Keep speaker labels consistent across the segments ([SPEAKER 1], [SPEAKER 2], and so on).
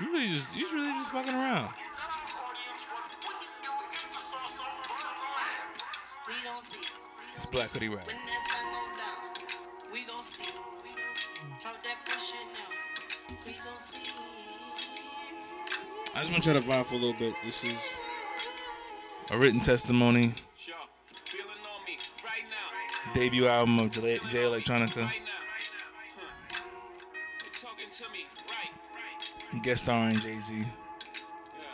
[SPEAKER 1] You really just, you really just fucking around.
[SPEAKER 2] We gon' see.
[SPEAKER 1] It's Black Hoodie Rap.
[SPEAKER 2] When that sun go down, we gon' see. We gon' see. Talk that fresh shit now. We gon' see.
[SPEAKER 1] I just want y'all to vibe for a little bit. This is a written testimony
[SPEAKER 3] Yo, feeling on me right now.
[SPEAKER 1] debut album of J, J Electronica,
[SPEAKER 3] Right now. Huh. They talking to me right.
[SPEAKER 1] guest starring Jay Z,
[SPEAKER 3] Yeah. Yeah.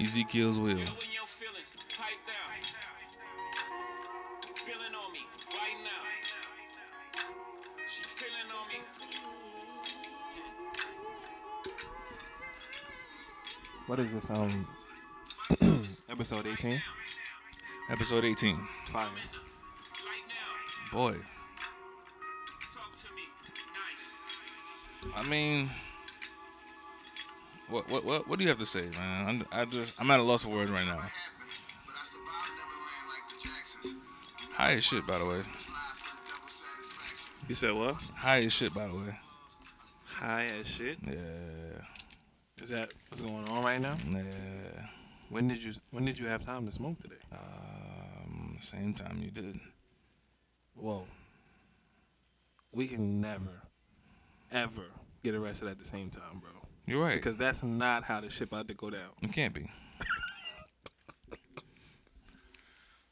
[SPEAKER 3] Yeah.
[SPEAKER 1] Ezekiel's Will.
[SPEAKER 3] Yo, in your feelings, pipe down. Feeling on me right now. She feeling on me.
[SPEAKER 4] What is this? Um, episode 18.
[SPEAKER 1] Episode 18.
[SPEAKER 4] Fire.
[SPEAKER 3] Right now.
[SPEAKER 1] Boy,
[SPEAKER 3] Talk to me. Nice.
[SPEAKER 1] I mean, what what what, what do you have to say, man? I'm, I just I'm at a loss for words right now. High as shit, by the way.
[SPEAKER 4] You said what?
[SPEAKER 1] High as shit, by the way.
[SPEAKER 4] High as shit.
[SPEAKER 1] Yeah,
[SPEAKER 4] Is that what's going on right now?
[SPEAKER 1] yeah.
[SPEAKER 4] When did you When did you have time to smoke today?
[SPEAKER 1] Um, same time you did.
[SPEAKER 4] Whoa. We can never, ever get arrested at the same time, bro.
[SPEAKER 1] You're right.
[SPEAKER 4] Because that's not how the shit about to go down.
[SPEAKER 1] it can't be.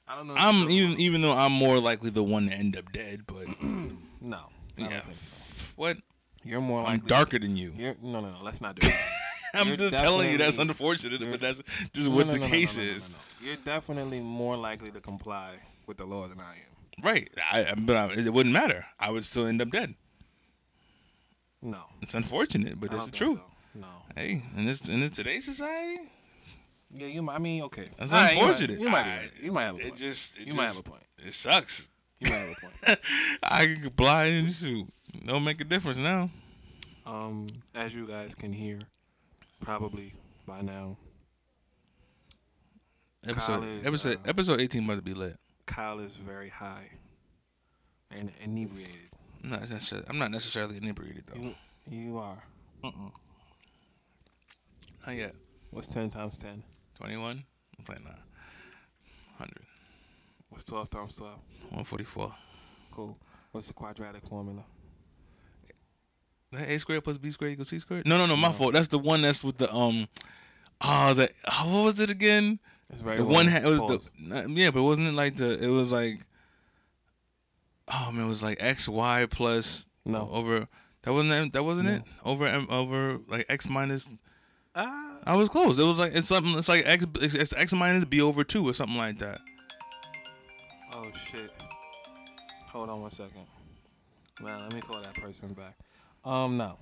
[SPEAKER 4] I don't know. if
[SPEAKER 1] I'm
[SPEAKER 4] you-
[SPEAKER 1] even even though I'm more likely the one to end up dead, but
[SPEAKER 4] No, I
[SPEAKER 1] Yeah.
[SPEAKER 4] don't think so.
[SPEAKER 1] what?
[SPEAKER 4] You're more
[SPEAKER 1] I'm
[SPEAKER 4] like
[SPEAKER 1] darker than you.
[SPEAKER 4] You're, no, no, no. Let's not do that.
[SPEAKER 1] I'm
[SPEAKER 4] You're
[SPEAKER 1] just telling you that's
[SPEAKER 4] definitely-
[SPEAKER 1] unfortunate,
[SPEAKER 4] you're-
[SPEAKER 1] but that's just
[SPEAKER 4] No,
[SPEAKER 1] what
[SPEAKER 4] no,
[SPEAKER 1] the
[SPEAKER 4] no, no,
[SPEAKER 1] case
[SPEAKER 4] no, no, no,
[SPEAKER 1] is.
[SPEAKER 4] no, no. You're definitely more likely to comply with the law than I am.
[SPEAKER 1] Right. I, I- but I, it wouldn't matter. I would still end up dead.
[SPEAKER 4] No,
[SPEAKER 1] It's unfortunate, but
[SPEAKER 4] I
[SPEAKER 1] that's
[SPEAKER 4] don't
[SPEAKER 1] the
[SPEAKER 4] think
[SPEAKER 1] truth.
[SPEAKER 4] so. No.
[SPEAKER 1] Hey, in this in this today's society,
[SPEAKER 4] Yeah, you. mi- I mean, okay.
[SPEAKER 1] That's
[SPEAKER 4] All right, you might-
[SPEAKER 1] unfortunate.
[SPEAKER 4] You might.
[SPEAKER 1] I-
[SPEAKER 4] be right. You might have a
[SPEAKER 1] it
[SPEAKER 4] point.
[SPEAKER 1] just it
[SPEAKER 4] you might have
[SPEAKER 1] just-
[SPEAKER 4] a point.
[SPEAKER 1] It sucks.
[SPEAKER 4] You might have a point.
[SPEAKER 1] I can comply and shoot. Don't make a difference now.
[SPEAKER 4] Um, as you guys can hear, probably by now,
[SPEAKER 1] Episode
[SPEAKER 4] College,
[SPEAKER 1] episode
[SPEAKER 4] uh,
[SPEAKER 1] episode eighteen about to be lit.
[SPEAKER 4] Kyle is very high and inebriated.
[SPEAKER 1] I'm not necessarily, I'm not necessarily inebriated though.
[SPEAKER 4] You, you are.
[SPEAKER 1] Not yet.
[SPEAKER 4] What's ten times ten?
[SPEAKER 1] Twenty one. I'm playing now. Hundred.
[SPEAKER 4] What's twelve times twelve?
[SPEAKER 1] One forty four.
[SPEAKER 4] Cool. What's the quadratic formula?
[SPEAKER 1] That a squared plus b squared equals c squared. No, no, no. My fault. That's the one that's with the um. Oh, that. Oh, what was it again?
[SPEAKER 4] It's very
[SPEAKER 1] The
[SPEAKER 4] well
[SPEAKER 1] one ha- it was
[SPEAKER 4] posed.
[SPEAKER 1] the not- yeah, but wasn't it like the it was like oh man, it was like x y plus
[SPEAKER 4] No.
[SPEAKER 1] over that wasn't it- that wasn't it over m over like x minus.
[SPEAKER 4] Ah.
[SPEAKER 1] I was close. It was like it's something. It's like x it's, it's x minus b over two or something like that.
[SPEAKER 4] Oh shit. Hold on one second. Man, let me call that person back. Um, no.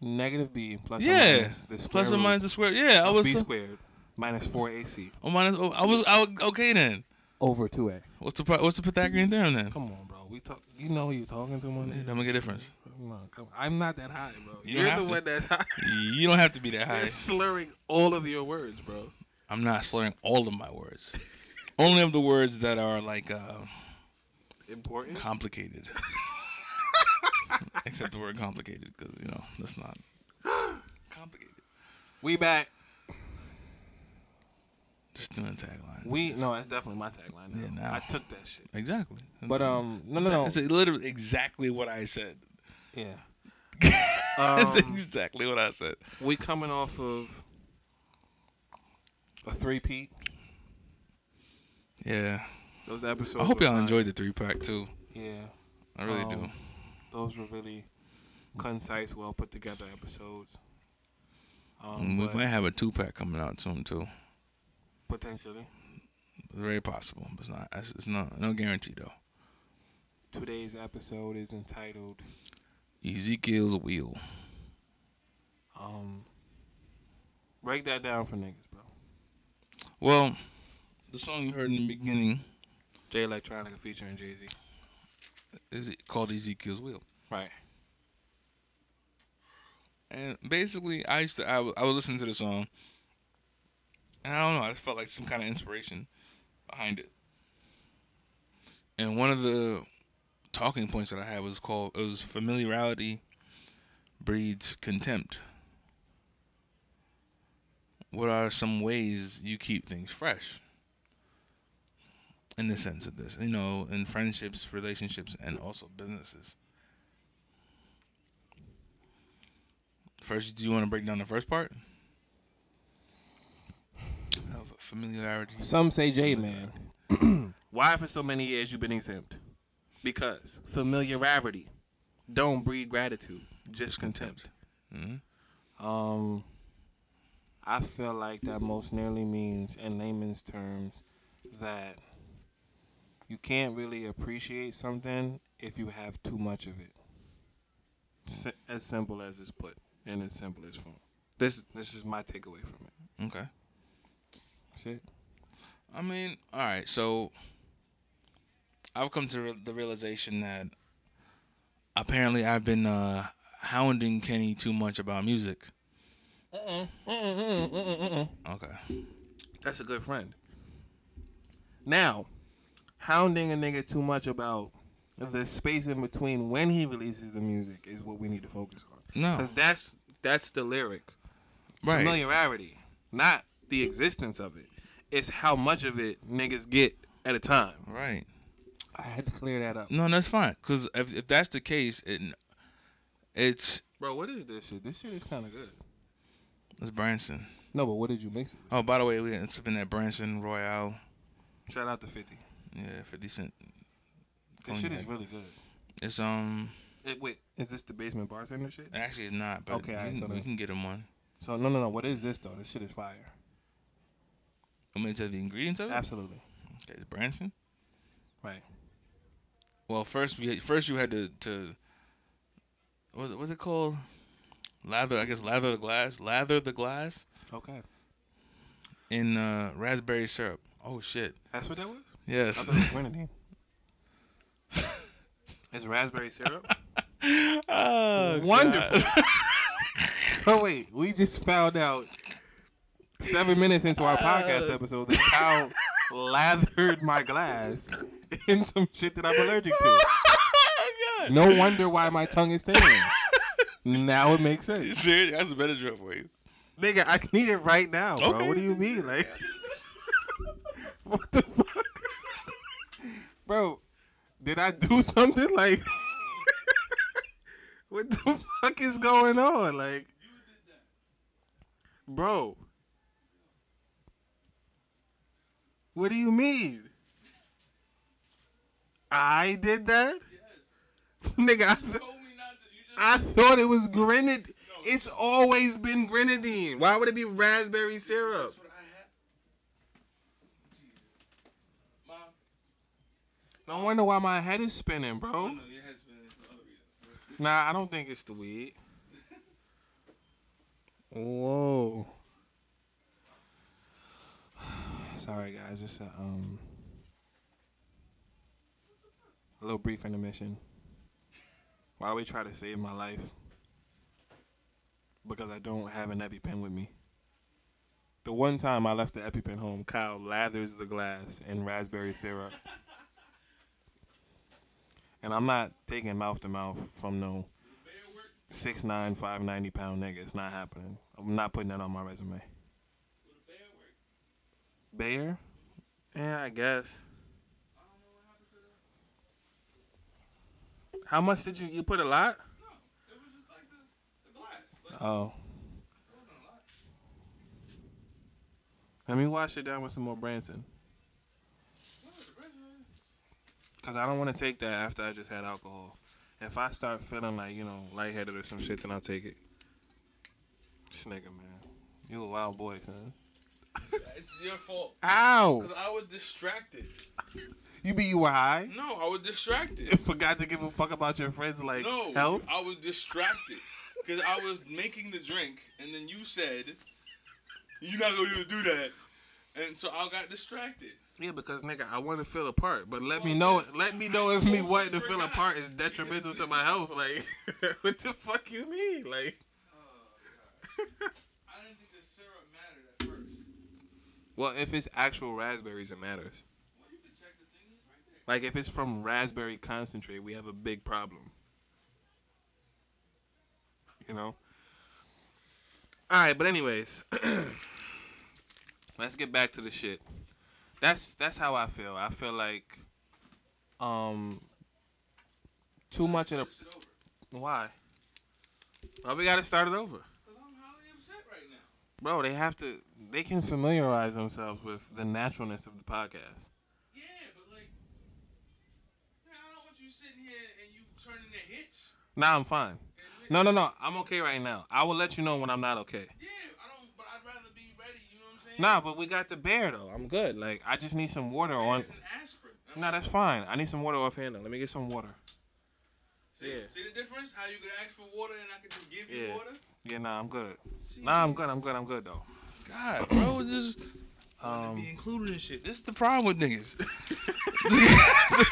[SPEAKER 4] Negative b plus or
[SPEAKER 1] yeah,
[SPEAKER 4] minus the square
[SPEAKER 1] plus or
[SPEAKER 4] root
[SPEAKER 1] minus the square. Yeah, I
[SPEAKER 4] of
[SPEAKER 1] was
[SPEAKER 4] b
[SPEAKER 1] so-
[SPEAKER 4] squared minus four ac
[SPEAKER 1] oh, minus. Oh, I was. I was okay then.
[SPEAKER 4] over two a.
[SPEAKER 1] What's the pro- what's the Pythagorean theorem then?
[SPEAKER 4] Come on, bro. We talk. You know who you talking to, my
[SPEAKER 1] It
[SPEAKER 4] nigga.
[SPEAKER 1] Don't make a difference.
[SPEAKER 4] Come on, come on. I'm not that high, bro.
[SPEAKER 1] You
[SPEAKER 4] You're
[SPEAKER 1] have
[SPEAKER 4] the
[SPEAKER 1] to.
[SPEAKER 4] one that's high.
[SPEAKER 1] You don't have to be that
[SPEAKER 4] You're
[SPEAKER 1] high.
[SPEAKER 4] slurring all of your words, bro.
[SPEAKER 1] I'm not slurring all of my words. Only of the words that are like uh,
[SPEAKER 4] Important.
[SPEAKER 1] complicated. Except the word complicated, because you know that's not complicated.
[SPEAKER 4] We back.
[SPEAKER 1] Just doing a tagline.
[SPEAKER 4] We no, that's definitely my tagline. Now.
[SPEAKER 1] Yeah, now.
[SPEAKER 4] I took that shit.
[SPEAKER 1] exactly.
[SPEAKER 4] But um, no, no, no.
[SPEAKER 1] it's literally exactly what I said.
[SPEAKER 4] Yeah, Um,
[SPEAKER 1] That's exactly what I said.
[SPEAKER 4] we coming off of a three peat.
[SPEAKER 1] Yeah.
[SPEAKER 4] Those episodes.
[SPEAKER 1] I hope
[SPEAKER 4] were
[SPEAKER 1] y'all
[SPEAKER 4] fine.
[SPEAKER 1] enjoyed the three pack too.
[SPEAKER 4] Yeah,
[SPEAKER 1] I really do.
[SPEAKER 4] Um, those were really concise, well put together episodes. Um,
[SPEAKER 1] And we
[SPEAKER 4] but
[SPEAKER 1] might have a two pack coming out soon too.
[SPEAKER 4] potentially
[SPEAKER 1] It's very possible, but it's not. It's it's not no guarantee though.
[SPEAKER 4] today's episode is entitled
[SPEAKER 1] Ezekiel's wheel.
[SPEAKER 4] um, "Break That Down for Niggas," bro.
[SPEAKER 1] Well, the song you heard in the beginning
[SPEAKER 4] Jay Electronica featuring Jay Z.
[SPEAKER 1] is called Ezekiel's wheel.
[SPEAKER 4] Right.
[SPEAKER 1] And basically, I used to I would I would listen to the song, and I don't know. I felt like some kind of inspiration behind it. And one of the talking points that I had was called it was familiarity breeds contempt. what are some ways you keep things fresh? In the sense of this, you know, in friendships, relationships, and also businesses. First, do you want to break down the first part? Of familiarity.
[SPEAKER 4] Some say J Man. Why for so many years you've been exempt? Because familiarity don't breed gratitude, just contempt. Um, I feel like that most nearly means, in layman's terms, that you can't really appreciate something if you have too much of it. Si- as simple as it's put, in its simplest form. This this is my takeaway from it.
[SPEAKER 1] Okay.
[SPEAKER 4] Shit.
[SPEAKER 1] I mean, all right. So I've come to re- the realization that apparently I've been uh, hounding Kenny too much about music. Okay.
[SPEAKER 4] That's a good friend. Now, hounding a nigga too much about the space in between when he releases the music is what we need to focus on.
[SPEAKER 1] No.
[SPEAKER 4] because that's that's the lyric
[SPEAKER 1] Right.
[SPEAKER 4] familiarity, not the existence of it. It's how much of it niggas get at a time.
[SPEAKER 1] Right.
[SPEAKER 4] I had to clear that up,
[SPEAKER 1] No, that's fine. Cause if, if that's the case, it it's
[SPEAKER 4] bro. What is this shit? This shit is kind of good.
[SPEAKER 1] it's Branson.
[SPEAKER 4] No, but what did you mix it with?
[SPEAKER 1] Oh, by the way, we had sipping that Branson Royale.
[SPEAKER 4] Shout out to Fifty.
[SPEAKER 1] Yeah, fifty cent. Cognac.
[SPEAKER 4] This shit is really good.
[SPEAKER 1] It's um
[SPEAKER 4] Eh, wait, is this the basement bartender shit?
[SPEAKER 1] actually it's not, but
[SPEAKER 4] Okay,
[SPEAKER 1] we,
[SPEAKER 4] all right,
[SPEAKER 1] can,
[SPEAKER 4] so
[SPEAKER 1] we
[SPEAKER 4] then-
[SPEAKER 1] can get him one.
[SPEAKER 4] So no, no, no. What is this though? This shit is fire.
[SPEAKER 1] I mean, to the ingredients of it.
[SPEAKER 4] Absolutely.
[SPEAKER 1] Okay, it's Branson.
[SPEAKER 4] Right.
[SPEAKER 1] Well, first we first you had to to what was it, what's it called? Lather, I guess lather the glass, lather the glass
[SPEAKER 4] Okay.
[SPEAKER 1] in uh, raspberry syrup. Oh shit!
[SPEAKER 4] That's what that was. I
[SPEAKER 1] Yes,
[SPEAKER 4] thought it was grenadine. it's raspberry syrup. Wonderful. so wait, we just found out seven minutes into our podcast episode that Kyle lathered my glass in some shit that I'm allergic to.
[SPEAKER 1] Oh,
[SPEAKER 4] No wonder why my tongue is tingling. Now it makes sense,
[SPEAKER 1] seriously, that's a better drug for you.
[SPEAKER 4] nigga. I need it right now, bro.
[SPEAKER 1] Okay.
[SPEAKER 4] What do you mean, like? what the fuck, bro? Did I do something like? what the fuck is going on, like? Bro, what do you mean? I did that, nigga. I, th- I thought it was grenadine. It's always been grenadine. Why would it be raspberry syrup? No wonder why my head is spinning, bro. Nah, I don't think it's the weed. Whoa. Sorry, guys. It's a um a little brief intermission. Why we try to save my life? Because I don't have an EpiPen with me. The one time I left the EpiPen home, Kyle lathers the glass in raspberry syrup. And I'm not taking mouth to mouth from no six nine five ninety pound nigga. It's not happening. I'm not putting that on my resume. Bayer? Yeah, I guess. How much did you you put a lot? Oh. Let me wash it down with some more Branson. Cause I don't want to take that after I just had alcohol. If I start feeling like you know lightheaded or some shit, then I'll take it. This nigga, man, you a wild boy, son.
[SPEAKER 5] It's your fault.
[SPEAKER 4] Ow!
[SPEAKER 5] Cause I was distracted.
[SPEAKER 4] You be you were high?
[SPEAKER 5] No, I was distracted.
[SPEAKER 4] Forgot to give a fuck about your friends like
[SPEAKER 5] No,
[SPEAKER 4] health?
[SPEAKER 5] I was distracted because I was making the drink, and then you said, "You're not gonna do that," and so I got distracted.
[SPEAKER 4] Yeah, because nigga, I want to feel apart, but let me know. Let me know if me wanting to feel apart is detrimental to my health. Like, what the fuck you mean? Like,
[SPEAKER 5] I didn't think the syrup mattered at first.
[SPEAKER 4] well, if it's actual raspberries, it matters. Like, if it's from raspberry concentrate, we have a big problem. You know. All right, but anyways, let's get back to the shit. That's that's how I feel. I feel like um too much of
[SPEAKER 5] Shit over.
[SPEAKER 4] the why? Well, we gotta start it over.
[SPEAKER 5] 'Cause I'm highly upset right now.
[SPEAKER 4] Bro, they have to they can familiarize themselves with the naturalness of the podcast.
[SPEAKER 5] Yeah, but like, man, I don't want you sitting here and you turning the hitch.
[SPEAKER 4] Nah, I'm fine. No, no, no. I'm okay right now. I will let you know when I'm not okay.
[SPEAKER 5] Yeah, I don't. But I'd rather be ready. You know what I'm saying?
[SPEAKER 4] Nah, but we got the bear though. I'm good. Like I just need some water on.
[SPEAKER 5] It's an aspirin.
[SPEAKER 4] Nah, that's fine. I need some water off hand. though. Let me get some water.
[SPEAKER 5] See,
[SPEAKER 4] yeah.
[SPEAKER 5] see the difference? How you could ask for water and I could just give you
[SPEAKER 4] Yeah.
[SPEAKER 5] water?
[SPEAKER 4] Yeah, nah, I'm good. Nah, I'm good. I'm good. I'm good though.
[SPEAKER 1] God, bro, just um, be included in shit. This is the problem with niggas.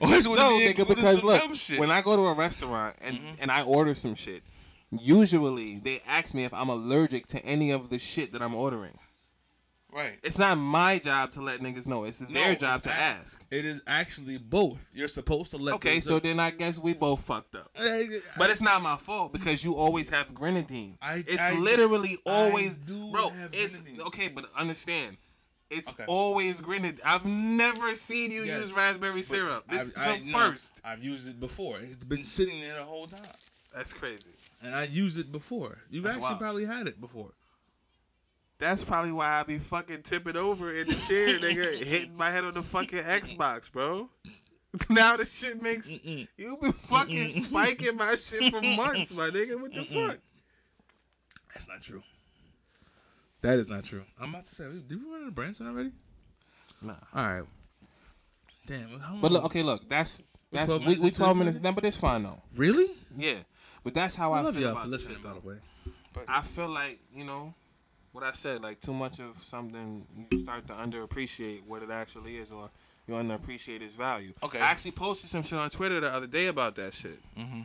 [SPEAKER 1] Always wanna
[SPEAKER 4] No,
[SPEAKER 1] be
[SPEAKER 4] nigga,
[SPEAKER 1] included in
[SPEAKER 4] because
[SPEAKER 1] some dumb
[SPEAKER 4] look,
[SPEAKER 1] shit. Mm-hmm.
[SPEAKER 4] when I go to a restaurant and and I order some shit, usually they ask me if I'm allergic to any of the shit that I'm ordering.
[SPEAKER 1] right.
[SPEAKER 4] It's not my job to let niggas know. It's their
[SPEAKER 1] it's
[SPEAKER 4] job to
[SPEAKER 1] not.
[SPEAKER 4] ask.
[SPEAKER 1] It is actually both. You're supposed to let.
[SPEAKER 4] Okay,
[SPEAKER 1] those
[SPEAKER 4] so
[SPEAKER 1] up-
[SPEAKER 4] then I guess we both fucked up. But it's not my fault because you always have grenadine.
[SPEAKER 1] I-
[SPEAKER 4] it's
[SPEAKER 1] I-
[SPEAKER 4] literally always,
[SPEAKER 1] do
[SPEAKER 4] bro.
[SPEAKER 1] have
[SPEAKER 4] It's
[SPEAKER 1] grenadine.
[SPEAKER 4] okay, but understand, it's
[SPEAKER 1] Okay.
[SPEAKER 4] always grenadine. I've never seen you
[SPEAKER 1] Yes,
[SPEAKER 4] use raspberry
[SPEAKER 1] but
[SPEAKER 4] syrup. This
[SPEAKER 1] I-
[SPEAKER 4] is the
[SPEAKER 1] I- no,
[SPEAKER 4] first.
[SPEAKER 1] I've used it before. It's been sitting there the whole time,
[SPEAKER 4] That's crazy.
[SPEAKER 1] and I used it before. You've
[SPEAKER 4] That's
[SPEAKER 1] actually
[SPEAKER 4] wild.
[SPEAKER 1] probably had it before.
[SPEAKER 4] That's probably why I be fucking tipping over in the chair, nigga, hitting my head on the fucking Xbox, bro. Now this shit makes you been fucking spiking my shit for months, my nigga. What the fuck?
[SPEAKER 1] That's not true. That is not true. I'm about to say, did we run out of Branson already?
[SPEAKER 4] Nah.
[SPEAKER 1] All right. Damn. How long?
[SPEAKER 4] But look, okay, look, that's that's
[SPEAKER 1] 12
[SPEAKER 4] we,
[SPEAKER 1] minutes
[SPEAKER 4] we
[SPEAKER 1] into
[SPEAKER 4] twelve
[SPEAKER 1] this
[SPEAKER 4] minutes.
[SPEAKER 1] nigga?
[SPEAKER 4] No, but it's fine though.
[SPEAKER 1] really?
[SPEAKER 4] Yeah, but that's how I,
[SPEAKER 1] I love
[SPEAKER 4] feel
[SPEAKER 1] y'all
[SPEAKER 4] about
[SPEAKER 1] for
[SPEAKER 4] the
[SPEAKER 1] listening,
[SPEAKER 4] shit,
[SPEAKER 1] by
[SPEAKER 4] bro.
[SPEAKER 1] the way.
[SPEAKER 4] I feel like you know what I said, like too much of something you start to underappreciate what it actually is, or you underappreciate its value.
[SPEAKER 1] Okay.
[SPEAKER 4] I actually posted some shit on Twitter the other day about that shit. Mm-hmm.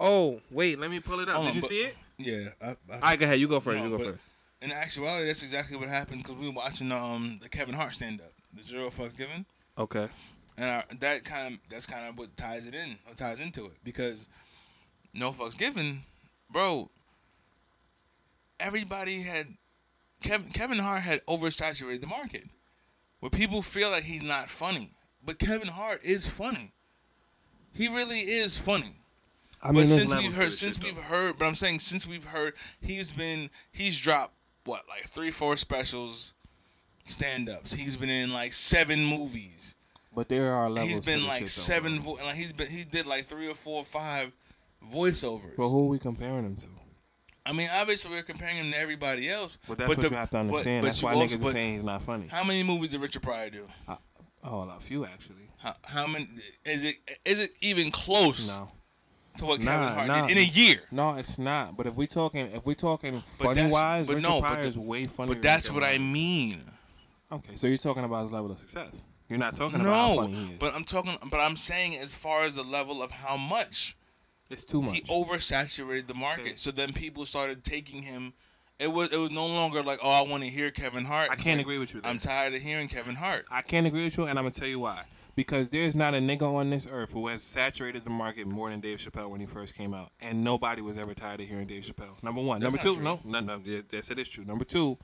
[SPEAKER 4] Oh wait, let me pull it up.
[SPEAKER 1] Hold
[SPEAKER 4] Did
[SPEAKER 1] on,
[SPEAKER 4] you
[SPEAKER 1] but-
[SPEAKER 4] see it?
[SPEAKER 1] Yeah. I, I,
[SPEAKER 4] All right, go ahead. You go first.
[SPEAKER 1] No,
[SPEAKER 4] you go
[SPEAKER 1] but
[SPEAKER 4] first.
[SPEAKER 1] In actuality, that's exactly what happened because we were watching um the Kevin Hart stand up, the Zero Fucks Given,
[SPEAKER 4] Okay.
[SPEAKER 1] and I, that kind of that's kind of what ties it in, or ties into it because no fucks given, bro. Everybody had Kevin Kevin Hart had oversaturated the market, where people feel like he's not funny, but Kevin Hart is funny. He really is funny.
[SPEAKER 4] I
[SPEAKER 1] But
[SPEAKER 4] there's
[SPEAKER 1] since
[SPEAKER 4] levels
[SPEAKER 1] we've
[SPEAKER 4] to
[SPEAKER 1] heard,
[SPEAKER 4] this
[SPEAKER 1] since
[SPEAKER 4] shit,
[SPEAKER 1] we've
[SPEAKER 4] though.
[SPEAKER 1] heard, but I'm saying since we've heard, he's been he's dropped what like three, four specials, stand ups. He's been in like seven movies.
[SPEAKER 4] but there are levels.
[SPEAKER 1] He's
[SPEAKER 4] to
[SPEAKER 1] been
[SPEAKER 4] this
[SPEAKER 1] like
[SPEAKER 4] shit, though,
[SPEAKER 1] seven,
[SPEAKER 4] bro.
[SPEAKER 1] vo- like he's been he did like three or four, or five voiceovers.
[SPEAKER 4] But who are we comparing him to?
[SPEAKER 1] I mean, obviously we're comparing him to everybody else.
[SPEAKER 4] But that's what
[SPEAKER 1] the-
[SPEAKER 4] you have to
[SPEAKER 1] but-
[SPEAKER 4] understand.
[SPEAKER 1] but
[SPEAKER 4] that's
[SPEAKER 1] you
[SPEAKER 4] why
[SPEAKER 1] also-
[SPEAKER 4] niggas are
[SPEAKER 1] but
[SPEAKER 4] saying he's not funny.
[SPEAKER 1] How many movies did Richard Pryor do?
[SPEAKER 4] I, oh, a few actually.
[SPEAKER 1] How, how many is it? Is it even close
[SPEAKER 4] No.
[SPEAKER 1] to what
[SPEAKER 4] Nah,
[SPEAKER 1] Kevin Hart
[SPEAKER 4] nah.
[SPEAKER 1] did in a year?
[SPEAKER 4] No, it's not. But if we talking, if we talking funny
[SPEAKER 1] that's-
[SPEAKER 4] wise,
[SPEAKER 1] but
[SPEAKER 4] Richard
[SPEAKER 1] no, but
[SPEAKER 4] Pryor
[SPEAKER 1] the-
[SPEAKER 4] is way funnier.
[SPEAKER 1] But that's
[SPEAKER 4] than
[SPEAKER 1] what I
[SPEAKER 4] Kevin
[SPEAKER 1] mean.
[SPEAKER 4] Hart. Okay, so you're talking about his level of success. You're not talking about how
[SPEAKER 1] No,
[SPEAKER 4] funny he is.
[SPEAKER 1] but I'm talking. But I'm saying as far as the level of how much
[SPEAKER 4] it's too much.
[SPEAKER 1] he oversaturated the market,
[SPEAKER 4] Okay.
[SPEAKER 1] so then people started taking him. It was it was no longer like oh I want to hear Kevin Hart.
[SPEAKER 4] I
[SPEAKER 1] It's
[SPEAKER 4] can't
[SPEAKER 1] like,
[SPEAKER 4] agree with you there.
[SPEAKER 1] I'm tired of hearing Kevin Hart.
[SPEAKER 4] I can't agree with you, and I'm gonna tell you why. Because there's not a nigga on this earth who has saturated the market more than Dave Chappelle when he first came out, and nobody was ever tired of hearing Dave Chappelle. Number one,
[SPEAKER 1] That's
[SPEAKER 4] number two,
[SPEAKER 1] not
[SPEAKER 4] no, no, no. yeah, That's it is true. Number two,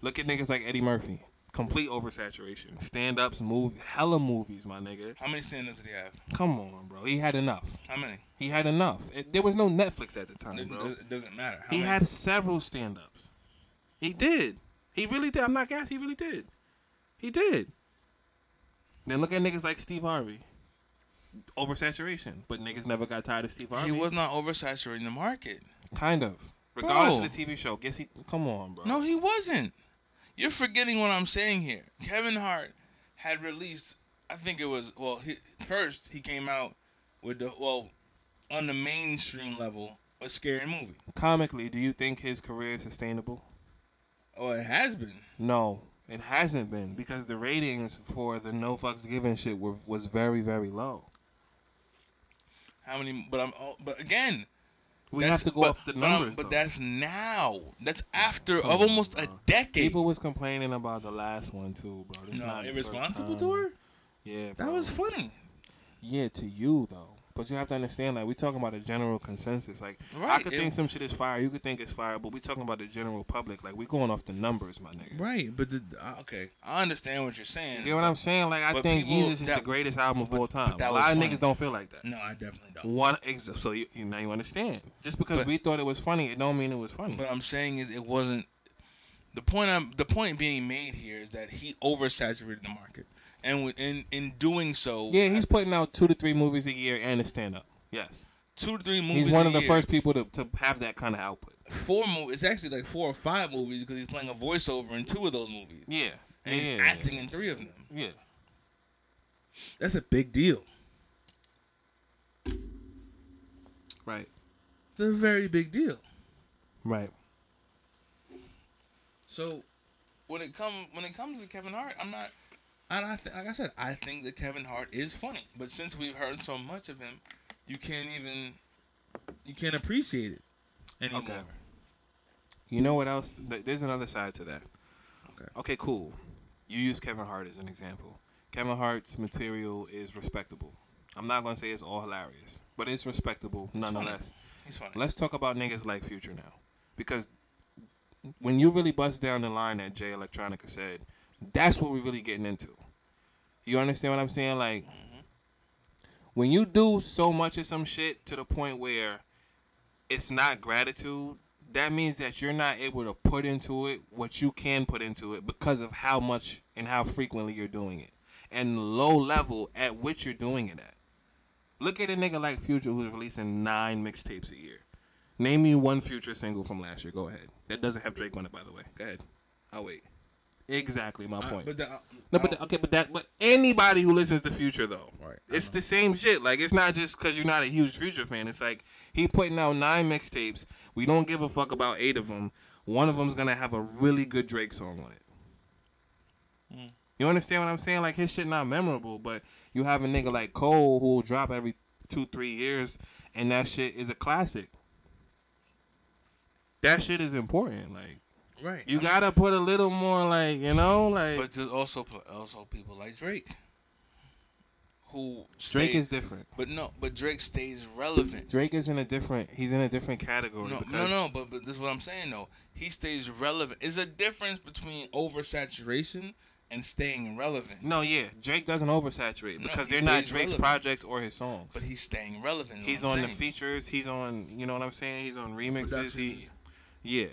[SPEAKER 4] look at niggas like Eddie Murphy. Complete oversaturation. Stand ups, move, hella movies, my nigga.
[SPEAKER 1] How many stand-ups did he have?
[SPEAKER 4] Come on, bro. He had enough.
[SPEAKER 1] How many?
[SPEAKER 4] He had enough. It, there was no Netflix at the time,
[SPEAKER 1] It,
[SPEAKER 4] bro.
[SPEAKER 1] does- it doesn't matter. How
[SPEAKER 4] He
[SPEAKER 1] many?
[SPEAKER 4] had several stand ups. He did. He really did. I'm not gas. He really did. He did. Then look at niggas like Steve Harvey. Oversaturation. But niggas never got tired of Steve Harvey.
[SPEAKER 1] he was not oversaturating the market.
[SPEAKER 4] Kind of. Regardless
[SPEAKER 1] Bro.
[SPEAKER 4] of the TV show. Guess he. Come on, bro.
[SPEAKER 1] No, he wasn't. You're forgetting what I'm saying here. Kevin Hart had released, I think it was, well, he, first he came out with the, well, on the mainstream level, a scary movie.
[SPEAKER 4] Comically, do you think his career is sustainable?
[SPEAKER 1] Well, Oh, it has been.
[SPEAKER 4] No. It hasn't been because the ratings for the No Fucks Given shit were, was very, very low.
[SPEAKER 1] How many? But I'm. oh, But again,
[SPEAKER 4] We
[SPEAKER 1] that's-
[SPEAKER 4] have to go
[SPEAKER 1] but-
[SPEAKER 4] off the
[SPEAKER 1] but I'm-
[SPEAKER 4] numbers.
[SPEAKER 1] But,
[SPEAKER 4] though. Oh,
[SPEAKER 1] that's now. That's after of almost a decade.
[SPEAKER 4] People was complaining about the last one too, bro. This
[SPEAKER 1] no,
[SPEAKER 4] not the first
[SPEAKER 1] irresponsible
[SPEAKER 4] time.
[SPEAKER 1] to her.
[SPEAKER 4] Yeah,
[SPEAKER 1] That
[SPEAKER 4] bro.
[SPEAKER 1] was funny.
[SPEAKER 4] yeah to you though. But you have to understand, like, we talking about a general consensus. Like, I
[SPEAKER 1] Right,
[SPEAKER 4] could
[SPEAKER 1] it-
[SPEAKER 4] think some shit is fire. You could think it's fire, but we talking about the general public. Like, we going off the numbers, my nigga.
[SPEAKER 1] Right, but the, uh, okay, I understand what you're saying.
[SPEAKER 4] You get what I'm saying? Like, I
[SPEAKER 1] But
[SPEAKER 4] think
[SPEAKER 1] people-
[SPEAKER 4] Jesus is
[SPEAKER 1] that-
[SPEAKER 4] the greatest album of all time.
[SPEAKER 1] that
[SPEAKER 4] A
[SPEAKER 1] was
[SPEAKER 4] lot of
[SPEAKER 1] funny.
[SPEAKER 4] niggas don't feel like that.
[SPEAKER 1] no, I definitely don't.
[SPEAKER 4] One, ex- so you, you now you understand. Just because
[SPEAKER 1] But-
[SPEAKER 4] we thought it was funny, it don't mean it was funny.
[SPEAKER 1] What I'm saying is it wasn't. The point I'm the point being made here is that he oversaturated the market, and wi- in in doing so, uh,
[SPEAKER 4] yeah, he's putting out two to three movies a year and a stand up. Yes,
[SPEAKER 1] two to three movies.
[SPEAKER 4] he's one
[SPEAKER 1] a
[SPEAKER 4] of the
[SPEAKER 1] year.
[SPEAKER 4] first people to, to have that kind of output.
[SPEAKER 1] four movies. It's actually like four or five movies because he's playing a voiceover in two of those movies,
[SPEAKER 4] Yeah,
[SPEAKER 1] and he's
[SPEAKER 4] yeah,
[SPEAKER 1] acting in three of them.
[SPEAKER 4] Yeah,
[SPEAKER 1] That's a big deal.
[SPEAKER 4] right,
[SPEAKER 1] It's a very big deal.
[SPEAKER 4] right.
[SPEAKER 1] So when it come when it comes to Kevin Hart, I'm not. And I th- like I said, I think that Kevin Hart is funny, but since we've heard so much of him, you can't even you can't appreciate it anymore.
[SPEAKER 4] Okay. You know what else? Th- There's another side to that.
[SPEAKER 1] Okay.
[SPEAKER 4] Okay, cool. You use Kevin Hart as an example. Kevin Hart's material is respectable. I'm not gonna say it's all hilarious, but it's respectable nonetheless.
[SPEAKER 1] He's funny.
[SPEAKER 4] Let's talk about niggas like Future now, because when you really bust down the line that Jay Electronica said, that's what we're really getting into. You understand what I'm saying? Like, when you do so much of some shit to the point where it's not gratitude, that means that you're not able to put into it what you can put into it because of how much and how frequently you're doing it and the low level at which you're doing it at. Look at a nigga like Future who's releasing nine mixtapes a year. Name me one Future single from last year. Go ahead. That doesn't have Drake on it, by the way. Go ahead. I'll wait. Exactly my
[SPEAKER 1] Uh,
[SPEAKER 4] point.
[SPEAKER 1] but the,
[SPEAKER 4] No, but okay, but that, but anybody who listens to Future though,
[SPEAKER 1] Right, I
[SPEAKER 4] it's the same shit. Like it's not just because you're not a huge Future fan. It's like he putting out nine mixtapes. We don't give a fuck about eight of them. One of them's gonna have a really good Drake song on it.
[SPEAKER 1] Hmm.
[SPEAKER 4] You understand what I'm saying? Like his shit not memorable, but you have a nigga like Cole who will drop every two three years, and that shit is a classic. That shit is important. Like
[SPEAKER 1] right.
[SPEAKER 4] you gotta put a little more, like you know, like
[SPEAKER 1] but there's also pl- also people like Drake, who
[SPEAKER 4] Drake
[SPEAKER 1] stay-
[SPEAKER 4] is different.
[SPEAKER 1] But no, but Drake stays relevant.
[SPEAKER 4] Drake is in a different. He's in a different category.
[SPEAKER 1] No, no,
[SPEAKER 4] because
[SPEAKER 1] no. But but this is what I'm saying though. He stays relevant. Is a difference between oversaturation and staying relevant.
[SPEAKER 4] No, yeah, Drake doesn't oversaturate because
[SPEAKER 1] he
[SPEAKER 4] they're not
[SPEAKER 1] stays
[SPEAKER 4] Drake's
[SPEAKER 1] relevant.
[SPEAKER 4] projects or his songs.
[SPEAKER 1] But he's staying relevant. is
[SPEAKER 4] he's
[SPEAKER 1] what
[SPEAKER 4] on
[SPEAKER 1] I'm
[SPEAKER 4] the
[SPEAKER 1] saying.
[SPEAKER 4] features. He's on. You know what I'm saying? He's on remixes. He,
[SPEAKER 1] Productions.
[SPEAKER 4] yeah,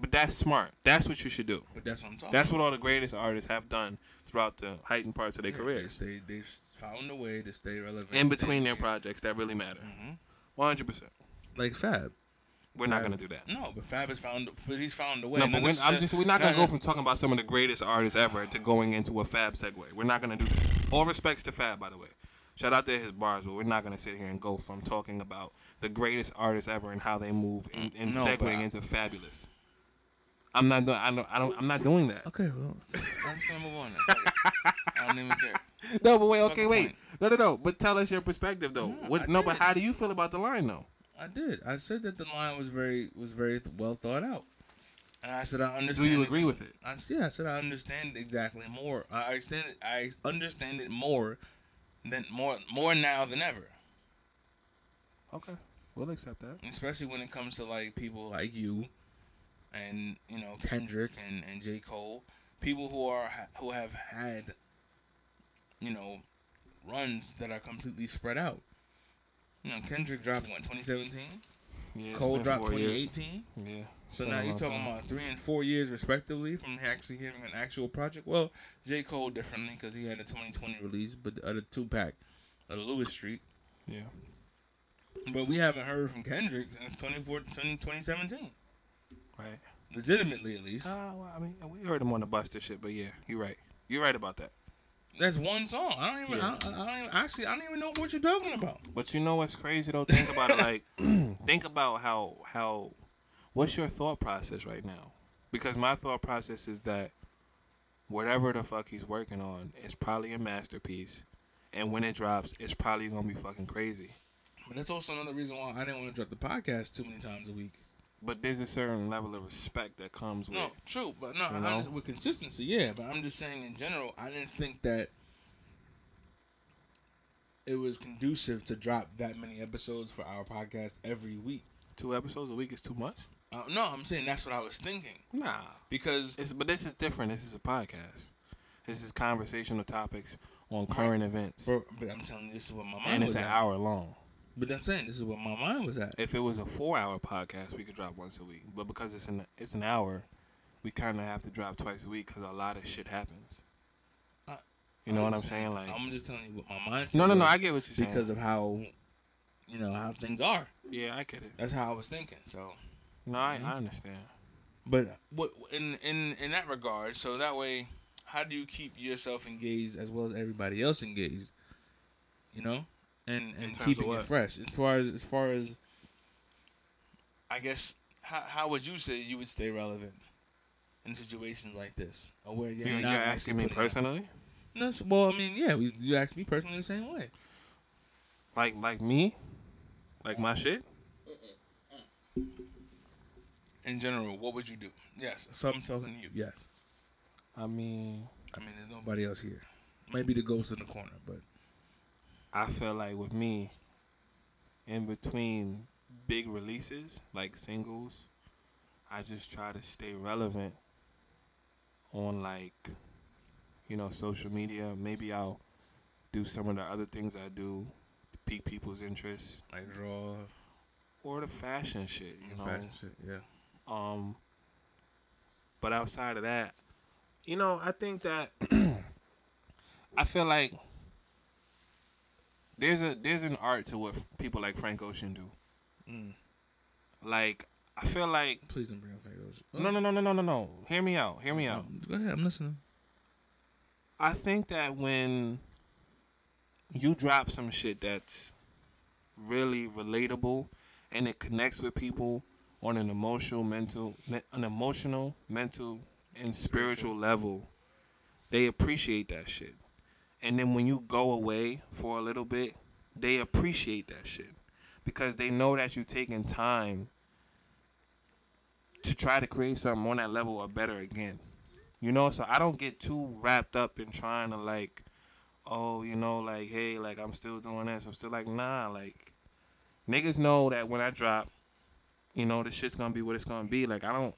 [SPEAKER 4] but that's smart. That's what you should do.
[SPEAKER 1] But that's what I'm talking.
[SPEAKER 4] That's
[SPEAKER 1] about.
[SPEAKER 4] what all the greatest artists have done throughout the heightened parts of their
[SPEAKER 1] Yeah,
[SPEAKER 4] careers.
[SPEAKER 1] They they they've found a way to stay relevant
[SPEAKER 4] In
[SPEAKER 1] stay
[SPEAKER 4] between their
[SPEAKER 1] engaged.
[SPEAKER 4] projects that really matter.
[SPEAKER 1] Mm-hmm.
[SPEAKER 4] One hundred percent.
[SPEAKER 1] like Fab.
[SPEAKER 4] We're not gonna do that.
[SPEAKER 1] No, but Fab has found, but he's found a way.
[SPEAKER 4] No,
[SPEAKER 1] And
[SPEAKER 4] but
[SPEAKER 1] then
[SPEAKER 4] we're,
[SPEAKER 1] this
[SPEAKER 4] I'm
[SPEAKER 1] is-
[SPEAKER 4] just we're not
[SPEAKER 1] no,
[SPEAKER 4] gonna
[SPEAKER 1] no.
[SPEAKER 4] go from talking about some of the greatest artists ever to going into a Fab segue. We're not gonna do that. All respects to Fab, by the way. Shout out to his bars, but we're not gonna sit here and go from talking about the greatest artists ever and how they move and, and
[SPEAKER 1] Mm, No, but
[SPEAKER 4] segueing
[SPEAKER 1] I-
[SPEAKER 4] into fabulous. I'm not doing. I don't. I don't. I'm not doing that.
[SPEAKER 1] Okay, well, I'm just gonna move on. Now. I don't even care.
[SPEAKER 4] No, but wait. Okay,
[SPEAKER 1] the
[SPEAKER 4] wait.
[SPEAKER 1] point.
[SPEAKER 4] No, no, no. But tell us your perspective, though.
[SPEAKER 1] I
[SPEAKER 4] what, no, but
[SPEAKER 1] did.
[SPEAKER 4] how do you feel about the line, though?
[SPEAKER 1] I did. I said that the line was very was very th- well thought out, and I said I
[SPEAKER 4] Do
[SPEAKER 1] understand.
[SPEAKER 4] you
[SPEAKER 1] it.
[SPEAKER 4] agree with it?
[SPEAKER 1] I s- yeah, I said I understand exactly more. I understand it. I understand it more than more more now than ever,
[SPEAKER 4] Okay, we'll accept that.
[SPEAKER 1] especially when it comes to like people like you, and you know Kendrick and and J Cole, people who are who have had, you know, runs that are completely spread out. You know, Kendrick dropped what 2017,
[SPEAKER 4] Yeah, it's
[SPEAKER 1] Cole
[SPEAKER 4] been
[SPEAKER 1] dropped
[SPEAKER 4] four years.
[SPEAKER 1] 2018.
[SPEAKER 4] Yeah. it's
[SPEAKER 1] So
[SPEAKER 4] been a
[SPEAKER 1] now you're
[SPEAKER 4] long
[SPEAKER 1] talking
[SPEAKER 4] time.
[SPEAKER 1] about three and four years respectively from actually having an actual project. Well, J. Cole differently because he had a 2020 release, but the other two pack of the Lewis Street.
[SPEAKER 4] Yeah.
[SPEAKER 1] But we haven't heard from Kendrick since 24 20 2017,
[SPEAKER 4] Right.
[SPEAKER 1] legitimately at least.
[SPEAKER 4] Uh, well, I mean, we heard him on the Buster shit, but yeah, you're right. You're right about that.
[SPEAKER 1] That's one song. I don't even. I, I I don't even. Actually, I don't even know what you're talking about.
[SPEAKER 4] But you know what's crazy though? Think about it. Like, think about how how what's your thought process right now? Because my thought process is that whatever the fuck he's working on is probably a masterpiece, and when it drops, it's probably gonna be fucking crazy.
[SPEAKER 1] But that's also another reason why I didn't want to drop the podcast too many times a week.
[SPEAKER 4] But there's a certain level of respect that comes with.
[SPEAKER 1] No, true, but no, I
[SPEAKER 4] know?
[SPEAKER 1] understand- with consistency, yeah. But I'm just saying in general, I didn't think that it was conducive to drop that many episodes for our podcast every week.
[SPEAKER 4] Two episodes a week is too much.
[SPEAKER 1] Uh, no, I'm saying that's what I was thinking
[SPEAKER 4] Nah,
[SPEAKER 1] because
[SPEAKER 4] it's but this is different. This is a podcast. This is conversational topics on current events,
[SPEAKER 1] but, but I'm telling you, this is what my mind
[SPEAKER 4] and it's
[SPEAKER 1] was
[SPEAKER 4] an
[SPEAKER 1] at.
[SPEAKER 4] hour long.
[SPEAKER 1] But I'm saying this is what my mind was at.
[SPEAKER 4] If it was a four-hour podcast, we could drop once a week. But because it's an it's an hour, we kind of have to drop twice a week because a lot of shit happens.
[SPEAKER 1] Uh, I-
[SPEAKER 4] You know what I'm saying? Like,
[SPEAKER 1] I'm just telling you what my mindset.
[SPEAKER 4] no, no, no.
[SPEAKER 1] was
[SPEAKER 4] I get what you're saying.
[SPEAKER 1] because of how, you know, how things are.
[SPEAKER 4] yeah, I get it.
[SPEAKER 1] That's how I was thinking. So,
[SPEAKER 4] No, I, I understand.
[SPEAKER 1] but what in in in that regard, so that way, how do you keep yourself engaged as well as everybody else engaged? You know, and and
[SPEAKER 4] terms of
[SPEAKER 1] keeping it
[SPEAKER 4] what?
[SPEAKER 1] fresh. As far as as far as, I guess, how how would you say you would stay relevant in situations like this, or where you're,
[SPEAKER 4] You, you're
[SPEAKER 1] not actually
[SPEAKER 4] asking me
[SPEAKER 1] putting out-
[SPEAKER 4] personally,
[SPEAKER 1] No, s- well, I mean, yeah, we, you asked me personally the same way.
[SPEAKER 4] like like me, like my shit.
[SPEAKER 1] In general, what would you do? Yes, so I'm talking to you. Yes.
[SPEAKER 4] I mean,
[SPEAKER 1] I mean, there's nobody else here. Maybe the ghost in the corner, but
[SPEAKER 4] I feel like with me, in between big releases like singles, I just try to stay relevant on like, you know, social media. Maybe I'll do some of the other things I do to pique people's interest
[SPEAKER 1] like draw
[SPEAKER 4] or the fashion shit. You know,
[SPEAKER 1] fashion shit. Yeah.
[SPEAKER 4] Um, but outside of that, you know, I think that I feel like there's a there's an art to what people like Frank Ocean do. Like I feel like
[SPEAKER 1] Please don't bring up Frank Ocean.
[SPEAKER 4] no no no no no no no. Hear me out. Hear me out.
[SPEAKER 1] Go ahead, I'm listening.
[SPEAKER 4] I think that when you drop some shit that's really relatable and it connects with people on an emotional, mental, me- an emotional, mental, and spiritual level, they appreciate that shit. And then when you go away for a little bit, they appreciate that shit because they know that you're taking time to try to create something on that level or better again. You know, so I don't get too wrapped up in trying to like, oh, you know, like, hey, like I'm still doing this. I'm still like, nah, like niggas know that when I drop, you know, this shit's gonna be what it's gonna be. Like I don't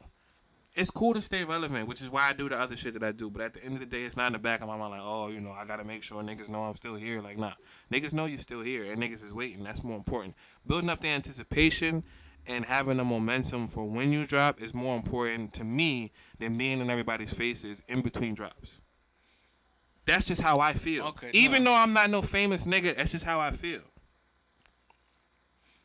[SPEAKER 4] it's cool to stay relevant, which is why I do the other shit that I do. But at the end of the day, it's not in the back of my mind like, oh, you know, I gotta make sure niggas know I'm still here. Like, nah. Niggas know you're still here and niggas is waiting. That's more important. Building up the anticipation and having the momentum for when you drop is more important to me than being in everybody's faces in between drops. That's just how I feel.
[SPEAKER 1] Okay,
[SPEAKER 4] Even
[SPEAKER 1] no.
[SPEAKER 4] though I'm not no famous nigga, that's just how I feel.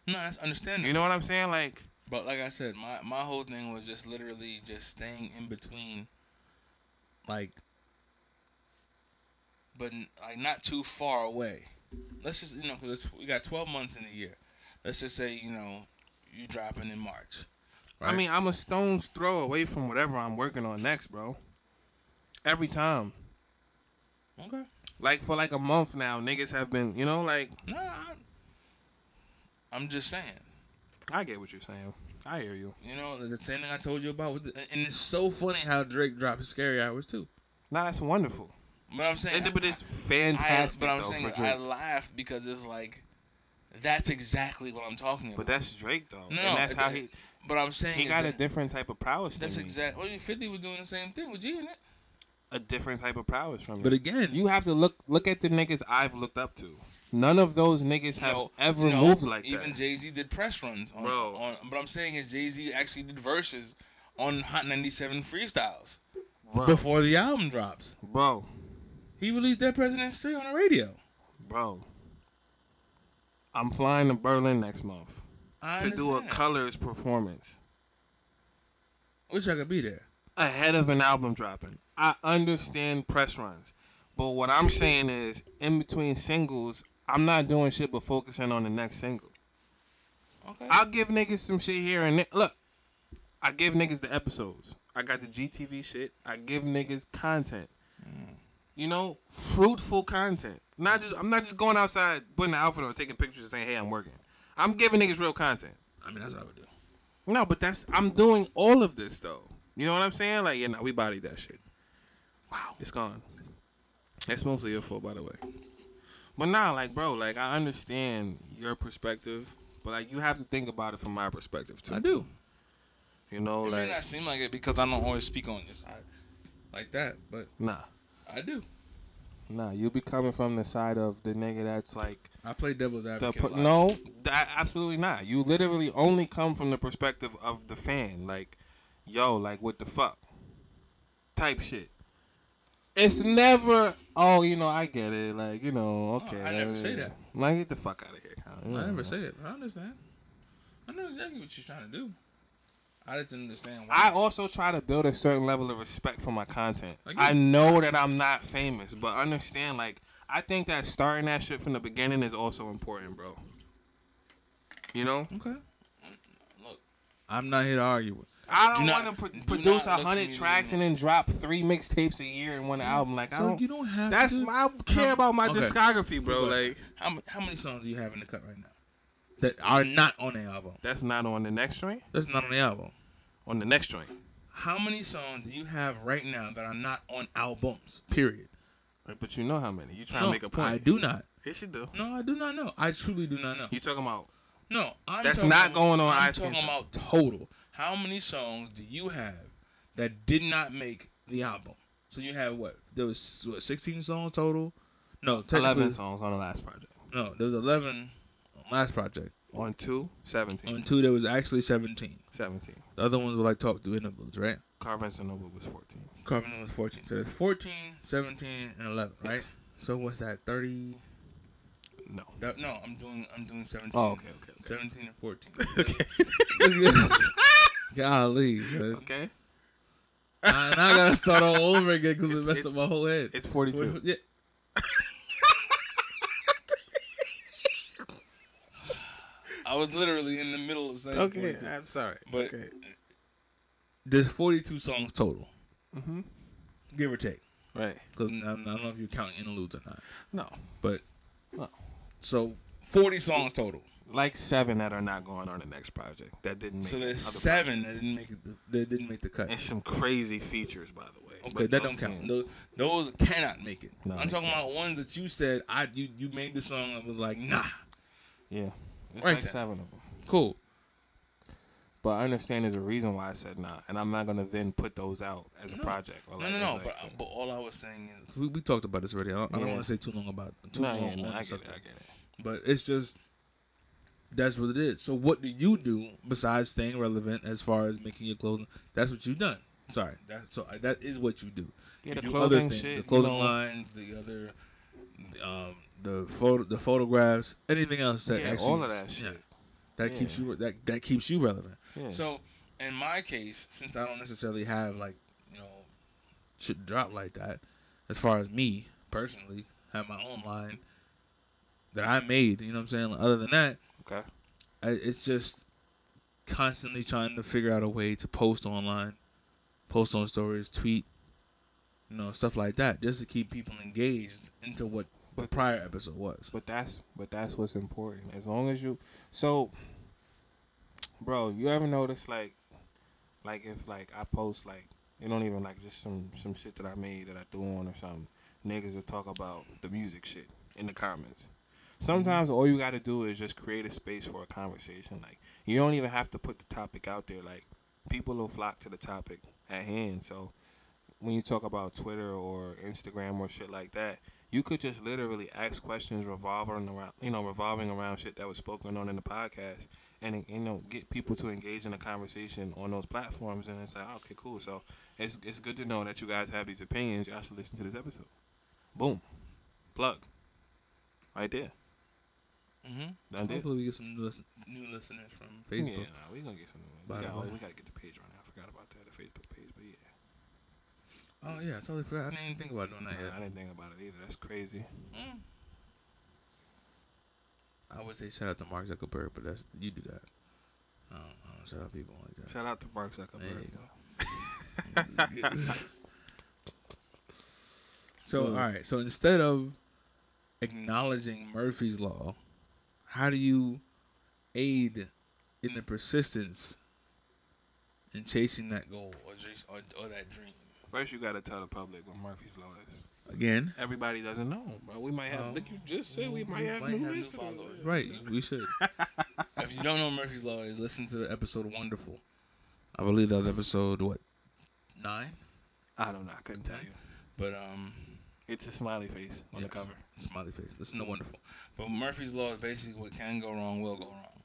[SPEAKER 1] No, that's understandable.
[SPEAKER 4] You know what I'm saying? Like,
[SPEAKER 1] But like I said, my my whole thing was just literally just staying in between, like, but n- like not too far away. Let's just you know because we got twelve months in a year. Let's just say you know you dropping in March.
[SPEAKER 4] I mean, I'm a stone's throw away from whatever I'm working on next, bro. Every time.
[SPEAKER 1] Okay.
[SPEAKER 4] Like for like a month now, niggas have been, you know, like
[SPEAKER 1] No, I, I'm just saying.
[SPEAKER 4] I get what you're saying. I hear you.
[SPEAKER 1] You know, the same thing I told you about with the, and it's so funny how Drake dropped Scary Hours too.
[SPEAKER 4] Nah, that's wonderful.
[SPEAKER 1] But I'm saying,
[SPEAKER 4] But it's
[SPEAKER 1] I,
[SPEAKER 4] fantastic
[SPEAKER 1] but I'm
[SPEAKER 4] though
[SPEAKER 1] saying
[SPEAKER 4] for Drake.
[SPEAKER 1] I laughed because it's like, that's exactly what I'm talking about.
[SPEAKER 4] but that's Drake though,
[SPEAKER 1] no,
[SPEAKER 4] and that's
[SPEAKER 1] it-
[SPEAKER 4] how he
[SPEAKER 1] But I'm saying
[SPEAKER 4] he
[SPEAKER 1] is
[SPEAKER 4] got a
[SPEAKER 1] that-
[SPEAKER 4] different type of prowess.
[SPEAKER 1] That's
[SPEAKER 4] than me.
[SPEAKER 1] exactly. Well, Fifty was doing the same thing with G in it.
[SPEAKER 4] a different type of prowess from me.
[SPEAKER 1] But again-
[SPEAKER 4] you have to look look at the niggas I've looked up to. None of those niggas have
[SPEAKER 1] No,
[SPEAKER 4] ever
[SPEAKER 1] no,
[SPEAKER 4] moved like
[SPEAKER 1] even
[SPEAKER 4] that.
[SPEAKER 1] Jay Z did press runs on,
[SPEAKER 4] Bro.
[SPEAKER 1] on. But I'm saying is Jay Z actually did verses on Hot 97 freestyles
[SPEAKER 4] bro,
[SPEAKER 1] before the album drops.
[SPEAKER 4] bro,
[SPEAKER 1] He released Dead President's Three on the radio.
[SPEAKER 4] bro. I'm flying to Berlin next month
[SPEAKER 1] I
[SPEAKER 4] to do a
[SPEAKER 1] understand.
[SPEAKER 4] colors performance.
[SPEAKER 1] Wish I could be there.
[SPEAKER 4] ahead of an album dropping. I understand press runs, but what I'm saying is, in between singles, I'm not doing shit but focusing on the next single.
[SPEAKER 1] Okay.
[SPEAKER 4] I'll give niggas some shit here and there. Look, I give niggas the episodes. I got the GTV shit. I give niggas content. You know, fruitful content. Not just I'm not just going outside, putting an outfit on, taking pictures, and saying, "Hey, I'm working." I'm giving niggas real content.
[SPEAKER 1] I mean, that's what I would do.
[SPEAKER 4] No, but that's I'm doing all of this though. You know what I'm saying? Like, yeah, no, we bodied that shit. Wow, it's gone. That's mostly your fault, by the way. But nah, like bro, like I understand your perspective, but like you have to think about it from my perspective too.
[SPEAKER 1] I do.
[SPEAKER 4] You know,
[SPEAKER 1] It may
[SPEAKER 4] like
[SPEAKER 1] not seem like it because I don't always speak on this side like that, but
[SPEAKER 4] nah,
[SPEAKER 1] I do.
[SPEAKER 4] nah. You'll be coming from the side of the nigga that's like
[SPEAKER 1] I play devil's
[SPEAKER 4] the
[SPEAKER 1] advocate.
[SPEAKER 4] per-
[SPEAKER 1] a lot.
[SPEAKER 4] no, that, absolutely not. You literally only come from the perspective of the fan, like yo, like what the fuck, type shit. It's never. Oh, you know, I get it. Like, you know, okay.
[SPEAKER 1] Oh, I never say that.
[SPEAKER 4] Like, get the fuck out of here. Colin.
[SPEAKER 1] I never say it. But I understand. I know exactly what you're trying to do. I just didn't understand why.
[SPEAKER 4] I also try to build a certain level of respect for my content.
[SPEAKER 1] I get
[SPEAKER 4] I
[SPEAKER 1] it.
[SPEAKER 4] know that I'm not famous, but understand, like, I think that starting that shit from the beginning is also important, bro. You know,
[SPEAKER 1] okay. Look, I'm not here to argue with.
[SPEAKER 4] I
[SPEAKER 1] Do
[SPEAKER 4] don't
[SPEAKER 1] not-
[SPEAKER 4] want to
[SPEAKER 1] do not
[SPEAKER 4] produce a
[SPEAKER 1] look me in
[SPEAKER 4] hundred
[SPEAKER 1] the
[SPEAKER 4] tracks and then drop three mixtapes a year and one album. Like, I
[SPEAKER 1] So
[SPEAKER 4] don't.
[SPEAKER 1] you don't have.
[SPEAKER 4] that's
[SPEAKER 1] to-
[SPEAKER 4] my I care about my
[SPEAKER 1] Okay.
[SPEAKER 4] discography, bro.
[SPEAKER 1] Good
[SPEAKER 4] Like,
[SPEAKER 1] question. how ma- how many songs do you have in the cut right now that are not on the album?
[SPEAKER 4] that's not on the next joint.
[SPEAKER 1] That's not on the album.
[SPEAKER 4] On the next joint,
[SPEAKER 1] How many songs do you have right now that are not on albums? Period.
[SPEAKER 4] Right, but you know how many? You trying
[SPEAKER 1] No,
[SPEAKER 4] to make a point?
[SPEAKER 1] I do not.
[SPEAKER 4] Yes, you do.
[SPEAKER 1] No, I do not know. I truly do not know.
[SPEAKER 4] You talking about?
[SPEAKER 1] No, I'm
[SPEAKER 4] That's
[SPEAKER 1] talking
[SPEAKER 4] not
[SPEAKER 1] about-
[SPEAKER 4] going on
[SPEAKER 1] I'm
[SPEAKER 4] iTunes.
[SPEAKER 1] talking about total. How many songs do you have that did not make the album? So you have what? There was what, 16 songs total. No, technically-
[SPEAKER 4] Eleven songs on the last project.
[SPEAKER 1] No, there was 11 on last project.
[SPEAKER 4] On two, 17.
[SPEAKER 1] On two, there was actually 17.
[SPEAKER 4] 17.
[SPEAKER 1] The other ones were like talk through interludes, right?
[SPEAKER 4] Carvin's and Nova was 14.
[SPEAKER 1] Carvin was 14. So there's 14, 17, and 11, right?
[SPEAKER 4] Yes.
[SPEAKER 1] So what's that? 30.
[SPEAKER 4] No.
[SPEAKER 1] that- No, I'm doing I'm doing 17.
[SPEAKER 4] Oh, okay, okay, okay.
[SPEAKER 1] 17 and 14.
[SPEAKER 4] Okay.
[SPEAKER 1] Golly, man.
[SPEAKER 4] okay.
[SPEAKER 1] I, now I gotta start all over again because it messed up my whole head.
[SPEAKER 4] It's 42.
[SPEAKER 1] Yeah. I was literally in the middle of saying
[SPEAKER 4] Okay,
[SPEAKER 1] 42.
[SPEAKER 4] I'm sorry.
[SPEAKER 1] But-
[SPEAKER 4] okay.
[SPEAKER 1] There's 42 songs total,
[SPEAKER 4] Mm-hmm.
[SPEAKER 1] give or take.
[SPEAKER 4] Right.
[SPEAKER 1] Because I don't know if you're counting interludes or not.
[SPEAKER 4] No.
[SPEAKER 1] But
[SPEAKER 4] Well.
[SPEAKER 1] so 40 songs total.
[SPEAKER 4] Like seven that are not going on the next project. That didn't make
[SPEAKER 1] So
[SPEAKER 4] it.
[SPEAKER 1] there's
[SPEAKER 4] Other
[SPEAKER 1] seven that
[SPEAKER 4] projects.
[SPEAKER 1] didn't make it. The, that didn't make the cut.
[SPEAKER 4] And some crazy features, by the way.
[SPEAKER 1] Okay,
[SPEAKER 4] But
[SPEAKER 1] that
[SPEAKER 4] those
[SPEAKER 1] don't count.
[SPEAKER 4] can-
[SPEAKER 1] Those, those cannot make it.
[SPEAKER 4] No,
[SPEAKER 1] I'm
[SPEAKER 4] they
[SPEAKER 1] talking about ones that you said I you you made the song. I was like, nah,
[SPEAKER 4] Yeah. It's
[SPEAKER 1] Right
[SPEAKER 4] like
[SPEAKER 1] then.
[SPEAKER 4] seven of them.
[SPEAKER 1] cool.
[SPEAKER 4] But I understand there's a reason why I said nah. And I'm not going to then put those out as a project. Or
[SPEAKER 1] No,
[SPEAKER 4] like,
[SPEAKER 1] no,
[SPEAKER 4] it's
[SPEAKER 1] no.
[SPEAKER 4] like,
[SPEAKER 1] But
[SPEAKER 4] yeah.
[SPEAKER 1] but all I was saying is 'cause we, we talked about this already. I don't, I don't
[SPEAKER 4] Yeah.
[SPEAKER 1] want to say too long about too
[SPEAKER 4] Nah,
[SPEAKER 1] long
[SPEAKER 4] yeah,
[SPEAKER 1] on
[SPEAKER 4] nah,
[SPEAKER 1] the
[SPEAKER 4] I get it.
[SPEAKER 1] subject.
[SPEAKER 4] I get it.
[SPEAKER 1] But it's just that's what it is. So what do you do besides staying relevant as far as making your clothing? That's what you've done. Sorry, that's so that is what you do.
[SPEAKER 4] Yeah,
[SPEAKER 1] you
[SPEAKER 4] the
[SPEAKER 1] do
[SPEAKER 4] clothing shit,
[SPEAKER 1] the
[SPEAKER 4] you
[SPEAKER 1] clothing
[SPEAKER 4] know.
[SPEAKER 1] lines, the other, um, the photo, the photographs, anything else that
[SPEAKER 4] Yeah,
[SPEAKER 1] actually,
[SPEAKER 4] all of that
[SPEAKER 1] yeah,
[SPEAKER 4] shit.
[SPEAKER 1] that keeps you that that keeps you relevant.
[SPEAKER 4] Yeah.
[SPEAKER 1] So in my case, since I don't necessarily have like you know shit to drop like that, as far as me personally, have my own line that I made. You know what I'm saying? Other than that,
[SPEAKER 4] Okay.
[SPEAKER 1] I, it's just constantly trying to figure out a way to post online, post on stories, tweet, you know, stuff like that, just to keep people engaged into what the prior episode was.
[SPEAKER 4] But that's but that's what's important. As long as you so bro, you ever notice like like if like I post like it don't even like just some some shit that I made that I threw on or something, niggas will talk about the music shit in the comments. Sometimes all you gotta do is just create a space for a conversation. Like you don't even have to put the topic out there. Like people will flock to the topic at hand. So when you talk about Twitter or Instagram or shit like that, you could just literally ask questions revolving around, you know, revolving around shit that was spoken on in the podcast, and you know, get people to engage in a conversation on those platforms. And it's like, oh, okay, cool. So it's it's good to know that you guys have these opinions. Y'all should listen to this episode. Boom, plug, right there. Mm-hmm. Done deal.
[SPEAKER 1] Hopefully, we get some new, listen- new listeners from
[SPEAKER 4] Yeah,
[SPEAKER 1] Facebook.
[SPEAKER 4] nah, we gonna get something. We
[SPEAKER 1] By the
[SPEAKER 4] gotta,
[SPEAKER 1] way.
[SPEAKER 4] we gotta get the page right now. I forgot about that, the Facebook page. But yeah,
[SPEAKER 1] Oh yeah, I totally forgot. I didn't even think about doing that
[SPEAKER 4] I
[SPEAKER 1] yet.
[SPEAKER 4] didn't think about it either. That's crazy.
[SPEAKER 1] I would say shout out to Mark Zuckerberg, but that's you do that. I don't, I don't shout out people like that.
[SPEAKER 4] Shout out to Mark
[SPEAKER 1] There
[SPEAKER 4] Zuckerberg.
[SPEAKER 1] you So all right, so instead of acknowledging Murphy's law, how do you aid in the persistence in chasing that goal or just, or, or that dream?
[SPEAKER 4] First, you gotta tell the public what Murphy's Law is.
[SPEAKER 5] Again.
[SPEAKER 4] Everybody doesn't know, bro. We might have. Look, you just said we might have
[SPEAKER 1] might
[SPEAKER 4] new
[SPEAKER 1] have new
[SPEAKER 4] listeners.
[SPEAKER 1] followers.
[SPEAKER 5] Right. We should.
[SPEAKER 1] If you don't know Murphy's Law, is listen to the episode Wonderful.
[SPEAKER 5] I believe that was episode what?
[SPEAKER 1] Nine.
[SPEAKER 4] I don't know. I couldn't tell you.
[SPEAKER 1] But um,
[SPEAKER 4] It's a smiley face on the
[SPEAKER 1] Yes.
[SPEAKER 4] cover.
[SPEAKER 1] Smiley face. Listen to Wonderful. But Murphy's Law is basically what can go wrong will go wrong.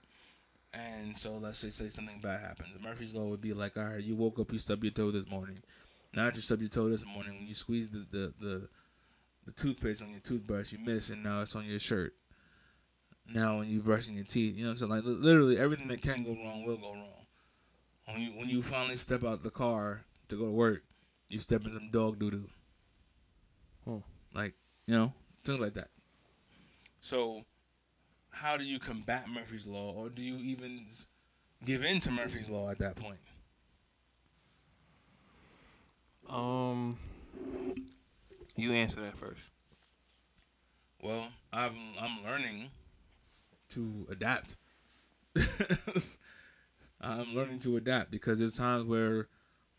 [SPEAKER 1] And so let's say say something bad happens. Murphy's Law would be like, all right, you woke up, you stubbed your toe this morning. Now that you stubbed your toe this morning, when you squeeze the, the, the, the toothpaste on your toothbrush, you miss, and now it's on your shirt. Now when you brushing your teeth, you know what I'm saying? Like li- literally everything that can go wrong will go wrong. When you when you finally step out the car to go to work, you step in some dog doo doo.
[SPEAKER 4] Hmm.
[SPEAKER 1] Like you know things like that. So, how do you combat Murphy's law, or do you even s- give in to Murphy's law at that point?
[SPEAKER 4] Um, you answer that first.
[SPEAKER 1] Well, I'm I'm learning to adapt. I'm learning to adapt because there's times where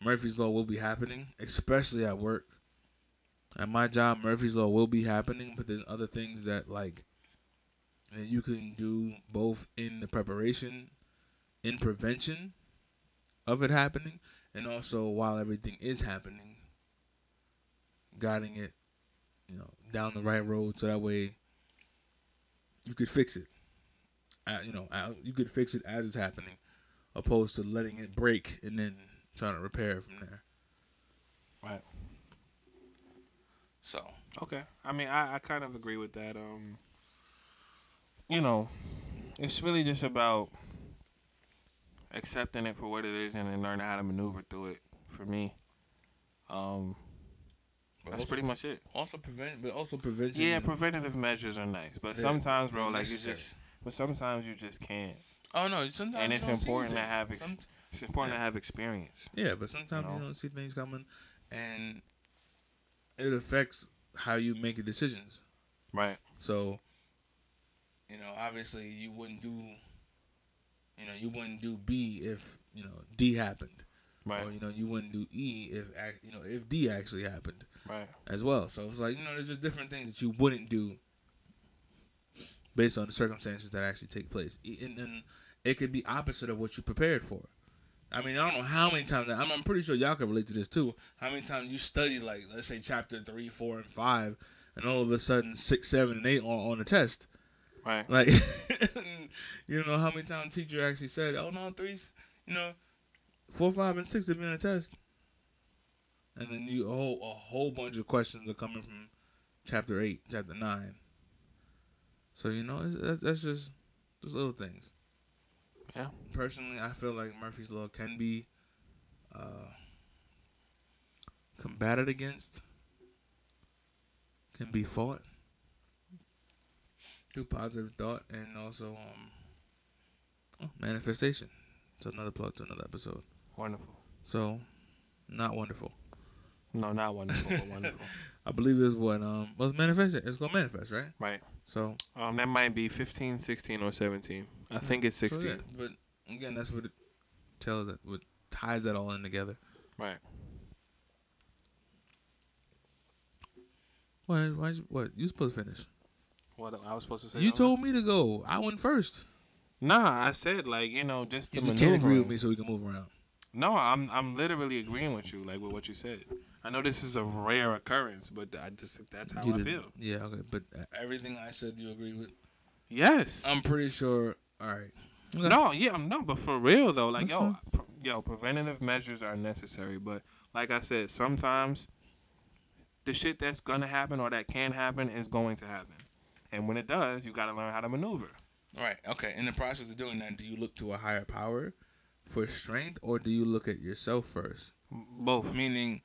[SPEAKER 1] Murphy's law will be happening, especially at work. At my job, Murphy's law will be happening, but there's other things that like that you can do both in the preparation, in prevention of it happening, and also while everything is happening, guiding it you know, down the right road so that way you could fix it. Uh, you know, uh, you could fix it as it's happening, opposed to letting it break and then trying to repair it from there.
[SPEAKER 4] Right.
[SPEAKER 1] So
[SPEAKER 4] Okay. I mean, I, I kind of agree with that. Um, you know, it's really just about accepting it for what it is and then learning how to maneuver through it. For me, um, that's
[SPEAKER 1] also-
[SPEAKER 4] pretty much it.
[SPEAKER 1] also prevent, but also prevention.
[SPEAKER 4] Yeah, preventative measures are nice, but
[SPEAKER 1] Yeah,
[SPEAKER 4] sometimes, bro,
[SPEAKER 1] they're
[SPEAKER 4] like you
[SPEAKER 1] necessary.
[SPEAKER 4] just, but sometimes you just can't,
[SPEAKER 1] oh no, sometimes
[SPEAKER 4] and
[SPEAKER 1] you
[SPEAKER 4] it's
[SPEAKER 1] don't see
[SPEAKER 4] important to
[SPEAKER 1] things.
[SPEAKER 4] have ex-
[SPEAKER 1] Somet-
[SPEAKER 4] it's important to have experience.
[SPEAKER 1] yeah, but sometimes
[SPEAKER 4] know?
[SPEAKER 1] you don't see things coming, and it affects how you make your decisions.
[SPEAKER 4] Right.
[SPEAKER 1] So, you know, obviously you wouldn't do, you know, you wouldn't do B if you know D happened,
[SPEAKER 4] Right.
[SPEAKER 1] or you know, you wouldn't do E if ac- you know if D actually happened
[SPEAKER 4] Right.
[SPEAKER 1] as well. So it's like you know, there's just different things that you wouldn't do based on the circumstances that actually take place, E- and then it could be opposite of what you prepared for. I mean, I don't know how many times. I'm, I'm pretty sure y'all can relate to this too. How many times you study like, let's say, chapter three, four, and five, and all of a sudden six, seven, and eight on on the test.
[SPEAKER 4] Right.
[SPEAKER 1] Like, you know how many times teacher actually said, "Oh no, threes, you know, four, five, and six have been a test," and then you a whole a whole bunch of questions are coming from chapter eight, chapter nine. So you know it's, that's that's just just little things.
[SPEAKER 4] Yeah.
[SPEAKER 1] Personally, I feel like Murphy's law can be uh, combated against, can be fought through positive thought and also um oh, manifestation. It's another plug to another episode.
[SPEAKER 4] Wonderful.
[SPEAKER 1] So, not wonderful.
[SPEAKER 4] No, not wonderful, but wonderful.
[SPEAKER 1] I believe it's what um was manifested. It's gonna manifest, right?
[SPEAKER 4] Right.
[SPEAKER 1] So,
[SPEAKER 4] Um, that might be 15, 16, or 17. I think it's
[SPEAKER 1] so
[SPEAKER 4] 16.
[SPEAKER 1] yeah, but again, that's what it tells that what ties that all in together.
[SPEAKER 4] Right.
[SPEAKER 1] Why? Why? What? You supposed to finish?
[SPEAKER 4] What I was supposed to say.
[SPEAKER 1] You
[SPEAKER 4] that
[SPEAKER 1] told me to go. I went first.
[SPEAKER 4] one? Nah, I said like you know just the
[SPEAKER 1] You can't agree with
[SPEAKER 4] maneuvering.
[SPEAKER 1] me, so we can move around.
[SPEAKER 4] No, I'm I'm literally agreeing with you like with what you said. I know this is a rare occurrence, but I just that's how
[SPEAKER 1] You
[SPEAKER 4] I
[SPEAKER 1] didn't-
[SPEAKER 4] feel.
[SPEAKER 1] Yeah. Okay. But uh, everything I said, you agree with?
[SPEAKER 4] Yes.
[SPEAKER 1] I'm pretty sure. All right. Okay.
[SPEAKER 4] No, yeah, um, no, but for real though, like
[SPEAKER 1] That's
[SPEAKER 4] yo,
[SPEAKER 1] fine.
[SPEAKER 4] pre- yo, preventative measures are necessary, but like I said, sometimes the shit that's gonna happen or that can happen is going to happen, and when it does, you gotta learn how to maneuver.
[SPEAKER 1] Right. Okay. In the process of doing that, do you look to a higher power for strength, or do you look at yourself first?
[SPEAKER 4] Both
[SPEAKER 1] Meaning,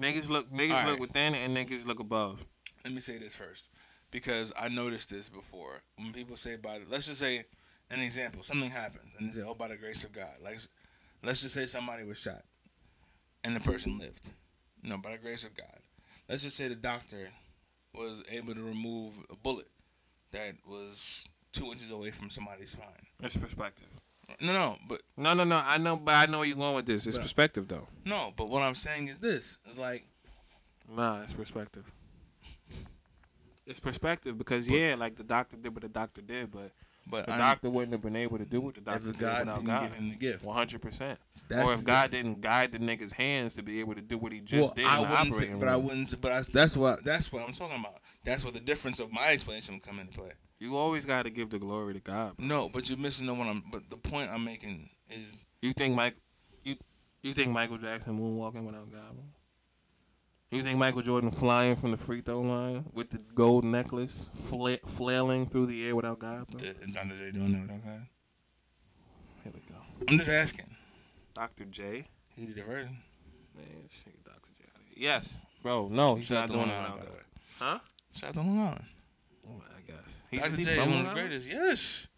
[SPEAKER 4] niggas look, niggas
[SPEAKER 1] All right.
[SPEAKER 4] look within and niggas look above.
[SPEAKER 1] let me say this first, because I noticed this before. When people say by, let's just say, an example, something happens, and they say, "Oh, by the grace of God." Like, let's just say somebody was shot, and the person lived. No, by the grace of God. Let's just say the doctor was able to remove a bullet that was two inches away from somebody's spine.
[SPEAKER 4] It's perspective.
[SPEAKER 1] No, no, but
[SPEAKER 4] No, no, no. I know, but I know where you're going with this. It's
[SPEAKER 1] Right.
[SPEAKER 4] perspective though.
[SPEAKER 1] no, but what I'm saying is this: is like
[SPEAKER 4] Nah, it's perspective. It's perspective because yeah, like the doctor did what the doctor did, but
[SPEAKER 1] But
[SPEAKER 4] the
[SPEAKER 1] I-
[SPEAKER 4] doctor wouldn't have been able to do what the doctor
[SPEAKER 1] if
[SPEAKER 4] did
[SPEAKER 1] God
[SPEAKER 4] without
[SPEAKER 1] didn't
[SPEAKER 4] God.
[SPEAKER 1] give him the gift.
[SPEAKER 4] One hundred percent. Or
[SPEAKER 1] That's-
[SPEAKER 4] if God didn't guide the nigga's hands to be able to do what he just
[SPEAKER 1] well,
[SPEAKER 4] did
[SPEAKER 1] I
[SPEAKER 4] in the
[SPEAKER 1] wouldn't say,
[SPEAKER 4] operating
[SPEAKER 1] but I
[SPEAKER 4] room.
[SPEAKER 1] wouldn't. Say, but I, that's what that's what I'm talking about. That's where the difference of my explanation would come into play.
[SPEAKER 4] You always got to give the glory to God. bro.
[SPEAKER 1] No, but you're missing the one. I'm, but the point I'm making is
[SPEAKER 4] You think Mike, you you think Michael Jackson moonwalking without God? bro? You think Michael Jordan flying from the free throw line with the gold necklace, fla- flailing through the air without God? bro?
[SPEAKER 1] the, Dr. J doing it without God.
[SPEAKER 4] Here we go.
[SPEAKER 1] I'm just asking.
[SPEAKER 4] Dr. J.
[SPEAKER 1] He did the version.
[SPEAKER 4] Man, this nigga Dr. J. out of here. Yes, bro. No, he's
[SPEAKER 1] Shout out
[SPEAKER 4] not
[SPEAKER 1] to Long
[SPEAKER 4] doing it
[SPEAKER 1] Island,
[SPEAKER 4] without
[SPEAKER 1] by the
[SPEAKER 4] God.
[SPEAKER 1] way.
[SPEAKER 4] Huh?
[SPEAKER 1] Shout out to Long Island.
[SPEAKER 4] Oh, I guess. He's
[SPEAKER 1] Dr.
[SPEAKER 4] he's
[SPEAKER 1] J,
[SPEAKER 4] from
[SPEAKER 1] one
[SPEAKER 4] Long
[SPEAKER 1] of the
[SPEAKER 4] Island?
[SPEAKER 1] greatest. Yes.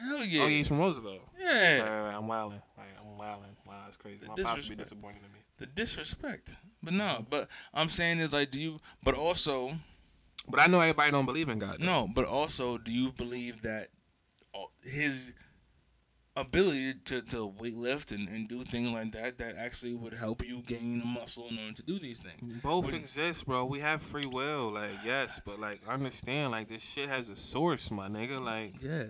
[SPEAKER 1] Hell yeah.
[SPEAKER 4] Oh, yeah, he's from Roosevelt.
[SPEAKER 1] Yeah.
[SPEAKER 4] Right, right, right. I'm wilding. Right, I'm wilding. Wow, it's crazy. My pops be
[SPEAKER 1] disrespect.
[SPEAKER 4] disappointed in me.
[SPEAKER 1] The disrespect. But no, but I'm saying is like, do you, but also,
[SPEAKER 4] But I know everybody don't believe in God. though.
[SPEAKER 1] no, but also, do you believe that uh, his ability to, to weightlift and, and do things like that, that actually would help you gain muscle in order to do these things?
[SPEAKER 4] Both
[SPEAKER 1] Would-
[SPEAKER 4] exist, bro. We have free will, like yes, but like understand, like this shit has a source, my nigga. Like
[SPEAKER 1] Yeah.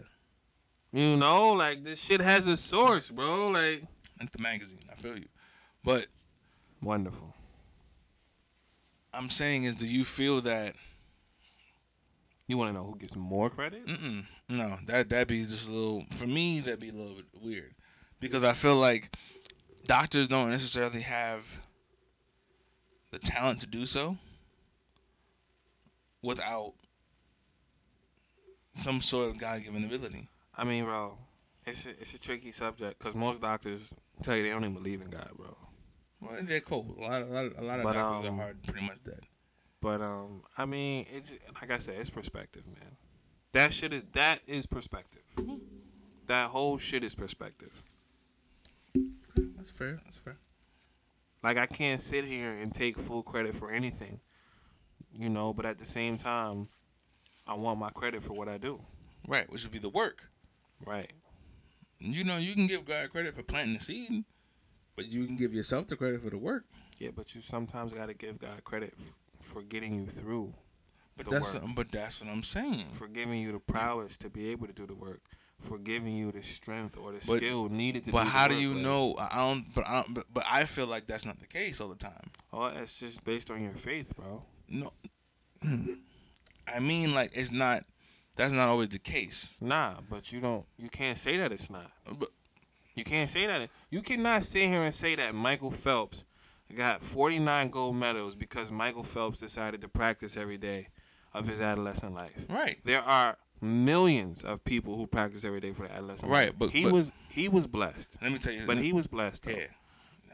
[SPEAKER 4] you know, like this shit has a source, bro. Like
[SPEAKER 1] At the magazine, I feel you. But
[SPEAKER 4] wonderful.
[SPEAKER 1] I'm saying is, do you feel that
[SPEAKER 4] You want to know who gets more credit?
[SPEAKER 1] Mm-mm. No, that that'd be just a little for me. That'd be a little bit weird because I feel like doctors don't necessarily have the talent to do so without some sort of God-given ability.
[SPEAKER 4] I mean, bro, it's a, it's a tricky subject because most doctors tell you they don't even believe in God, bro.
[SPEAKER 1] Well, they're cool. A lot, a lot, a lot of
[SPEAKER 4] But,
[SPEAKER 1] doctors
[SPEAKER 4] um,
[SPEAKER 1] are hard, pretty much dead.
[SPEAKER 4] But um, I mean, it's like I said, it's perspective, man. That shit is that is perspective. That whole shit is perspective.
[SPEAKER 1] That's fair. That's fair.
[SPEAKER 4] Like I can't sit here and take full credit for anything, you know. But at the same time, I want my credit for what I do.
[SPEAKER 1] Right, which would be the work.
[SPEAKER 4] Right.
[SPEAKER 1] You know, you can give God credit for planting the seed, but you can give yourself the credit for the work.
[SPEAKER 4] Yeah, but you sometimes gotta give God credit f- for getting you through,
[SPEAKER 1] But
[SPEAKER 4] The
[SPEAKER 1] that's
[SPEAKER 4] work.
[SPEAKER 1] but that's what I'm saying.
[SPEAKER 4] for giving you the prowess to be able to do the work, for giving you the strength or the
[SPEAKER 1] But-
[SPEAKER 4] skill needed to.
[SPEAKER 1] But
[SPEAKER 4] do
[SPEAKER 1] how
[SPEAKER 4] the
[SPEAKER 1] do you
[SPEAKER 4] work, like-
[SPEAKER 1] know? I I don't. But I don't. But, but I feel like that's not the case all the time.
[SPEAKER 4] Oh, that's just based on your faith, bro.
[SPEAKER 1] No. Hmm. I mean, like it's not. That's not always the case.
[SPEAKER 4] Nah, but you don't. You can't say that it's not.
[SPEAKER 1] But
[SPEAKER 4] You can't say that. You cannot sit here and say that Michael Phelps got 49 gold medals because Michael Phelps decided to practice every day of his adolescent life.
[SPEAKER 1] Right.
[SPEAKER 4] There are millions of people who practice every day for their adolescent
[SPEAKER 1] Right,
[SPEAKER 4] life.
[SPEAKER 1] but-
[SPEAKER 4] he
[SPEAKER 1] but-
[SPEAKER 4] was he was blessed.
[SPEAKER 1] let me tell you.
[SPEAKER 4] But he was blessed though.
[SPEAKER 1] Yeah.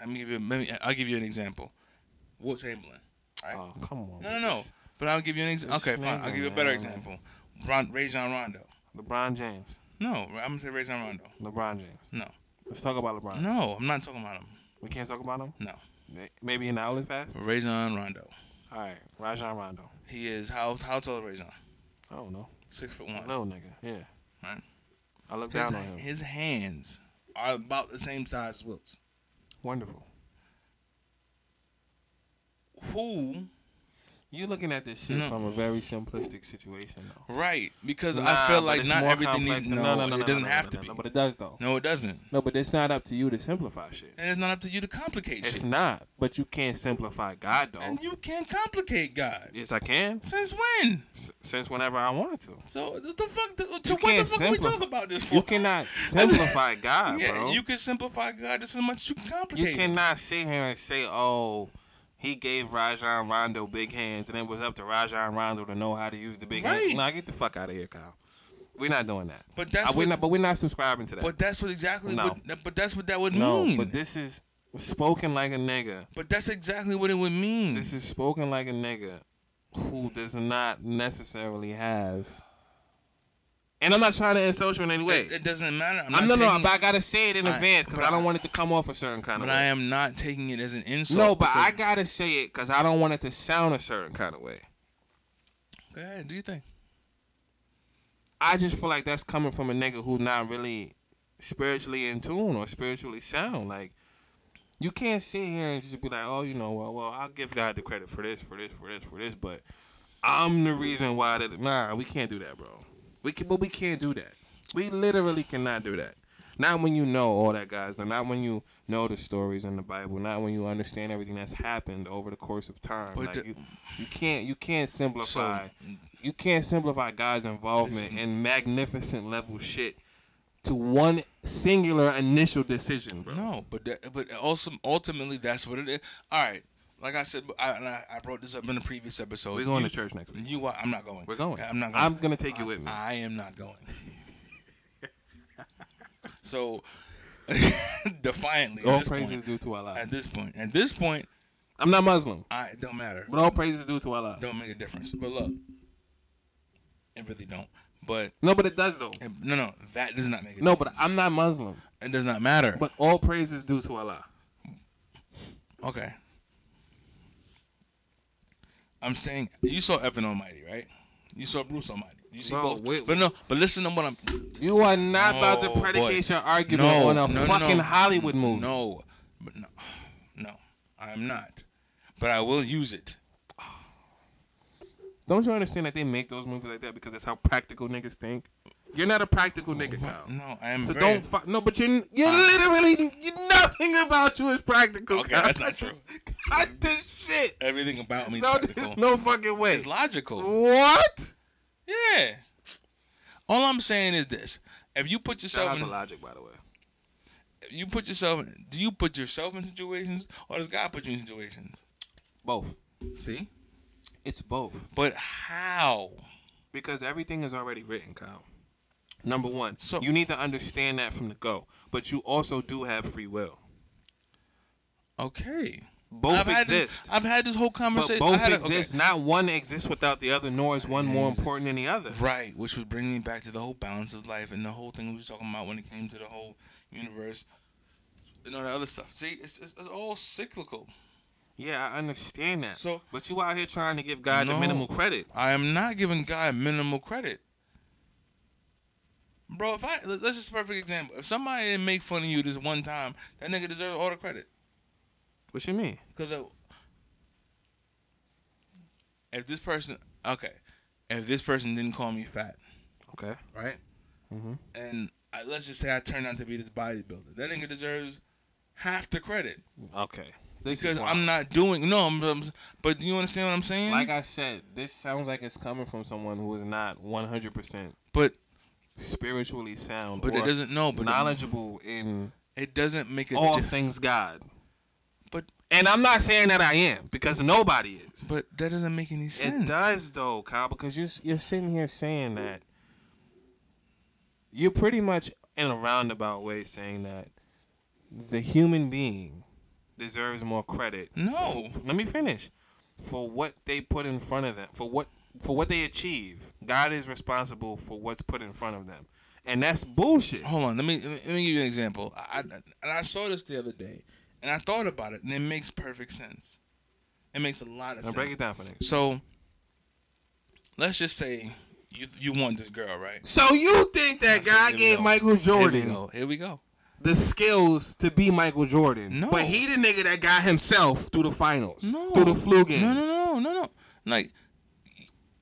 [SPEAKER 1] Let me give you. Let me, I'll give you an example. Wilt Chamberlain. Right.
[SPEAKER 4] Oh, come on.
[SPEAKER 1] no, no,
[SPEAKER 4] with
[SPEAKER 1] no.
[SPEAKER 4] this.
[SPEAKER 1] But I'll give you an example.
[SPEAKER 4] this
[SPEAKER 1] Okay, fine. I'll
[SPEAKER 4] nigga,
[SPEAKER 1] give you a better
[SPEAKER 4] man.
[SPEAKER 1] example. Ron, Ray John Rondo.
[SPEAKER 4] LeBron James.
[SPEAKER 1] No, I'm gonna say Ray John Rondo.
[SPEAKER 4] LeBron James.
[SPEAKER 1] No.
[SPEAKER 4] Let's talk about LeBron.
[SPEAKER 1] No, I'm not talking about him.
[SPEAKER 4] We can't talk about him?
[SPEAKER 1] No.
[SPEAKER 4] May- Maybe in the outlet pass?
[SPEAKER 1] Ray John Rondo.
[SPEAKER 4] All right. Rajon Rondo.
[SPEAKER 1] He is how how tall is Ray John?
[SPEAKER 4] I don't know.
[SPEAKER 1] Six foot one.
[SPEAKER 4] Little nigga. Yeah.
[SPEAKER 1] Right.
[SPEAKER 4] I look
[SPEAKER 1] His,
[SPEAKER 4] down on him.
[SPEAKER 1] his hands are about the same size as Wilt's.
[SPEAKER 4] Wonderful.
[SPEAKER 1] Who?
[SPEAKER 4] You're looking at this shit
[SPEAKER 1] No.
[SPEAKER 4] from a very simplistic situation, though.
[SPEAKER 1] Right, because
[SPEAKER 4] Mm-hmm. Nah,
[SPEAKER 1] I feel
[SPEAKER 4] but
[SPEAKER 1] like
[SPEAKER 4] it's
[SPEAKER 1] not
[SPEAKER 4] more
[SPEAKER 1] everything
[SPEAKER 4] complex
[SPEAKER 1] needs.
[SPEAKER 4] than-
[SPEAKER 1] No, it doesn't have
[SPEAKER 4] no,
[SPEAKER 1] to
[SPEAKER 4] no,
[SPEAKER 1] be.
[SPEAKER 4] no, but it does, though.
[SPEAKER 1] no, it doesn't,
[SPEAKER 4] No, but it's not up to you to simplify shit.
[SPEAKER 1] and it's not up to you to complicate
[SPEAKER 4] It's
[SPEAKER 1] shit.
[SPEAKER 4] not. But you can't simplify God, though.
[SPEAKER 1] And you can't complicate God.
[SPEAKER 4] Yes, I can.
[SPEAKER 1] Since when?
[SPEAKER 4] S- since whenever I wanted to.
[SPEAKER 1] So what the fuck? To, to
[SPEAKER 4] You
[SPEAKER 1] what the
[SPEAKER 4] can't
[SPEAKER 1] fuck are we
[SPEAKER 4] simplify-
[SPEAKER 1] talking about this for?
[SPEAKER 4] You cannot simplify God,
[SPEAKER 1] Yeah,
[SPEAKER 4] bro.
[SPEAKER 1] you
[SPEAKER 4] You,
[SPEAKER 1] can simplify God just as much as you can complicate. it.
[SPEAKER 4] cannot sit here and say, "Oh, he gave Rajon Rondo big hands, and it was up to Rajon Rondo to know how to use the big
[SPEAKER 1] Right.
[SPEAKER 4] hands." Nah, get the fuck out of here, Kyle. We're not doing that.
[SPEAKER 1] But that's
[SPEAKER 4] Uh, we're
[SPEAKER 1] what-
[SPEAKER 4] not. But we're not subscribing to that.
[SPEAKER 1] But that's what exactly.
[SPEAKER 4] No.
[SPEAKER 1] What, but that's what that would
[SPEAKER 4] No,
[SPEAKER 1] mean.
[SPEAKER 4] but this is spoken like a nigga.
[SPEAKER 1] But that's exactly what it would mean.
[SPEAKER 4] This is spoken like a nigga who does not necessarily have. And I'm not trying to insult you in any way.
[SPEAKER 1] it, it doesn't matter. I'm,
[SPEAKER 4] I'm no,
[SPEAKER 1] not
[SPEAKER 4] no,
[SPEAKER 1] taking-
[SPEAKER 4] but I gotta say it in
[SPEAKER 1] I-
[SPEAKER 4] advance because
[SPEAKER 1] but
[SPEAKER 4] I don't
[SPEAKER 1] I-
[SPEAKER 4] want it to come off a certain kind of
[SPEAKER 1] But
[SPEAKER 4] way.
[SPEAKER 1] I am not taking it as an insult.
[SPEAKER 4] no, but
[SPEAKER 1] because-
[SPEAKER 4] I gotta say it because I don't want it to sound a certain kind of way.
[SPEAKER 1] Go ahead. Do you think?
[SPEAKER 4] I just feel like that's coming from a nigga who's not really spiritually in tune or spiritually sound. Like, you can't sit here and just be like, oh, you know, well, well, I'll give God the credit for this, for this, for this, for this, but I'm the reason why that. Nah, we can't do that, bro. We can, but we can't do that. We literally cannot do that. Not when you know all that, guys. and Not when you know the stories in the Bible. Not when you understand everything that's happened over the course of time.
[SPEAKER 1] But
[SPEAKER 4] like
[SPEAKER 1] the-
[SPEAKER 4] you, you can't, you can't simplify. you can't simplify God's involvement in magnificent level shit to one singular initial decision, bro.
[SPEAKER 1] No, but that, but also ultimately that's what it is. All right, like I said, I, and I, I brought this up in the previous episode.
[SPEAKER 4] We're going
[SPEAKER 1] You-
[SPEAKER 4] to church next week.
[SPEAKER 1] You, are, I'm not going.
[SPEAKER 4] We're going.
[SPEAKER 1] I'm not.
[SPEAKER 4] I'm gonna take you
[SPEAKER 1] I-
[SPEAKER 4] with me.
[SPEAKER 1] I am not going. so defiantly. at
[SPEAKER 4] all
[SPEAKER 1] this
[SPEAKER 4] praise
[SPEAKER 1] point-
[SPEAKER 4] is due to Allah.
[SPEAKER 1] At this point, at this point,
[SPEAKER 4] I'm not Muslim,
[SPEAKER 1] I it don't matter.
[SPEAKER 4] but all praise is due to Allah.
[SPEAKER 1] Don't make a difference. But look, it really don't. But
[SPEAKER 4] No, but it does though.
[SPEAKER 1] it- no, no, that does not make a
[SPEAKER 4] No, but I'm not Muslim.
[SPEAKER 1] It does not matter.
[SPEAKER 4] But all praise is due to Allah.
[SPEAKER 1] Okay. I'm saying you saw Evan Almighty, right? You saw Bruce Almighty. You see
[SPEAKER 4] Bro,
[SPEAKER 1] both.
[SPEAKER 4] wait-
[SPEAKER 1] but no, but listen to what I'm.
[SPEAKER 4] You are not about
[SPEAKER 1] Oh,
[SPEAKER 4] to
[SPEAKER 1] boy.
[SPEAKER 4] predicate your argument on a fucking Hollywood movie.
[SPEAKER 1] No, but no, no, I'm not. But I will use it.
[SPEAKER 4] Don't you understand that they make those movies like that because that's how practical niggas think? You're not a practical nigga, Kyle.
[SPEAKER 1] No, I am.
[SPEAKER 4] So
[SPEAKER 1] very-
[SPEAKER 4] don't fuck. No, but you're you literally you, nothing about you is practical.
[SPEAKER 1] Okay,
[SPEAKER 4] Kyle.
[SPEAKER 1] that's not true.
[SPEAKER 4] Cut this shit.
[SPEAKER 1] Everything about me is
[SPEAKER 4] No,
[SPEAKER 1] practical.
[SPEAKER 4] there's no fucking way.
[SPEAKER 1] It's logical.
[SPEAKER 4] What?
[SPEAKER 1] Yeah. All I'm saying is this: if you put
[SPEAKER 4] Shout
[SPEAKER 1] yourself
[SPEAKER 4] out
[SPEAKER 1] in,
[SPEAKER 4] to Logic, by the way.
[SPEAKER 1] you put yourself. Do you put yourself in situations, or does God put you in situations?
[SPEAKER 4] Both.
[SPEAKER 1] See.
[SPEAKER 4] It's both
[SPEAKER 1] But how?
[SPEAKER 4] because everything is already written, Kyle. Number one,
[SPEAKER 1] So-
[SPEAKER 4] you need to understand that from the go, but you also do have free will.
[SPEAKER 1] Okay.
[SPEAKER 4] Both
[SPEAKER 1] I've had
[SPEAKER 4] exist.
[SPEAKER 1] This, I've had this whole
[SPEAKER 4] but
[SPEAKER 1] conversation. I
[SPEAKER 4] both
[SPEAKER 1] had a-
[SPEAKER 4] exist.
[SPEAKER 1] okay.
[SPEAKER 4] Not one exists without the other, nor is one more important than the other.
[SPEAKER 1] Right, which would bring me back to the whole balance of life and the whole thing we were talking about when it came to the whole universe and all that other stuff. See, it's, it's, it's all cyclical.
[SPEAKER 4] Yeah, I understand that.
[SPEAKER 1] So-
[SPEAKER 4] but you out here trying to give God
[SPEAKER 1] No.
[SPEAKER 4] the minimal credit.
[SPEAKER 1] I am not giving God minimal credit. Bro, if I let- let's just perfect example. If somebody didn't make fun of you this one time, that nigga deserves all the credit.
[SPEAKER 4] What you mean?
[SPEAKER 1] Because if this person, okay, if this person didn't call me fat,
[SPEAKER 4] Okay.
[SPEAKER 1] right?
[SPEAKER 4] Mm-hmm.
[SPEAKER 1] And I, let's just say I turned out to be this bodybuilder. That nigga deserves half the credit
[SPEAKER 4] Okay. This is
[SPEAKER 1] because
[SPEAKER 4] wild.
[SPEAKER 1] I'm not doing no. I'm, I'm- but do you understand what I'm saying?
[SPEAKER 4] Like I said, this sounds like it's coming from someone who is not 100%
[SPEAKER 1] but
[SPEAKER 4] spiritually sound
[SPEAKER 1] But it
[SPEAKER 4] or
[SPEAKER 1] doesn't- no, but it-
[SPEAKER 4] knowledgeable in
[SPEAKER 1] it doesn't make a
[SPEAKER 4] all
[SPEAKER 1] diff-
[SPEAKER 4] things God.
[SPEAKER 1] But
[SPEAKER 4] And I'm not saying that I am because nobody is.
[SPEAKER 1] but that doesn't make any sense.
[SPEAKER 4] It does though, Kyle, because you you're sitting here saying that you're pretty much in a roundabout way saying that the human being deserves more credit.
[SPEAKER 1] No,
[SPEAKER 4] Let me finish. For what they put in front of them, for what for what they achieve, God is responsible for what's put in front of them, and that's bullshit.
[SPEAKER 1] hold on. Let me let me, let me give you an example. I, I and I saw this the other day, and I thought about it, and it makes perfect sense. It makes a lot of
[SPEAKER 4] Now
[SPEAKER 1] sense.
[SPEAKER 4] break it down for niggas.
[SPEAKER 1] So let's just say you you want this girl, right?
[SPEAKER 4] So you think that
[SPEAKER 1] So
[SPEAKER 4] God
[SPEAKER 1] here we
[SPEAKER 4] gave
[SPEAKER 1] go.
[SPEAKER 4] Michael
[SPEAKER 1] Here we
[SPEAKER 4] Jordan
[SPEAKER 1] go. Here we go.
[SPEAKER 4] the skills to be Michael Jordan?
[SPEAKER 1] No.
[SPEAKER 4] but he the nigga that got himself through the finals,
[SPEAKER 1] No.
[SPEAKER 4] through the flu game.
[SPEAKER 1] No, no, no, no, no. Like,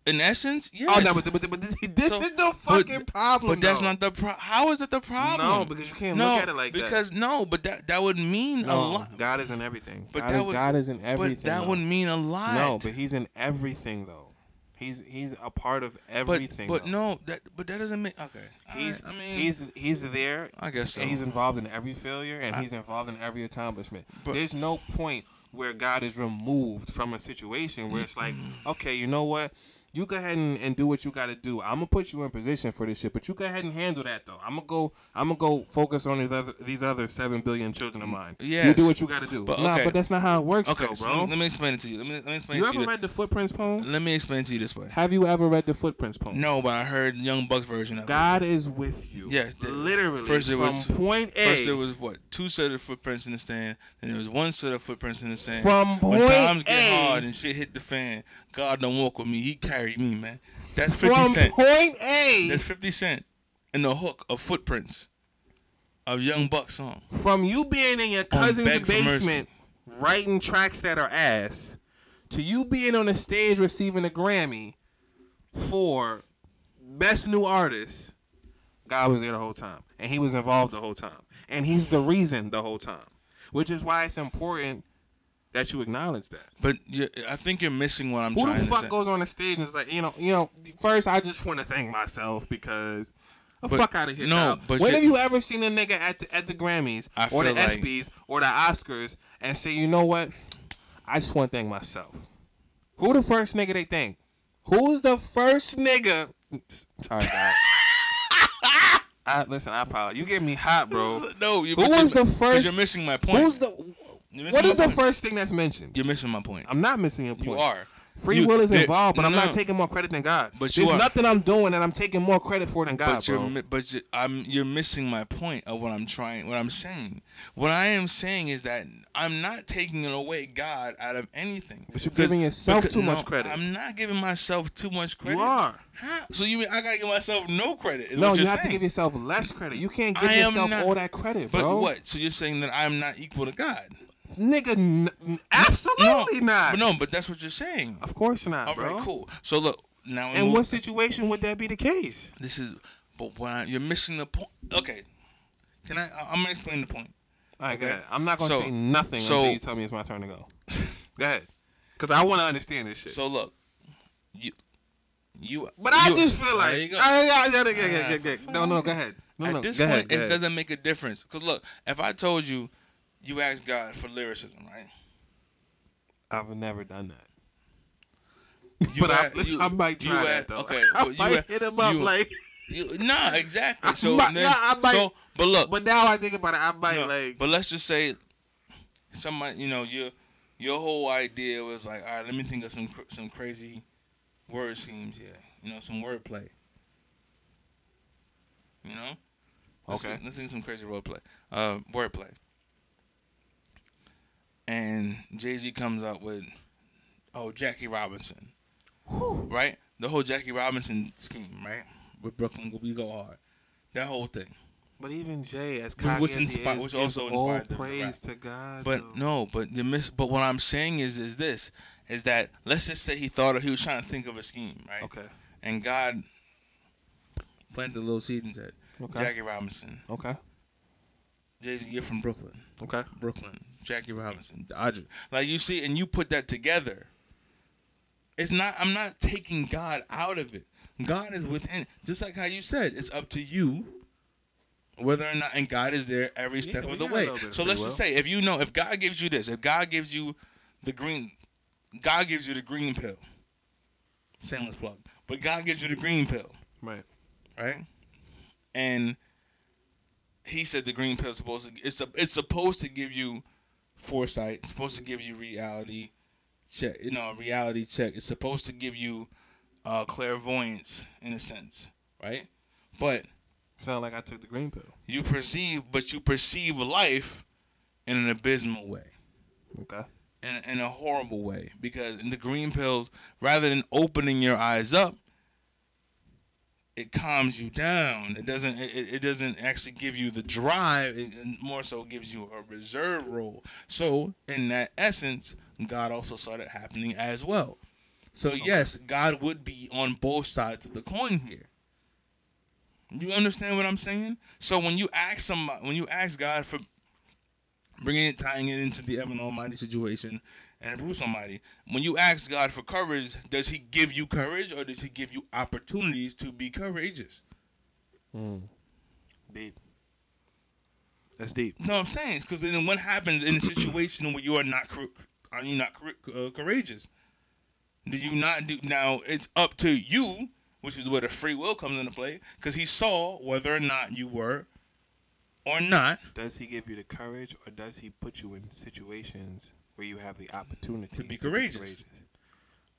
[SPEAKER 1] in essence, yes.
[SPEAKER 4] Oh no, but, th- but, th- but this, this
[SPEAKER 1] So-
[SPEAKER 4] is the
[SPEAKER 1] but-
[SPEAKER 4] fucking problem.
[SPEAKER 1] But that's
[SPEAKER 4] though.
[SPEAKER 1] not the pro- How is that the problem?
[SPEAKER 4] No, because you can't
[SPEAKER 1] No,
[SPEAKER 4] look at it like that.
[SPEAKER 1] because, no, but that that would mean a
[SPEAKER 4] No,
[SPEAKER 1] lot.
[SPEAKER 4] God is in everything.
[SPEAKER 1] But
[SPEAKER 4] But
[SPEAKER 1] that
[SPEAKER 4] God, is,
[SPEAKER 1] would-
[SPEAKER 4] God is in everything.
[SPEAKER 1] But that
[SPEAKER 4] though.
[SPEAKER 1] would mean a lot.
[SPEAKER 4] No, but he's in everything though. He's he's a part of
[SPEAKER 1] but,
[SPEAKER 4] everything.
[SPEAKER 1] but
[SPEAKER 4] though.
[SPEAKER 1] no, that but that doesn't mean okay.
[SPEAKER 4] he's
[SPEAKER 1] Alright, I mean,
[SPEAKER 4] he's he's there.
[SPEAKER 1] I guess so.
[SPEAKER 4] And he's involved in every failure, and he's involved in every accomplishment.
[SPEAKER 1] But-
[SPEAKER 4] There's no point where God is removed from a situation where it's like, okay, you know what? You go ahead and, and do what you got to do. I'm gonna put you in position for this shit, but you go ahead and handle that though. I'm gonna go. I'm gonna go focus on these other, these other seven billion children of mine. you
[SPEAKER 1] Yes.
[SPEAKER 4] do what you got to do.
[SPEAKER 1] But,
[SPEAKER 4] Nah,
[SPEAKER 1] okay.
[SPEAKER 4] but that's not how it works,
[SPEAKER 1] okay,
[SPEAKER 4] though, bro.
[SPEAKER 1] so let me explain it to you. Let me let me explain
[SPEAKER 4] you
[SPEAKER 1] it to
[SPEAKER 4] ever
[SPEAKER 1] you.
[SPEAKER 4] read the Footprints poem?
[SPEAKER 1] let me explain it to you this way.
[SPEAKER 4] Have you ever read the Footprints poem?
[SPEAKER 1] No, but I heard Young Buck's version of it.
[SPEAKER 4] God is with you.
[SPEAKER 1] Yes, the-
[SPEAKER 4] literally.
[SPEAKER 1] first it was
[SPEAKER 4] from
[SPEAKER 1] two-
[SPEAKER 4] point A.
[SPEAKER 1] First, there was what two set of footprints in the sand, and there was one set of footprints in the sand.
[SPEAKER 4] From
[SPEAKER 1] when
[SPEAKER 4] point
[SPEAKER 1] times get
[SPEAKER 4] A-
[SPEAKER 1] hard and shit hit the fan, God don't walk with me. He carried me, man. That's fifty
[SPEAKER 4] from
[SPEAKER 1] cent.
[SPEAKER 4] point A.
[SPEAKER 1] That's fifty cent in the hook of footprints of Young Buck song.
[SPEAKER 4] from you being in your
[SPEAKER 1] Beg
[SPEAKER 4] cousin's
[SPEAKER 1] for Mercy.
[SPEAKER 4] basement writing tracks that are ass to you being on the stage receiving a Grammy for best new artist, God was there the whole time, and He was involved the whole time, and He's the reason the whole time, which is why it's important that you acknowledge that.
[SPEAKER 1] But you I think you're missing what I'm
[SPEAKER 4] Who
[SPEAKER 1] trying
[SPEAKER 4] the
[SPEAKER 1] to
[SPEAKER 4] fuck
[SPEAKER 1] say.
[SPEAKER 4] goes on the stage and is like, you know, you know? First, I just want to thank myself because. The
[SPEAKER 1] But-
[SPEAKER 4] fuck out of here!
[SPEAKER 1] no,
[SPEAKER 4] No,
[SPEAKER 1] but
[SPEAKER 4] when
[SPEAKER 1] you-
[SPEAKER 4] have you ever seen a nigga at the, at the Grammys
[SPEAKER 1] I
[SPEAKER 4] or the
[SPEAKER 1] feel like-
[SPEAKER 4] ESPYS or the Oscars and say, you know what? I just want to thank myself. Who the first nigga they thank? Who's the first nigga? Sorry, God. I, listen, I apologize. You get me hot, bro.
[SPEAKER 1] no, you,
[SPEAKER 4] Who
[SPEAKER 1] but you're
[SPEAKER 4] was
[SPEAKER 1] mi-
[SPEAKER 4] the
[SPEAKER 1] but
[SPEAKER 4] first-
[SPEAKER 1] You're missing my point.
[SPEAKER 4] Who's the?
[SPEAKER 1] You're missing
[SPEAKER 4] What
[SPEAKER 1] my
[SPEAKER 4] is the
[SPEAKER 1] point.
[SPEAKER 4] first thing that's mentioned?
[SPEAKER 1] You're missing my point.
[SPEAKER 4] I'm not missing your point.
[SPEAKER 1] you are.
[SPEAKER 4] Free
[SPEAKER 1] You-
[SPEAKER 4] will is
[SPEAKER 1] there-
[SPEAKER 4] involved, but
[SPEAKER 1] no,
[SPEAKER 4] I'm
[SPEAKER 1] no.
[SPEAKER 4] not taking more credit than God.
[SPEAKER 1] But you
[SPEAKER 4] There's
[SPEAKER 1] are-
[SPEAKER 4] nothing I'm doing and I'm taking more credit for than God,
[SPEAKER 1] But you're,
[SPEAKER 4] bro.
[SPEAKER 1] mi- but you, I'm you're missing my point of what I'm trying, what I'm saying. What I am saying is that I'm not taking away God out of anything.
[SPEAKER 4] But you're
[SPEAKER 1] Because-
[SPEAKER 4] giving yourself
[SPEAKER 1] because-
[SPEAKER 4] too much credit.
[SPEAKER 1] I'm not giving myself too much credit.
[SPEAKER 4] you are.
[SPEAKER 1] How? So you mean I gotta give myself no credit? is
[SPEAKER 4] No,
[SPEAKER 1] what
[SPEAKER 4] you
[SPEAKER 1] you're
[SPEAKER 4] have to
[SPEAKER 1] saying.
[SPEAKER 4] give yourself less credit. You can't give
[SPEAKER 1] I am
[SPEAKER 4] yourself
[SPEAKER 1] not-
[SPEAKER 4] all that credit,
[SPEAKER 1] But
[SPEAKER 4] bro.
[SPEAKER 1] what? So you're saying that I'm not equal to God?
[SPEAKER 4] Nigga, n- n- absolutely
[SPEAKER 1] no,
[SPEAKER 4] not.
[SPEAKER 1] But no, but that's what you're saying.
[SPEAKER 4] Of course not,
[SPEAKER 1] All right,
[SPEAKER 4] bro.
[SPEAKER 1] cool. So look now. we
[SPEAKER 4] And
[SPEAKER 1] move-
[SPEAKER 4] what situation would that be the case?
[SPEAKER 1] This is, but why you're missing the point? Okay, can I? I- I'm gonna explain the point.
[SPEAKER 4] All right, go
[SPEAKER 1] Okay.
[SPEAKER 4] ahead. uh, I'm not gonna
[SPEAKER 1] So-
[SPEAKER 4] say nothing
[SPEAKER 1] so-
[SPEAKER 4] until you tell me it's my turn to go. go ahead, because I want to understand this shit.
[SPEAKER 1] So look, you, you.
[SPEAKER 4] but I
[SPEAKER 1] you-
[SPEAKER 4] just feel like
[SPEAKER 1] There you go.
[SPEAKER 4] I- I- I- I- I- I- I- I- no, no, go ahead. No, no,
[SPEAKER 1] At this
[SPEAKER 4] go
[SPEAKER 1] point,
[SPEAKER 4] ahead, go
[SPEAKER 1] it
[SPEAKER 4] ahead.
[SPEAKER 1] doesn't make a difference. Cause look, if I told you, you asked God for lyricism, right?
[SPEAKER 4] I've never done that.
[SPEAKER 1] You
[SPEAKER 4] but I,
[SPEAKER 1] a-
[SPEAKER 4] listen,
[SPEAKER 1] you-
[SPEAKER 4] I might
[SPEAKER 1] you
[SPEAKER 4] try
[SPEAKER 1] a-
[SPEAKER 4] that though.
[SPEAKER 1] Okay,
[SPEAKER 4] I
[SPEAKER 1] but you
[SPEAKER 4] might
[SPEAKER 1] a-
[SPEAKER 4] hit him up
[SPEAKER 1] you-
[SPEAKER 4] like.
[SPEAKER 1] you- nah, exactly. So
[SPEAKER 4] might-
[SPEAKER 1] then-
[SPEAKER 4] yeah, I might-
[SPEAKER 1] So, but look,
[SPEAKER 4] But now I think about it, I might
[SPEAKER 1] No,
[SPEAKER 4] like.
[SPEAKER 1] but let's just say somebody you know your your whole idea was like all right let me think of some cr- some crazy word schemes here you know some wordplay you know let's
[SPEAKER 4] Okay.
[SPEAKER 1] think- let's think of some crazy wordplay uh wordplay and Jay-Z comes up with oh Jackie Robinson right the whole Jackie Robinson scheme right with Brooklyn we go hard that whole thing
[SPEAKER 4] But even Jay, as cocky
[SPEAKER 1] which
[SPEAKER 4] as he
[SPEAKER 1] inspi-
[SPEAKER 4] is,
[SPEAKER 1] which
[SPEAKER 4] gives
[SPEAKER 1] also
[SPEAKER 4] all
[SPEAKER 1] inspired the- the
[SPEAKER 4] praise
[SPEAKER 1] rap.
[SPEAKER 4] to God.
[SPEAKER 1] But
[SPEAKER 4] though.
[SPEAKER 1] no, but the miss. But what I'm saying is, is this is that let's just say he thought he was trying to think of a scheme, right?
[SPEAKER 4] Okay.
[SPEAKER 1] And God planted a little seed and said,
[SPEAKER 4] Okay.
[SPEAKER 1] Jackie Robinson,
[SPEAKER 4] Okay.
[SPEAKER 1] Jay Z, you're from Brooklyn,
[SPEAKER 4] Okay.
[SPEAKER 1] Brooklyn, Jackie Robinson, Dodger. Like you see, and you put that together. It's not. I'm not taking God out of it. God is within. Just like how you said, it's up to you. Whether or not, and God is there every step
[SPEAKER 4] we
[SPEAKER 1] of the
[SPEAKER 4] got a
[SPEAKER 1] way.
[SPEAKER 4] little bit of
[SPEAKER 1] So
[SPEAKER 4] free
[SPEAKER 1] let's just
[SPEAKER 4] will.
[SPEAKER 1] say, if you know, if God gives you this, if God gives you the green, God gives you the green pill. Shameless plug, but God gives you the green pill
[SPEAKER 4] Right.
[SPEAKER 1] right? And he said the green pill is supposed to it's a, it's supposed to give you foresight. It's supposed to give you reality check. You know, a reality check. It's supposed to give you uh, clairvoyance in a sense, right? But
[SPEAKER 4] Sound like I took the green pill.
[SPEAKER 1] you perceive, but you perceive life in an abysmal way
[SPEAKER 4] Okay.
[SPEAKER 1] in, in a horrible way because in the green pills rather than opening your eyes up it calms you down it doesn't it, it- it doesn't actually give you the drive it it more so gives you a reserve role so in that essence god also saw that happening as well so yes god would be on both sides of the coin here you understand what i'm saying so when you ask somebody when you ask god for bringing it, tying it into the Evan Almighty situation and Bruce Almighty. When you ask God for courage, does He give you courage or does He give you opportunities to be courageous?
[SPEAKER 4] Deep. That's deep.
[SPEAKER 1] No, I'm saying because then what happens in a situation where you are not cour- are you not cour- uh, courageous? Do you not do now? It's up to you, which is where the free will comes into play, because He saw whether or not you were or not.
[SPEAKER 4] Does he give you the courage, or does he put you in situations where you have the opportunity
[SPEAKER 1] To be courageous.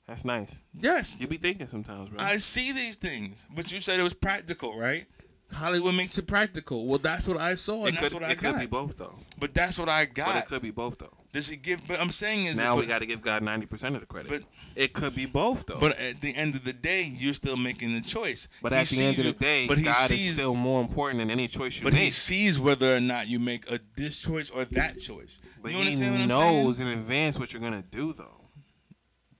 [SPEAKER 4] That's nice.
[SPEAKER 1] Yes,
[SPEAKER 4] You be thinking sometimes, bro.
[SPEAKER 1] I see these things, but you said it was practical, right? Hollywood makes it practical. Well, that's what I saw, and
[SPEAKER 4] it
[SPEAKER 1] that's
[SPEAKER 4] could,
[SPEAKER 1] what I
[SPEAKER 4] it could
[SPEAKER 1] got.
[SPEAKER 4] be both though.
[SPEAKER 1] but that's what I
[SPEAKER 4] But
[SPEAKER 1] got.
[SPEAKER 4] it could be both though.
[SPEAKER 1] Does he give? But I'm saying is
[SPEAKER 4] Now
[SPEAKER 1] but,
[SPEAKER 4] we got to give God ninety percent of the credit.
[SPEAKER 1] but-
[SPEAKER 4] it could be both though.
[SPEAKER 1] But at the end of the day, you're still making the choice.
[SPEAKER 4] But
[SPEAKER 1] He
[SPEAKER 4] at the end
[SPEAKER 1] sees
[SPEAKER 4] of the
[SPEAKER 1] you-
[SPEAKER 4] day,
[SPEAKER 1] but he
[SPEAKER 4] God
[SPEAKER 1] sees,
[SPEAKER 4] is still more important than any choice you
[SPEAKER 1] But he
[SPEAKER 4] make.
[SPEAKER 1] sees whether or not you make a this choice or that choice.
[SPEAKER 4] But
[SPEAKER 1] you
[SPEAKER 4] he
[SPEAKER 1] understand what I'm
[SPEAKER 4] knows
[SPEAKER 1] saying?
[SPEAKER 4] in advance what you're gonna do though.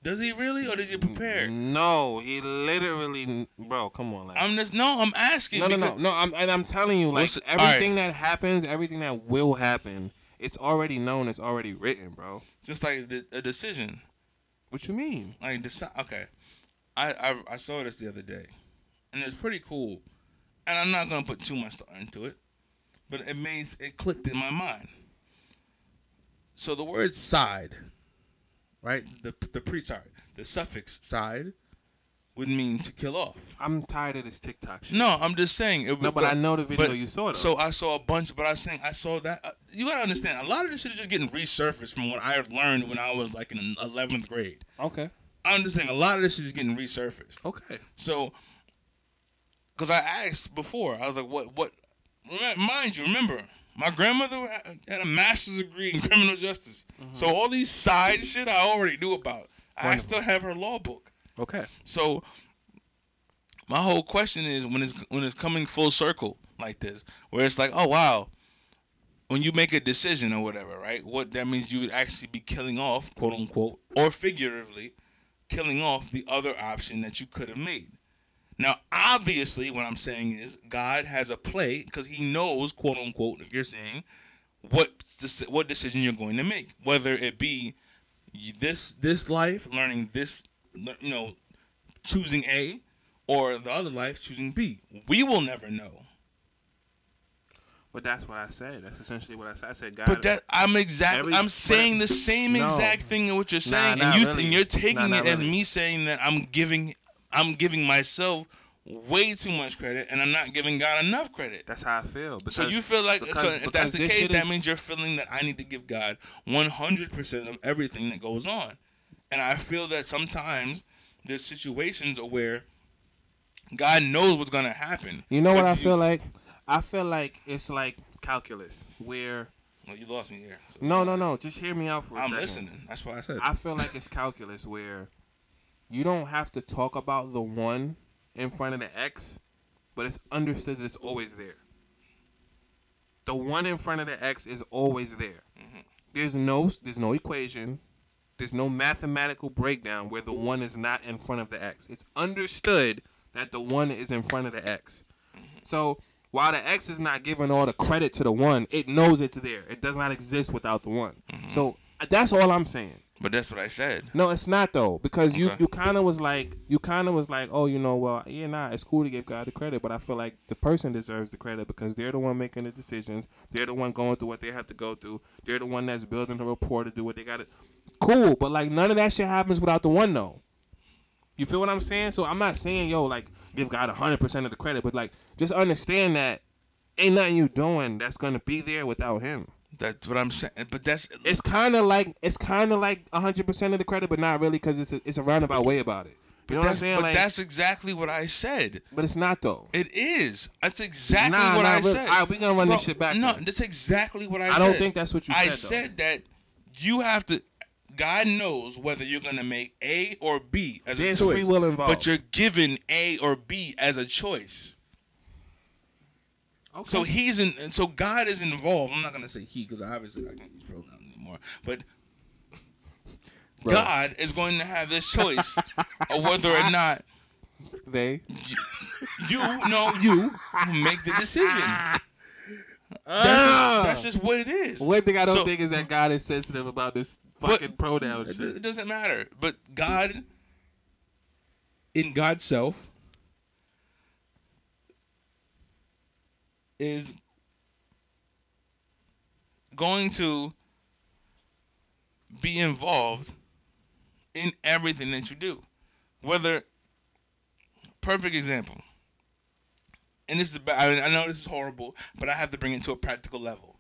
[SPEAKER 5] Does he really, or does he prepare?
[SPEAKER 4] Mm-hmm. No, he literally, bro. Come on, like.
[SPEAKER 5] I'm just no. I'm asking.
[SPEAKER 4] no, no, no,
[SPEAKER 5] because-
[SPEAKER 4] no. I'm, and I'm telling you, like
[SPEAKER 5] Listen, all right.
[SPEAKER 4] everything that happens, everything that will happen, it's already known. It's already written, bro.
[SPEAKER 5] Just like the, a decision.
[SPEAKER 4] What you mean?
[SPEAKER 5] like the si- okay I, I i saw this the other day and it's pretty cool and i'm not gonna put too much thought into it but it made it clicked in my mind so the word side right the the pre sorry the suffix side would mean to kill off
[SPEAKER 4] I'm tired of this TikTok shit.
[SPEAKER 5] no i'm just saying it would,
[SPEAKER 4] No, but I know the video you saw, though.
[SPEAKER 5] so i saw a bunch but i was saying i saw that uh, you gotta understand a lot of this shit is just getting resurfaced from what i learned when i was like in 11th grade
[SPEAKER 4] Okay.
[SPEAKER 5] i'm just saying a lot of this shit is getting resurfaced
[SPEAKER 4] Okay.
[SPEAKER 5] so, because I asked before, I was like, "What? What?" Remi- Mind you, remember, my grandmother ha- had a master's degree in criminal justice,
[SPEAKER 4] Mm-hmm.
[SPEAKER 5] so all these side shit I already knew about. I still have her law book.
[SPEAKER 4] Okay.
[SPEAKER 5] So, my whole question is when it's when it's coming full circle like this, where it's like, "Oh wow." When you make a decision or whatever, right? What that means you would actually be killing off, quote unquote, or figuratively, killing off the other option that you could have made. Now, obviously, what I'm saying is God has a play because He knows, quote unquote, if you're saying what deci- what decision you're going to make, whether it be you- this this life, learning this, le- you know, choosing A, or the other life, choosing B. We will never know.
[SPEAKER 4] But that's what I said. That's essentially what I said. I said God.
[SPEAKER 5] But that I'm exactly
[SPEAKER 4] Every-
[SPEAKER 5] I'm
[SPEAKER 4] but-
[SPEAKER 5] saying the same
[SPEAKER 4] No.
[SPEAKER 5] exact thing in what you're saying,
[SPEAKER 4] not
[SPEAKER 5] and you
[SPEAKER 4] really.
[SPEAKER 5] and you're
[SPEAKER 4] Nah,
[SPEAKER 5] taking
[SPEAKER 4] not
[SPEAKER 5] it as
[SPEAKER 4] really.
[SPEAKER 5] me saying that I'm giving I'm giving myself way too much credit, and I'm not giving God enough credit.
[SPEAKER 4] That's how I feel. Because,
[SPEAKER 5] So you feel like so if
[SPEAKER 4] because
[SPEAKER 5] that's the
[SPEAKER 4] this
[SPEAKER 5] case,
[SPEAKER 4] shit
[SPEAKER 5] that
[SPEAKER 4] is-
[SPEAKER 5] means you're feeling that I need to give God 100% of everything that goes on, and I feel that sometimes there's situations where God knows what's gonna happen.
[SPEAKER 4] You know
[SPEAKER 5] But
[SPEAKER 4] what I
[SPEAKER 5] do
[SPEAKER 4] feel like? I feel like it's like calculus, where
[SPEAKER 5] Well, Oh, you lost me here. So
[SPEAKER 4] no, no, no. Just hear me out for a
[SPEAKER 5] I'm
[SPEAKER 4] second.
[SPEAKER 5] listening. That's why I said.
[SPEAKER 4] I feel like it's calculus where you don't have to talk about the one in front of the X, but it's understood that it's always there. The one in front of the X is always there. There's no there's no equation. There's no mathematical breakdown where the one is not in front of the X. It's understood that the one is in front of the X. So while the X is not giving all the credit to the one, it knows it's there. It does not exist without the one. So that's all I'm saying.
[SPEAKER 5] but that's what I said.
[SPEAKER 4] No, it's not though, because you
[SPEAKER 5] Okay.
[SPEAKER 4] you kind of was like you kind of was like, oh, you know, well, yeah, nah, it's cool to give God the credit, but I feel like the person deserves the credit because they're the one making the decisions, they're the one going through what they have to go through, they're the one that's building the rapport to do what they got to. Cool, but like none of that shit happens without the one though. You feel what I'm saying? So I'm not saying yo like give God hundred percent of the credit, but like just understand that ain't nothing you doing that's gonna be there without him.
[SPEAKER 5] That's what I'm saying. But that's
[SPEAKER 4] It's kind of like it's kind of like hundred percent of the credit, but not really because it's a, it's a roundabout way about it. You know what I'm
[SPEAKER 5] that's,
[SPEAKER 4] saying?
[SPEAKER 5] but
[SPEAKER 4] Like,
[SPEAKER 5] that's exactly what I said.
[SPEAKER 4] but it's not though.
[SPEAKER 5] It is. That's exactly
[SPEAKER 4] Nah,
[SPEAKER 5] what
[SPEAKER 4] nah,
[SPEAKER 5] I
[SPEAKER 4] really.
[SPEAKER 5] said.
[SPEAKER 4] Alright, we gonna run
[SPEAKER 5] Bro,
[SPEAKER 4] this shit back
[SPEAKER 5] No,
[SPEAKER 4] then.
[SPEAKER 5] that's exactly what I,
[SPEAKER 4] I
[SPEAKER 5] said.
[SPEAKER 4] don't think that's what you
[SPEAKER 5] I
[SPEAKER 4] said,
[SPEAKER 5] said that you have to. God knows whether you're gonna make A or B as
[SPEAKER 4] There's
[SPEAKER 5] a choice.
[SPEAKER 4] free will involved.
[SPEAKER 5] But you're given A or B as a choice.
[SPEAKER 4] Okay.
[SPEAKER 5] So he's in. So God is involved. I'm not gonna say he because obviously I can't use pronoun anymore. But God is going to have this choice of whether or not
[SPEAKER 4] they
[SPEAKER 5] you no you make the decision. That's, just, that's just what it is.
[SPEAKER 4] Ah. one thing I don't
[SPEAKER 5] So-
[SPEAKER 4] think is that God is sensitive about this
[SPEAKER 5] But-
[SPEAKER 4] fucking pronoun
[SPEAKER 5] It,
[SPEAKER 4] shit.
[SPEAKER 5] it doesn't matter. But God, in God's self, is going to be involved in everything that you do. Whether, perfect example, and this is, ba- I, I know this is horrible, but I have to bring it to a practical level.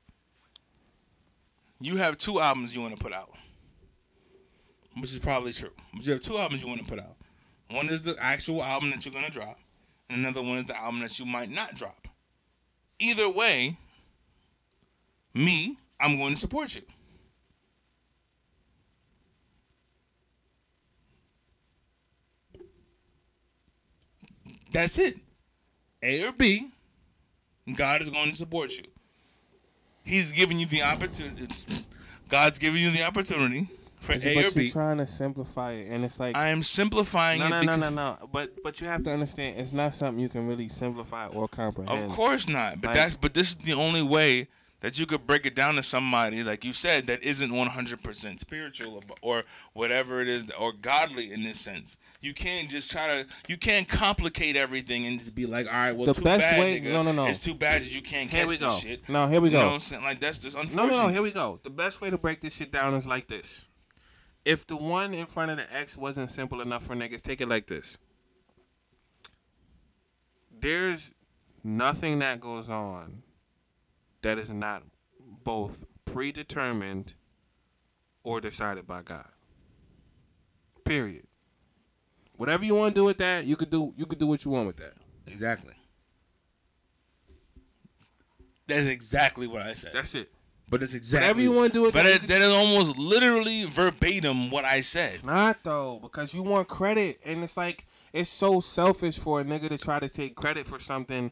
[SPEAKER 5] You have two albums you want to put out which is probably true. But you have two albums you want to put out. One is the actual album that you're gonna drop, and another one is the album that you might not drop. Either way, me, I'm going to support you. That's it. A or B, God is going to support you. He's giving you the opportunity. God's giving you the opportunity
[SPEAKER 1] for
[SPEAKER 4] It's-
[SPEAKER 1] A or
[SPEAKER 4] but you're
[SPEAKER 1] B.
[SPEAKER 4] trying to simplify it, and it's like
[SPEAKER 1] I am simplifying
[SPEAKER 4] no,
[SPEAKER 1] it.
[SPEAKER 4] no, no,
[SPEAKER 1] because,
[SPEAKER 4] no, no. But but you have to understand, it's not something you can really simplify or comprehend.
[SPEAKER 1] Of course not. But
[SPEAKER 4] Like-
[SPEAKER 1] that's but this is the only way that you could break it down to somebody, like you said, that isn't 100% spiritual or, or whatever it is, or godly in this sense. You can't just try to, you can't complicate everything and just be like, all right, well,
[SPEAKER 4] The
[SPEAKER 1] too
[SPEAKER 4] best
[SPEAKER 1] bad,
[SPEAKER 4] way-
[SPEAKER 1] nigga.
[SPEAKER 4] no, no, no.
[SPEAKER 1] It's too bad that you can't
[SPEAKER 4] Oh. Here
[SPEAKER 1] catch
[SPEAKER 4] we
[SPEAKER 1] this
[SPEAKER 4] go.
[SPEAKER 1] shit.
[SPEAKER 4] No, here we
[SPEAKER 1] You know
[SPEAKER 4] go.
[SPEAKER 1] what I'm saying? Like, that's just
[SPEAKER 4] No,
[SPEAKER 1] unfortunate.
[SPEAKER 4] no, no. Here we go. The best way to break this shit down is like this. If the one in front of the X wasn't simple enough for niggas, take it like this. There's nothing that goes on that is not both predetermined or decided by God. Period. Whatever you want to do with that, you could do. You could do what you want with that.
[SPEAKER 1] Exactly. That's exactly what I said.
[SPEAKER 4] That's it.
[SPEAKER 1] but it's exactly.
[SPEAKER 4] Whatever you want to do with
[SPEAKER 1] But
[SPEAKER 4] that, you
[SPEAKER 1] it,
[SPEAKER 4] could
[SPEAKER 1] that is almost literally verbatim what I said.
[SPEAKER 4] not though because you want credit and it's like it's so selfish for a nigga to try to take credit for something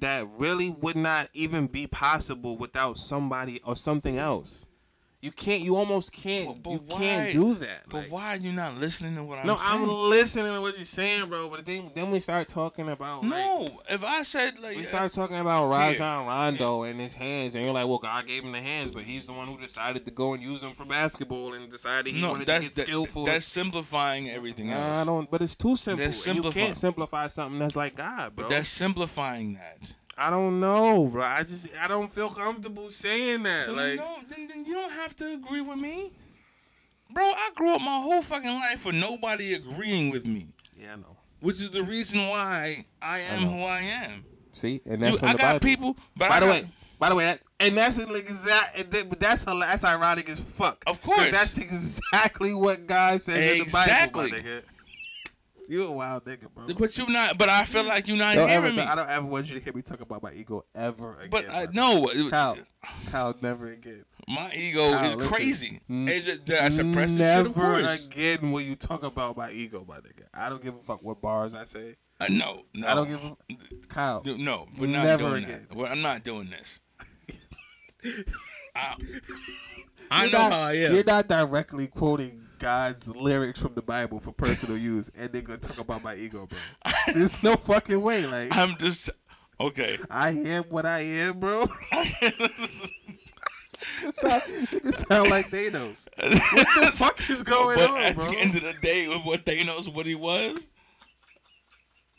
[SPEAKER 4] that really would not even be possible without somebody or something else you can't you almost can't
[SPEAKER 1] But-
[SPEAKER 4] you
[SPEAKER 1] but why-
[SPEAKER 4] can't do that
[SPEAKER 1] But
[SPEAKER 4] like-
[SPEAKER 1] why are you not listening to what I'm
[SPEAKER 4] no
[SPEAKER 1] saying?
[SPEAKER 4] i'm listening to what you're saying bro but then, then we start talking about like,
[SPEAKER 1] No, if I said like
[SPEAKER 4] we start talking about Rajon Rondo and his hands, and you're like, "Well, God gave him the hands, but he's the one who decided to go and use them for basketball, and decided he
[SPEAKER 1] no,
[SPEAKER 4] wanted to
[SPEAKER 1] that's
[SPEAKER 4] get
[SPEAKER 1] that-
[SPEAKER 4] skillful."
[SPEAKER 1] That's simplifying everything else.
[SPEAKER 4] Nah, I don't. But it's too simple.
[SPEAKER 1] That's
[SPEAKER 4] and you
[SPEAKER 1] simplifying.
[SPEAKER 4] can't simplify something that's like God, bro.
[SPEAKER 1] That's simplifying that.
[SPEAKER 4] I don't know, bro. I just I don't feel comfortable saying that.
[SPEAKER 1] So
[SPEAKER 4] like,
[SPEAKER 1] you don't, then, then you don't have to agree with me, bro. I grew up my whole fucking life with nobody agreeing with me,
[SPEAKER 4] yeah, I know.
[SPEAKER 1] which is the reason why I am
[SPEAKER 4] know.
[SPEAKER 1] who I am.
[SPEAKER 4] See, and
[SPEAKER 1] You, I got people, but
[SPEAKER 4] By
[SPEAKER 1] I
[SPEAKER 4] the
[SPEAKER 1] got-
[SPEAKER 4] way, by the way, that, and that's like exact. and that- But that's hila- that's ironic as fuck.
[SPEAKER 1] Of
[SPEAKER 4] 'Cause
[SPEAKER 1] course.
[SPEAKER 4] that's exactly what God says
[SPEAKER 1] Exactly.
[SPEAKER 4] in the Bible, my nigga. You a wild nigga, bro.
[SPEAKER 1] but you not. But I feel like you're not
[SPEAKER 4] don't ever,
[SPEAKER 1] hearing me.
[SPEAKER 4] I don't ever want you to hear me talk about my ego ever again.
[SPEAKER 1] but I,
[SPEAKER 4] my
[SPEAKER 1] no,
[SPEAKER 4] nigga. Kyle, Kyle, never again.
[SPEAKER 1] my ego
[SPEAKER 4] Kyle,
[SPEAKER 1] is
[SPEAKER 4] listen.
[SPEAKER 1] crazy.
[SPEAKER 4] N-
[SPEAKER 1] It's just that I suppress this shit.
[SPEAKER 4] Never
[SPEAKER 1] Of course,
[SPEAKER 4] again will you talk about my ego, my nigga. I don't give a fuck what bars I say.
[SPEAKER 1] Uh, no, no,
[SPEAKER 4] I don't give a Kyle.
[SPEAKER 1] Do- No, we're not
[SPEAKER 4] Never
[SPEAKER 1] doing
[SPEAKER 4] again.
[SPEAKER 1] that. Well, I'm not doing this. I, I
[SPEAKER 4] You're
[SPEAKER 1] know
[SPEAKER 4] not-
[SPEAKER 1] how I
[SPEAKER 4] You're
[SPEAKER 1] am.
[SPEAKER 4] not directly quoting God's lyrics from the Bible for personal use, and they're gonna talk about my ego, bro. There's no fucking way. Like
[SPEAKER 1] I'm just okay.
[SPEAKER 4] I am what I am, bro. It sound, niggas sound like Thanos. What the fuck is going
[SPEAKER 1] but
[SPEAKER 4] on,
[SPEAKER 1] at
[SPEAKER 4] bro?
[SPEAKER 1] the end of the day, with what they knows what he was,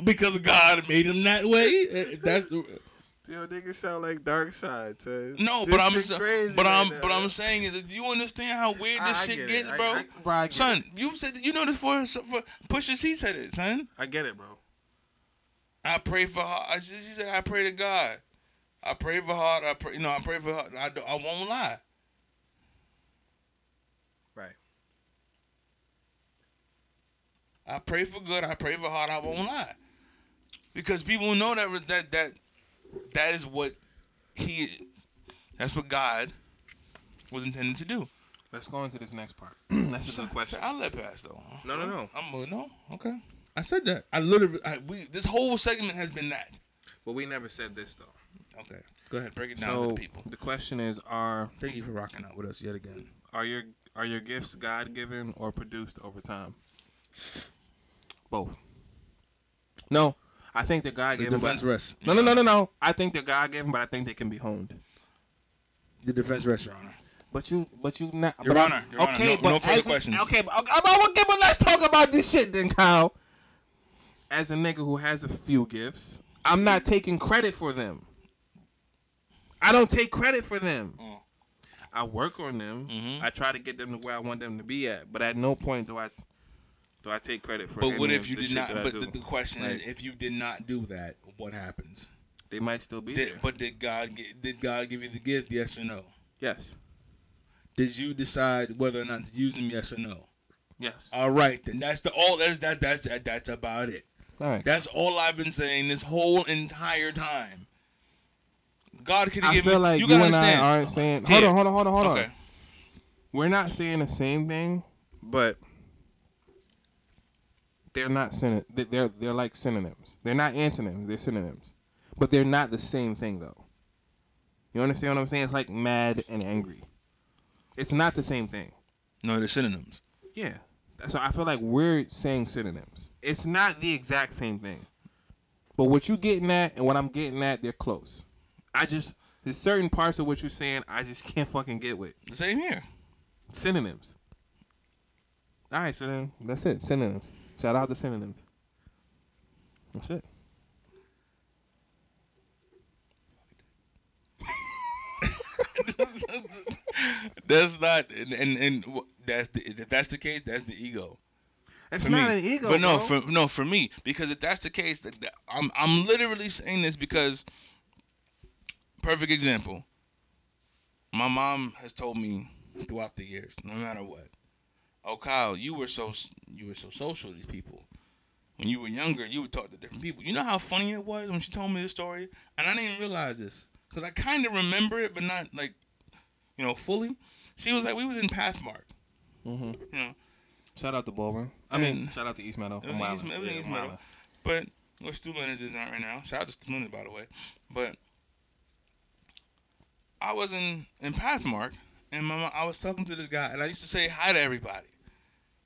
[SPEAKER 1] because God made him that way. uh, That's the,
[SPEAKER 4] Yo, niggas sound like Dark Side. son.
[SPEAKER 1] no.
[SPEAKER 4] This
[SPEAKER 1] but I'm
[SPEAKER 4] shit
[SPEAKER 1] sa-
[SPEAKER 4] crazy
[SPEAKER 1] but
[SPEAKER 4] right
[SPEAKER 1] I'm
[SPEAKER 4] now.
[SPEAKER 1] but I'm saying is, that do you understand how weird
[SPEAKER 4] I-
[SPEAKER 1] this
[SPEAKER 4] I
[SPEAKER 1] shit
[SPEAKER 4] get it.
[SPEAKER 1] gets,
[SPEAKER 4] I-
[SPEAKER 1] bro?
[SPEAKER 4] I- bro, I get
[SPEAKER 1] son, you said you know this for, for Pusha T said it, son.
[SPEAKER 4] I get it, bro.
[SPEAKER 1] I pray for her. I- She she said, I pray to God. I pray for her. I pray, you know, I pray for her. I, do- I won't lie.
[SPEAKER 4] Right.
[SPEAKER 1] I pray for good. I pray for hard. I won't lie, because people know that that that that is what he, that's what God was intended to do.
[SPEAKER 4] Let's go into this next part. That's a good
[SPEAKER 1] So
[SPEAKER 4] question.
[SPEAKER 1] I let pass though.
[SPEAKER 4] No, no, no.
[SPEAKER 1] I'm uh, no okay. I said that. I literally I, we this whole segment has been that.
[SPEAKER 4] But we never said this though.
[SPEAKER 1] Okay, go ahead. Break it down to
[SPEAKER 4] So
[SPEAKER 1] the people.
[SPEAKER 4] the question is: Are
[SPEAKER 1] Thank you for rocking out with us yet again.
[SPEAKER 4] are your are your gifts God given or produced over time? Both. No, I think that God gave them.
[SPEAKER 1] defense
[SPEAKER 4] but-
[SPEAKER 1] rest.
[SPEAKER 4] No, no, no, no, no. I think that God gave them, but I think they can be honed.
[SPEAKER 1] The defense rest, Your Honor.
[SPEAKER 4] But you, but you not.
[SPEAKER 1] Your
[SPEAKER 4] but
[SPEAKER 1] Honor, Your Honor, no- no further
[SPEAKER 4] as a-
[SPEAKER 1] questions.
[SPEAKER 4] Okay, but, okay, but, okay, but let's talk about this shit then, Kyle. As a nigga who has a few gifts, I'm not taking credit for them. I don't take credit for them.
[SPEAKER 1] Mm.
[SPEAKER 4] I work on them.
[SPEAKER 1] Mm-hmm.
[SPEAKER 4] I try to get them to where I want them to be at. But at no point do I do I take credit for.
[SPEAKER 1] But what
[SPEAKER 4] any
[SPEAKER 1] if
[SPEAKER 4] of
[SPEAKER 1] you
[SPEAKER 4] the
[SPEAKER 1] did
[SPEAKER 4] shit
[SPEAKER 1] not?
[SPEAKER 4] that I
[SPEAKER 1] But
[SPEAKER 4] do.
[SPEAKER 1] the, the question is,
[SPEAKER 4] Like-
[SPEAKER 1] if you did not do that, what happens?
[SPEAKER 4] they might still be
[SPEAKER 1] Did,
[SPEAKER 4] there.
[SPEAKER 1] But did God gi- did God give you the gift? Yes or no?
[SPEAKER 4] yes,
[SPEAKER 1] Did you decide whether or not to use them? Yes or no?
[SPEAKER 4] yes.
[SPEAKER 1] All right, then that's the all. That's that. That's that. That's about it.
[SPEAKER 4] All right.
[SPEAKER 1] That's all I've been saying this whole entire time. God could have
[SPEAKER 4] I
[SPEAKER 1] given.
[SPEAKER 4] feel like
[SPEAKER 1] you
[SPEAKER 4] you,
[SPEAKER 1] gotta
[SPEAKER 4] and
[SPEAKER 1] understand.
[SPEAKER 4] I aren't saying.
[SPEAKER 1] Here.
[SPEAKER 4] Hold on, hold on, hold on, hold
[SPEAKER 1] Okay.
[SPEAKER 4] on. We're not saying the same thing, but they're not syn- they- They're they're like synonyms. They're not antonyms. They're synonyms, but they're not the same thing though. You understand what I'm saying? It's like mad and angry. It's not the same thing.
[SPEAKER 1] No, they're synonyms.
[SPEAKER 4] Yeah. So I feel like we're saying synonyms. It's not the exact same thing. But what you getting at and what I'm getting at, they're close. I just there's certain parts of what you're saying I just can't fucking get with.
[SPEAKER 1] Same here.
[SPEAKER 4] Synonyms. Alright, so then that's it. Synonyms. Shout out to synonyms. That's it.
[SPEAKER 1] that's not, and and, and wh- that's the, if that's the case, that's the ego.
[SPEAKER 4] It's
[SPEAKER 1] For
[SPEAKER 4] not
[SPEAKER 1] me.
[SPEAKER 4] an ego.
[SPEAKER 1] but no,
[SPEAKER 4] bro.
[SPEAKER 1] for no for me because if that's the case, that, that- I'm I'm literally saying this because perfect example. My mom has told me throughout the years, no matter what, oh Kyle, you were so s- you were so social with these people. When you were younger, you would talk to different people. You know how funny it was when she told me this story, and I didn't even realize this because I kind of remember it, but not like you know fully. She was like, we was in Pathmark, you know,
[SPEAKER 4] Shout out to Baldwin. I mean,
[SPEAKER 1] And-
[SPEAKER 4] shout out to East Meadow.
[SPEAKER 1] it was
[SPEAKER 4] Long
[SPEAKER 1] East, it
[SPEAKER 4] Island.
[SPEAKER 1] was
[SPEAKER 4] Yeah,
[SPEAKER 1] East
[SPEAKER 4] Long
[SPEAKER 1] Meadow.
[SPEAKER 4] Island.
[SPEAKER 1] But what Stu Leonard's is not right now. Shout out to Stu Leonard, by the way. But I was in in Pathmark, and my mom, I was talking to this guy, and I used to say hi to everybody.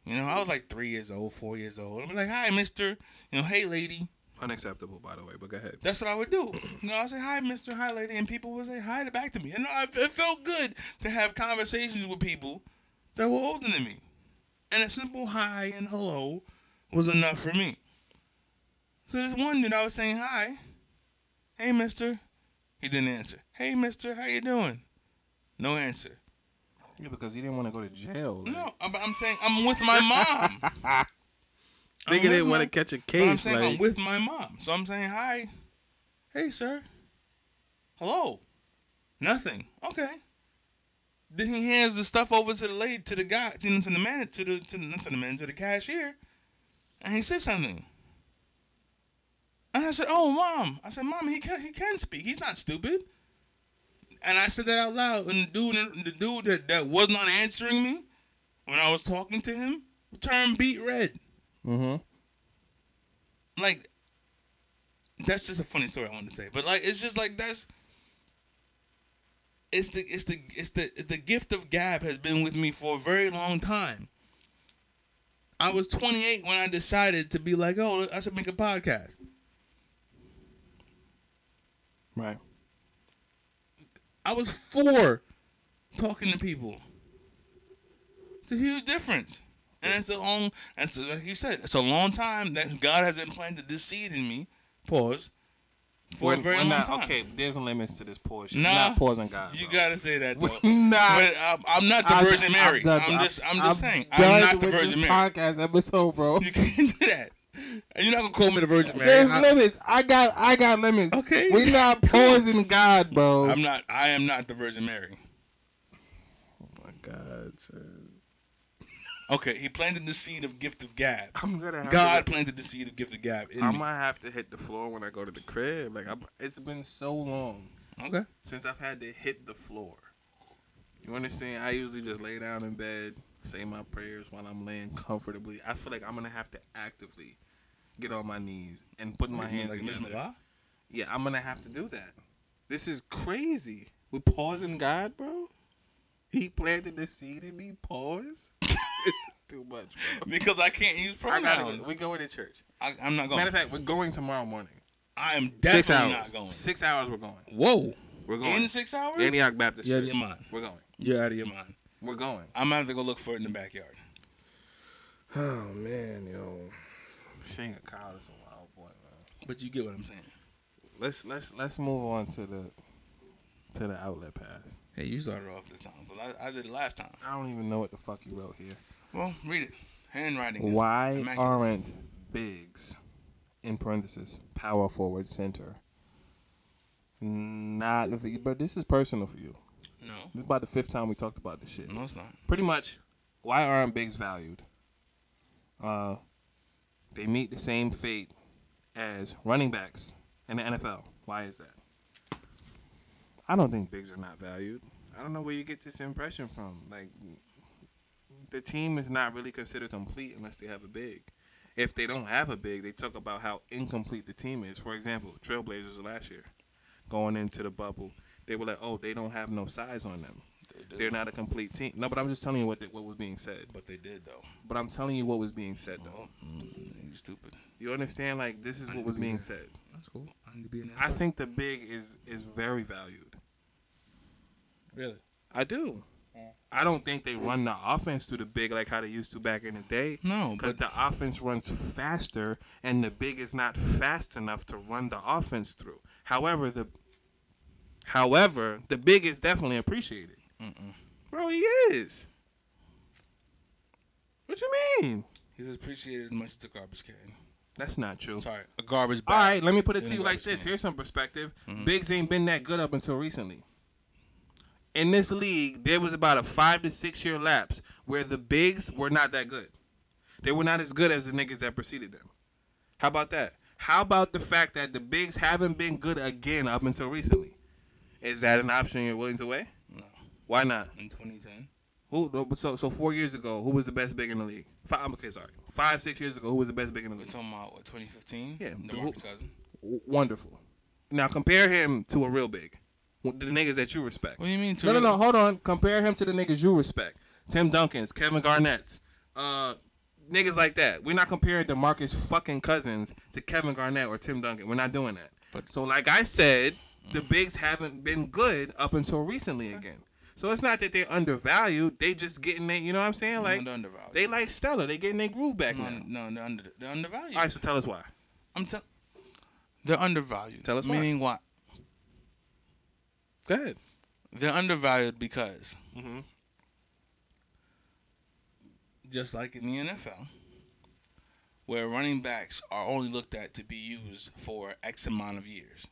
[SPEAKER 1] You know, I was like three years old, four years old. I'd be like, "Hi, Mister," you know, "Hey, Lady."
[SPEAKER 4] Unacceptable, by the way. But go ahead.
[SPEAKER 1] That's what I would do. You know, I say hi, Mister, hi, Lady, and people would say hi back to me. And I, it felt good to have conversations with people that were older than me, and a simple hi and hello was enough for me. So this one dude, I was saying hi, hey, Mister, he didn't answer. Hey, Mister, how you doing? No answer.
[SPEAKER 4] Yeah, because he didn't want to go to jail. like-
[SPEAKER 1] No, I'm, I'm saying I'm with my mom. with
[SPEAKER 4] Nigga didn't want
[SPEAKER 1] my-
[SPEAKER 4] to catch a
[SPEAKER 1] But I'm
[SPEAKER 4] case.
[SPEAKER 1] saying
[SPEAKER 4] like-
[SPEAKER 1] I'm with my mom. So I'm saying, hi. Hey, sir. Hello. Nothing. Okay. Then he hands the stuff over to the lady, to the guy, to, the- to the man, to the to, the- not to the man, to the cashier, and he says something. And I said, "Oh, mom." I said, "Mom, he can he can speak. He's not stupid." And I said that out loud, and the dude, the dude that, that was not answering me when I was talking to him, turned beat red like that's just a funny story I wanted to say. But like it's just like that's it's the it's the it's the it's the gift of gab has been with me for a very long time. I was 28 when I decided to be like, oh, I should make a podcast.
[SPEAKER 4] Right.
[SPEAKER 1] I was four talking to people. It's a huge difference. And it's a long, it's a, like you said, it's a long time that God has implanted this seed in me. Pause. For a
[SPEAKER 4] We're-
[SPEAKER 1] very
[SPEAKER 4] we're
[SPEAKER 1] long
[SPEAKER 4] not,
[SPEAKER 1] time.
[SPEAKER 4] Okay, there's limits to this portion.
[SPEAKER 1] Nah,
[SPEAKER 4] Nah, not pausing God.
[SPEAKER 1] You
[SPEAKER 4] bro.
[SPEAKER 1] gotta say that though.
[SPEAKER 4] We're not-
[SPEAKER 1] But I'm, I'm not the
[SPEAKER 4] I'm-
[SPEAKER 1] Virgin
[SPEAKER 4] I'm
[SPEAKER 1] Mary. I'm,
[SPEAKER 4] done-
[SPEAKER 1] just, I'm just saying. I'm
[SPEAKER 4] done
[SPEAKER 1] not the
[SPEAKER 4] with
[SPEAKER 1] Virgin Mary.
[SPEAKER 4] this podcast episode, bro.
[SPEAKER 1] You can't do that. And you're not gonna call me the Virgin Mary.
[SPEAKER 4] There's
[SPEAKER 1] I,
[SPEAKER 4] limits. I got, I got limits.
[SPEAKER 1] Okay.
[SPEAKER 4] we're not pausing God, bro.
[SPEAKER 1] I'm not. I am not the Virgin Mary.
[SPEAKER 4] Oh my God, son.
[SPEAKER 1] Okay, he planted the seed of gift of gab.
[SPEAKER 4] I'm gonna have
[SPEAKER 1] God
[SPEAKER 4] To,
[SPEAKER 1] planted the seed of gift of gab in
[SPEAKER 4] I
[SPEAKER 1] me.
[SPEAKER 4] might have to hit the floor when I go to the crib. Like, I'm, it's been so long
[SPEAKER 1] Okay.
[SPEAKER 4] since I've had to hit the floor. You understand? I usually just lay down in bed, say my prayers while I'm laying comfortably. I feel like I'm gonna have to actively get on my knees and put my hands
[SPEAKER 1] like
[SPEAKER 4] together.
[SPEAKER 1] Bismillah.
[SPEAKER 4] Yeah, I'm gonna have to do that. This is crazy. We're pausing God, bro. He planted the seed in me. Pause. this is too much, bro.
[SPEAKER 1] Because I can't use
[SPEAKER 4] I
[SPEAKER 1] pronouns.
[SPEAKER 4] gotta go. We're going to church.
[SPEAKER 1] I, I'm not going.
[SPEAKER 4] Matter of fact, we're going tomorrow morning.
[SPEAKER 1] I am definitely
[SPEAKER 4] Six hours.
[SPEAKER 1] not going.
[SPEAKER 4] Six hours. We're going.
[SPEAKER 1] Whoa.
[SPEAKER 4] We're going.
[SPEAKER 1] In six hours?
[SPEAKER 4] Antioch Baptist
[SPEAKER 1] You're out
[SPEAKER 4] Church.
[SPEAKER 1] of your mind.
[SPEAKER 4] We're going.
[SPEAKER 1] You're out of your mind.
[SPEAKER 4] We're going.
[SPEAKER 1] I'm gonna have to go look for it in the backyard.
[SPEAKER 4] Oh man, yo. Seeing a cow is a wild boy, man.
[SPEAKER 1] But you get what I'm saying.
[SPEAKER 4] Let's let's let's move on to the to the outlet pass.
[SPEAKER 1] Hey, you started off this time because I, I did it last time.
[SPEAKER 4] I don't even know what the fuck you wrote here.
[SPEAKER 1] Well, read it. Handwriting. is
[SPEAKER 4] Why
[SPEAKER 1] immaculate.
[SPEAKER 4] aren't bigs, in parentheses, power forward center? Not, if- but this is personal for you.
[SPEAKER 1] No.
[SPEAKER 4] This is about the fifth time we talked about this shit.
[SPEAKER 1] No, it's not.
[SPEAKER 4] Pretty much, why aren't bigs valued? Uh, they meet the same fate as running backs in the NFL. Why is that? I don't think bigs are not valued. I don't know where you get this impression from. Like, the team is not really considered complete unless they have a big. If they don't have a big, they talk about how incomplete the team is. For example, Trailblazers last year, going into the bubble, they were like, "Oh, they don't have no size on them."
[SPEAKER 5] did.
[SPEAKER 4] They're not a complete team. No, but I'm just telling you what the, what was being said.
[SPEAKER 5] But they did though. Uh-huh.
[SPEAKER 4] But I'm telling you what was being said though.
[SPEAKER 5] You stupid.
[SPEAKER 4] You understand? Like this is what was being said.
[SPEAKER 5] That's cool. I need to be in that.
[SPEAKER 4] I think the big is is very valued.
[SPEAKER 5] really.
[SPEAKER 4] I do. I don't think they run the offense through the big like how they used to back in the day.
[SPEAKER 5] No,
[SPEAKER 4] because the offense runs faster, and the big is not fast enough to run the offense through. However, the however the big is definitely appreciated. Bro, he is. What you mean?
[SPEAKER 5] He's appreciated as much as a garbage can.
[SPEAKER 4] That's not true.
[SPEAKER 5] Sorry, a garbage bag.
[SPEAKER 4] All right, let me put it to you like
[SPEAKER 5] Garbage
[SPEAKER 4] this.
[SPEAKER 5] can.
[SPEAKER 4] Here's some perspective. Bigs ain't been that good up until recently. In this league, there was about a five to six year lapse where the bigs were not that good. They were not as good as the niggas that preceded them. How about that? How about the fact that the bigs haven't been good again up until recently? Is that an option you're willing to weigh?
[SPEAKER 5] No.
[SPEAKER 4] Why not?
[SPEAKER 5] In 2010,
[SPEAKER 4] Who? no, but So so four years ago, who was the best big in the league? Five. Okay, sorry. Five six years ago, who was the best big in the
[SPEAKER 5] we're
[SPEAKER 4] league?
[SPEAKER 5] talking about what 2015.
[SPEAKER 4] Yeah, the who-
[SPEAKER 5] DeMarcus Cousins.
[SPEAKER 4] w- wonderful. Now compare him to a real big, W- the niggas that you respect.
[SPEAKER 5] What do you mean to
[SPEAKER 4] no, no,
[SPEAKER 5] real-
[SPEAKER 4] no. Hold on. Compare him to the niggas you respect. Tim Duncan's, Kevin Garnett's, uh, niggas like that. We're not comparing Demarcus fucking Cousins to Kevin Garnett or Tim Duncan. We're not doing that. so, like I said, the bigs haven't been good up until recently again. So it's not that they're undervalued. They just getting they, you know what I'm saying? Like
[SPEAKER 5] they're undervalued.
[SPEAKER 4] they like Stella. They getting their groove back
[SPEAKER 5] No,
[SPEAKER 4] now.
[SPEAKER 5] no, they're under. They're undervalued.
[SPEAKER 4] All right, so tell us why.
[SPEAKER 5] I'm tell. They're undervalued.
[SPEAKER 4] Tell us why.
[SPEAKER 5] Meaning why?
[SPEAKER 4] Go ahead. Mm-hmm.
[SPEAKER 5] They're undervalued because. Just like in the NFL, where running backs are only looked at to be used for X amount of years.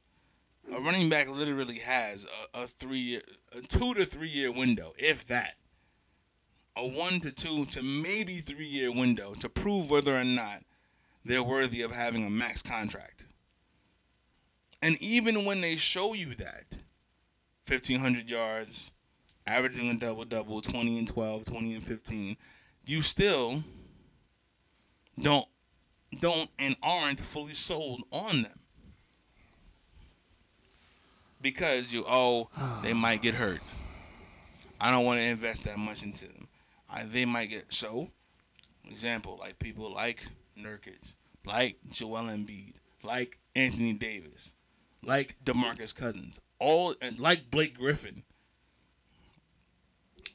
[SPEAKER 5] A running back literally has a, a three year, a two to three year window, if that. A one to two to maybe three year window to prove whether or not they're worthy of having a max contract. And even when they show you that, 1,500 yards, averaging a double double, 20 and 12, 20 and 15, you still don't don't and aren't fully sold on them. Because you oh, they might get hurt. I don't want to invest that much into them. I, they might get so. Example like people like Nurkic, like Joel Embiid, like Anthony Davis like DeMarcus Cousins, all and like Blake Griffin.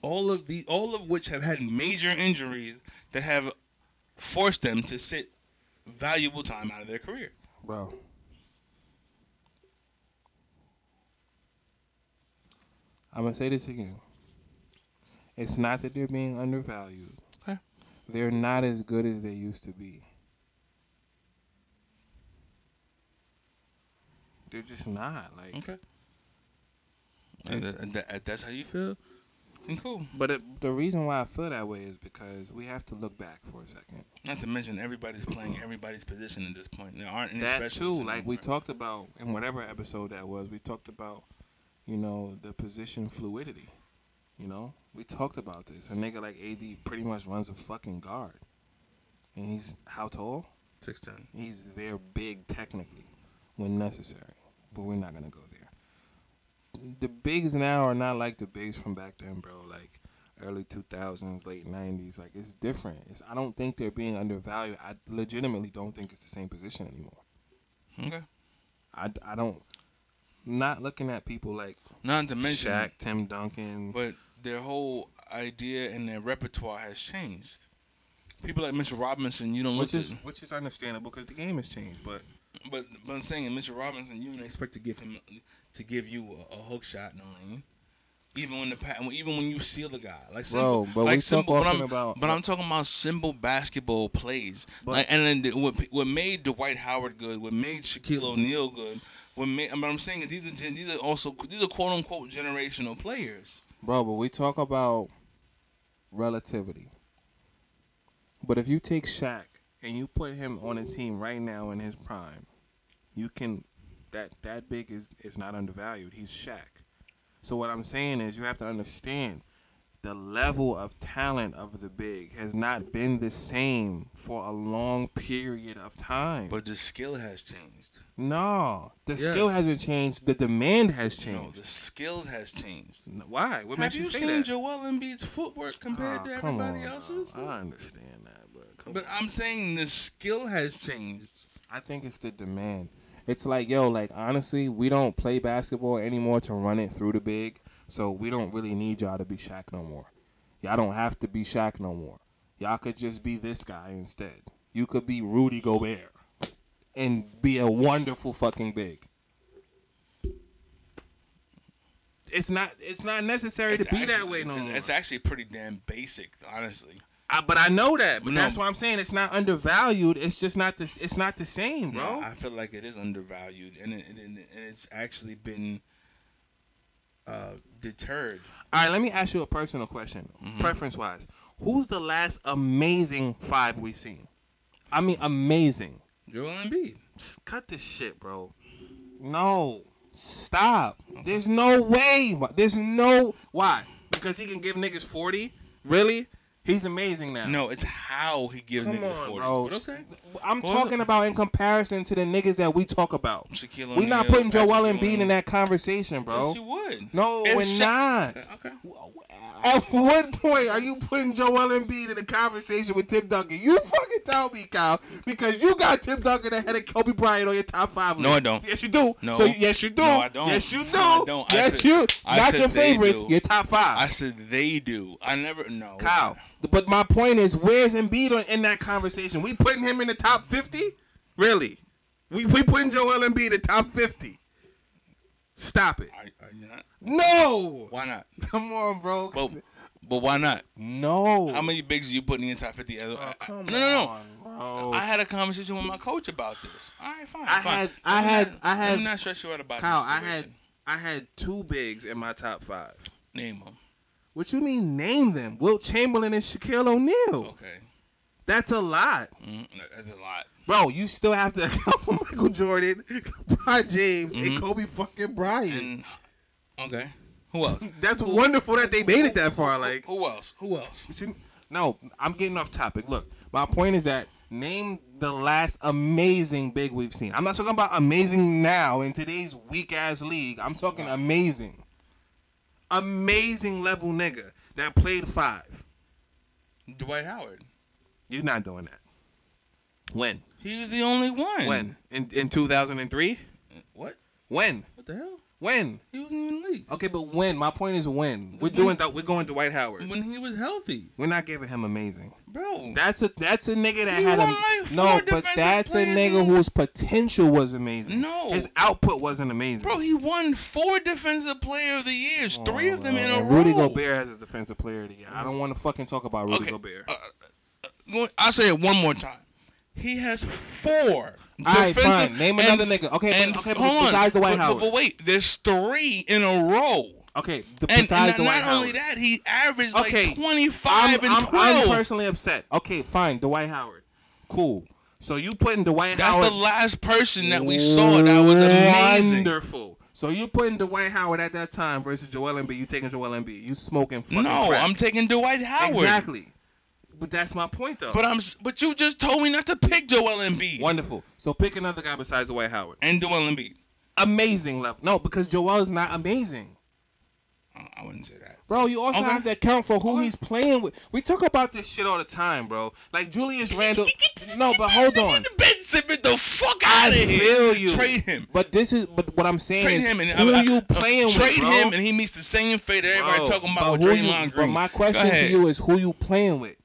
[SPEAKER 5] All of the all of which have had major injuries that have forced them to sit valuable time out of their career.
[SPEAKER 4] Bro. I'm gonna say this again. It's not that they're being undervalued.
[SPEAKER 5] Okay.
[SPEAKER 4] They're not as good as they used to be. They're just not like.
[SPEAKER 5] Okay. And, tha- and tha- if that's how you feel, then cool.
[SPEAKER 4] But it, the reason why I feel that way is because we have to look back for a second.
[SPEAKER 5] Not to mention everybody's playing everybody's position at this point. There aren't any
[SPEAKER 4] that
[SPEAKER 5] specialists
[SPEAKER 4] too. Like we
[SPEAKER 5] anymore.
[SPEAKER 4] talked about in whatever episode that was, we talked about, you know, the position fluidity. You know, we talked about this. A nigga like AD pretty much runs a fucking guard, and he's how tall?
[SPEAKER 5] 6'10.
[SPEAKER 4] He's there big technically, when necessary. But we're not gonna go there. The bigs now are not like the bigs from back then, bro. Like early two thousands, late nineties. Like it's different. It's I don't think they're being undervalued. I legitimately don't think it's the same position anymore.
[SPEAKER 5] Okay.
[SPEAKER 4] I, I don't not looking at people like
[SPEAKER 5] Not to mention
[SPEAKER 4] Shaq, Tim Duncan.
[SPEAKER 5] but their whole idea and their repertoire has changed. People like Mitchell Robinson, you don't look
[SPEAKER 4] which is
[SPEAKER 5] to,
[SPEAKER 4] which is understandable because the game has changed. But
[SPEAKER 5] but but I'm saying Mitchell Robinson, you don't expect to give him to give you a, a hook shot in the lane, even when the pa- even when you seal the guy like simple,
[SPEAKER 4] Bro, but we
[SPEAKER 5] like
[SPEAKER 4] talk
[SPEAKER 5] simple, but
[SPEAKER 4] often
[SPEAKER 5] I'm,
[SPEAKER 4] about-
[SPEAKER 5] but I'm talking about uh, simple basketball plays.
[SPEAKER 4] But-
[SPEAKER 5] like, and then the, what what made Dwight Howard good, what made Shaquille O'Neal good, what made but I'm saying is these are gen- these are also these are quote unquote generational players.
[SPEAKER 4] bro, but we talk about relativity. But if you take Shaq and you put him on a team right now in his prime, you can that that big is is not undervalued. He's Shaq. So what I'm saying is you have to understand the level of talent of the big has not been the same for a long period of time.
[SPEAKER 1] But the skill has changed.
[SPEAKER 4] no, the skill
[SPEAKER 1] Yes.
[SPEAKER 4] hasn't changed. The demand has
[SPEAKER 1] No,
[SPEAKER 4] changed.
[SPEAKER 1] the skill has changed.
[SPEAKER 4] N- Why?
[SPEAKER 1] Have
[SPEAKER 4] What makes you,
[SPEAKER 1] you
[SPEAKER 4] say
[SPEAKER 1] seen
[SPEAKER 4] that?
[SPEAKER 1] Joel Embiid's footwork compared
[SPEAKER 4] Ah,
[SPEAKER 1] to
[SPEAKER 4] come
[SPEAKER 1] everybody
[SPEAKER 4] on,
[SPEAKER 1] else's?
[SPEAKER 4] bro. I understand that, but come
[SPEAKER 1] But
[SPEAKER 4] on.
[SPEAKER 1] I'm saying the skill has changed.
[SPEAKER 4] I think it's the demand. It's like, yo, like honestly, we don't play basketball anymore to run it through the big, so we don't really need y'all to be Shaq no more. Y'all don't have to be Shaq no more. Y'all could just be this guy instead. You could be Rudy Gobert and be a wonderful fucking big. It's not. It's not necessary to be that
[SPEAKER 1] actually-
[SPEAKER 4] way no
[SPEAKER 1] it's,
[SPEAKER 4] more.
[SPEAKER 1] It's actually pretty damn basic, honestly.
[SPEAKER 4] I, but I know that. But
[SPEAKER 1] No.
[SPEAKER 4] that's why I'm saying it's not undervalued. It's just not this. It's not the same, bro.
[SPEAKER 1] No, I feel like it is undervalued, and it, and, it- and it's actually been uh, deterred.
[SPEAKER 4] All right, let me ask you a personal question,
[SPEAKER 1] Mm-hmm.
[SPEAKER 4] preference wise. Who's the last amazing five we've seen? I mean, amazing.
[SPEAKER 1] Joel Embiid.
[SPEAKER 4] Just cut this shit, bro. No, stop. There's no way. There's no why. Because he can give niggas forty. Really? He's amazing now.
[SPEAKER 1] No, it's how he gives
[SPEAKER 4] Come
[SPEAKER 1] niggas
[SPEAKER 4] on,
[SPEAKER 1] forty.
[SPEAKER 4] bro.
[SPEAKER 1] But okay.
[SPEAKER 4] I'm
[SPEAKER 1] Well,
[SPEAKER 4] talking
[SPEAKER 1] look-
[SPEAKER 4] about in comparison to the niggas that we talk about.
[SPEAKER 1] Shaquille
[SPEAKER 4] We're not
[SPEAKER 1] O'Neal,
[SPEAKER 4] putting Joel
[SPEAKER 1] Patrick
[SPEAKER 4] Embiid in
[SPEAKER 1] Ewing.
[SPEAKER 4] that conversation, bro.
[SPEAKER 1] Yes, you would.
[SPEAKER 4] No,
[SPEAKER 1] If
[SPEAKER 4] we're
[SPEAKER 1] Sha-
[SPEAKER 4] not.
[SPEAKER 1] Okay.
[SPEAKER 4] At what point are you putting Joel Embiid in a conversation with Tim Duncan? You fucking tell me, Kyle, because you got Tim Duncan ahead of Kobe Bryant on your top five.
[SPEAKER 1] No,
[SPEAKER 4] list.
[SPEAKER 1] I don't.
[SPEAKER 4] Yes, you do.
[SPEAKER 1] No.
[SPEAKER 4] So yes, you do.
[SPEAKER 1] No, I don't.
[SPEAKER 4] Yes, you do.
[SPEAKER 1] No, I don't. I
[SPEAKER 4] Yes,
[SPEAKER 1] said-
[SPEAKER 4] you.
[SPEAKER 1] I
[SPEAKER 4] Not
[SPEAKER 1] said
[SPEAKER 4] your
[SPEAKER 1] they
[SPEAKER 4] favorites.
[SPEAKER 1] do.
[SPEAKER 4] Your top five.
[SPEAKER 1] I said they do. I never. No.
[SPEAKER 4] Kyle. But my point is, where's Embiid on, in that conversation? We putting him in the top fifty? Really? We we putting Joel Embiid in the top fifty? Stop it.
[SPEAKER 1] Are, are you not?
[SPEAKER 4] No.
[SPEAKER 1] Why not?
[SPEAKER 4] Come on, bro.
[SPEAKER 1] But but why not?
[SPEAKER 4] no.
[SPEAKER 1] How many bigs are you putting in your top fifty? as- I- I-
[SPEAKER 4] Come
[SPEAKER 1] no, no, no.
[SPEAKER 4] on, bro.
[SPEAKER 1] I had a conversation with my coach about this. All right, fine.
[SPEAKER 4] I
[SPEAKER 1] fine.
[SPEAKER 4] had- I
[SPEAKER 1] Let me
[SPEAKER 4] had-
[SPEAKER 1] not-
[SPEAKER 4] I
[SPEAKER 1] Let
[SPEAKER 4] had-
[SPEAKER 1] me not stress you out about
[SPEAKER 4] Kyle,
[SPEAKER 1] this
[SPEAKER 4] I had
[SPEAKER 1] situation.
[SPEAKER 4] I had two bigs in my top five.
[SPEAKER 1] name them.
[SPEAKER 4] What you mean name them? Wilt Chamberlain and Shaquille O'Neal.
[SPEAKER 1] Okay,
[SPEAKER 4] That's a lot.
[SPEAKER 1] mm, that's a lot.
[SPEAKER 4] Bro, you still have to account for Michael Jordan, LeBron James, and Kobe fucking Bryant.
[SPEAKER 1] And okay, who else?
[SPEAKER 4] That's wonderful that they made it that far. Like
[SPEAKER 1] Who else? Who else?
[SPEAKER 4] But you- No, I'm getting off topic. Look, my point is that name the last amazing big we've seen. I'm not talking about amazing now in today's weak ass league. I'm talking amazing. Amazing level nigga that played five.
[SPEAKER 1] Dwight Howard.
[SPEAKER 4] You're not doing that. When?
[SPEAKER 1] He was the only one.
[SPEAKER 4] When? In in 2003?
[SPEAKER 1] What?
[SPEAKER 4] When?
[SPEAKER 1] What the hell?
[SPEAKER 4] When?
[SPEAKER 1] He wasn't even in the league
[SPEAKER 4] Okay, but when? My point is when. We're doing that. We're going Dwight Howard.
[SPEAKER 1] when he was healthy,
[SPEAKER 4] We're not giving him amazing.
[SPEAKER 1] bro.
[SPEAKER 4] That's a that's a nigga that
[SPEAKER 1] He
[SPEAKER 4] had a
[SPEAKER 1] won, like, four
[SPEAKER 4] no, but
[SPEAKER 1] defensive
[SPEAKER 4] that's a
[SPEAKER 1] players
[SPEAKER 4] nigga
[SPEAKER 1] in-
[SPEAKER 4] whose potential was amazing.
[SPEAKER 1] No.
[SPEAKER 4] his output wasn't amazing.
[SPEAKER 1] bro, Oh, he won four Defensive Player of the Years, three of them in a
[SPEAKER 4] And
[SPEAKER 1] row.
[SPEAKER 4] Oh, Rudy Gobert has a defensive player of the year. I don't want to fucking talk about Rudy
[SPEAKER 1] Okay,
[SPEAKER 4] Gobert.
[SPEAKER 1] uh, Go- I'll say it one more time. He has four.
[SPEAKER 4] All right,
[SPEAKER 1] defensive-
[SPEAKER 4] fine. Name another nigga. Okay, but- okay, but besides Dwight
[SPEAKER 1] but, but-
[SPEAKER 4] Howard.
[SPEAKER 1] But wait, there's three in a row.
[SPEAKER 4] okay, the,
[SPEAKER 1] And,
[SPEAKER 4] besides
[SPEAKER 1] and
[SPEAKER 4] Dwight
[SPEAKER 1] not
[SPEAKER 4] Howard.
[SPEAKER 1] only that, he averaged
[SPEAKER 4] Okay,
[SPEAKER 1] like 25
[SPEAKER 4] I'm,
[SPEAKER 1] and
[SPEAKER 4] I'm-
[SPEAKER 1] 12.
[SPEAKER 4] I'm personally upset. Okay, fine, Dwight Howard, cool. So you putting Dwight
[SPEAKER 1] That's
[SPEAKER 4] Howard?
[SPEAKER 1] the last person that we saw that was amazing.
[SPEAKER 4] Wonderful. So you putting Dwight Howard at that time versus Joel Embiid. You taking Joel Embiid. You smoking fucking
[SPEAKER 1] No,
[SPEAKER 4] crack.
[SPEAKER 1] I'm taking Dwight Howard.
[SPEAKER 4] Exactly. But that's my point, though.
[SPEAKER 1] But I'm. s- But you just told me not to pick Joel Embiid.
[SPEAKER 4] Wonderful. So pick another guy besides Dwight Howard.
[SPEAKER 1] And Joel Embiid.
[SPEAKER 4] Amazing level. No, because Joel is not amazing.
[SPEAKER 1] I I wouldn't say that.
[SPEAKER 4] Bro, you also
[SPEAKER 1] Okay.
[SPEAKER 4] have to account for who he's playing with. We talk about this shit all the time, bro. Like Julius Randle. no, but hold on.
[SPEAKER 1] Ben Simmons, the fuck
[SPEAKER 4] I
[SPEAKER 1] out of here.
[SPEAKER 4] feel you.
[SPEAKER 1] Trade him.
[SPEAKER 4] But this is but what I'm saying
[SPEAKER 1] Trade
[SPEAKER 4] is
[SPEAKER 1] him and
[SPEAKER 4] who
[SPEAKER 1] I- I-
[SPEAKER 4] you
[SPEAKER 1] uh,
[SPEAKER 4] playing with,
[SPEAKER 1] Trade
[SPEAKER 4] bro?
[SPEAKER 1] him and he meets the same fate that everybody
[SPEAKER 4] Bro,
[SPEAKER 1] talking
[SPEAKER 4] Oh, but
[SPEAKER 1] about with
[SPEAKER 4] who
[SPEAKER 1] Draymond
[SPEAKER 4] you-
[SPEAKER 1] Green.
[SPEAKER 4] But my
[SPEAKER 1] Go
[SPEAKER 4] question to
[SPEAKER 1] ahead.
[SPEAKER 4] you is who you playing with?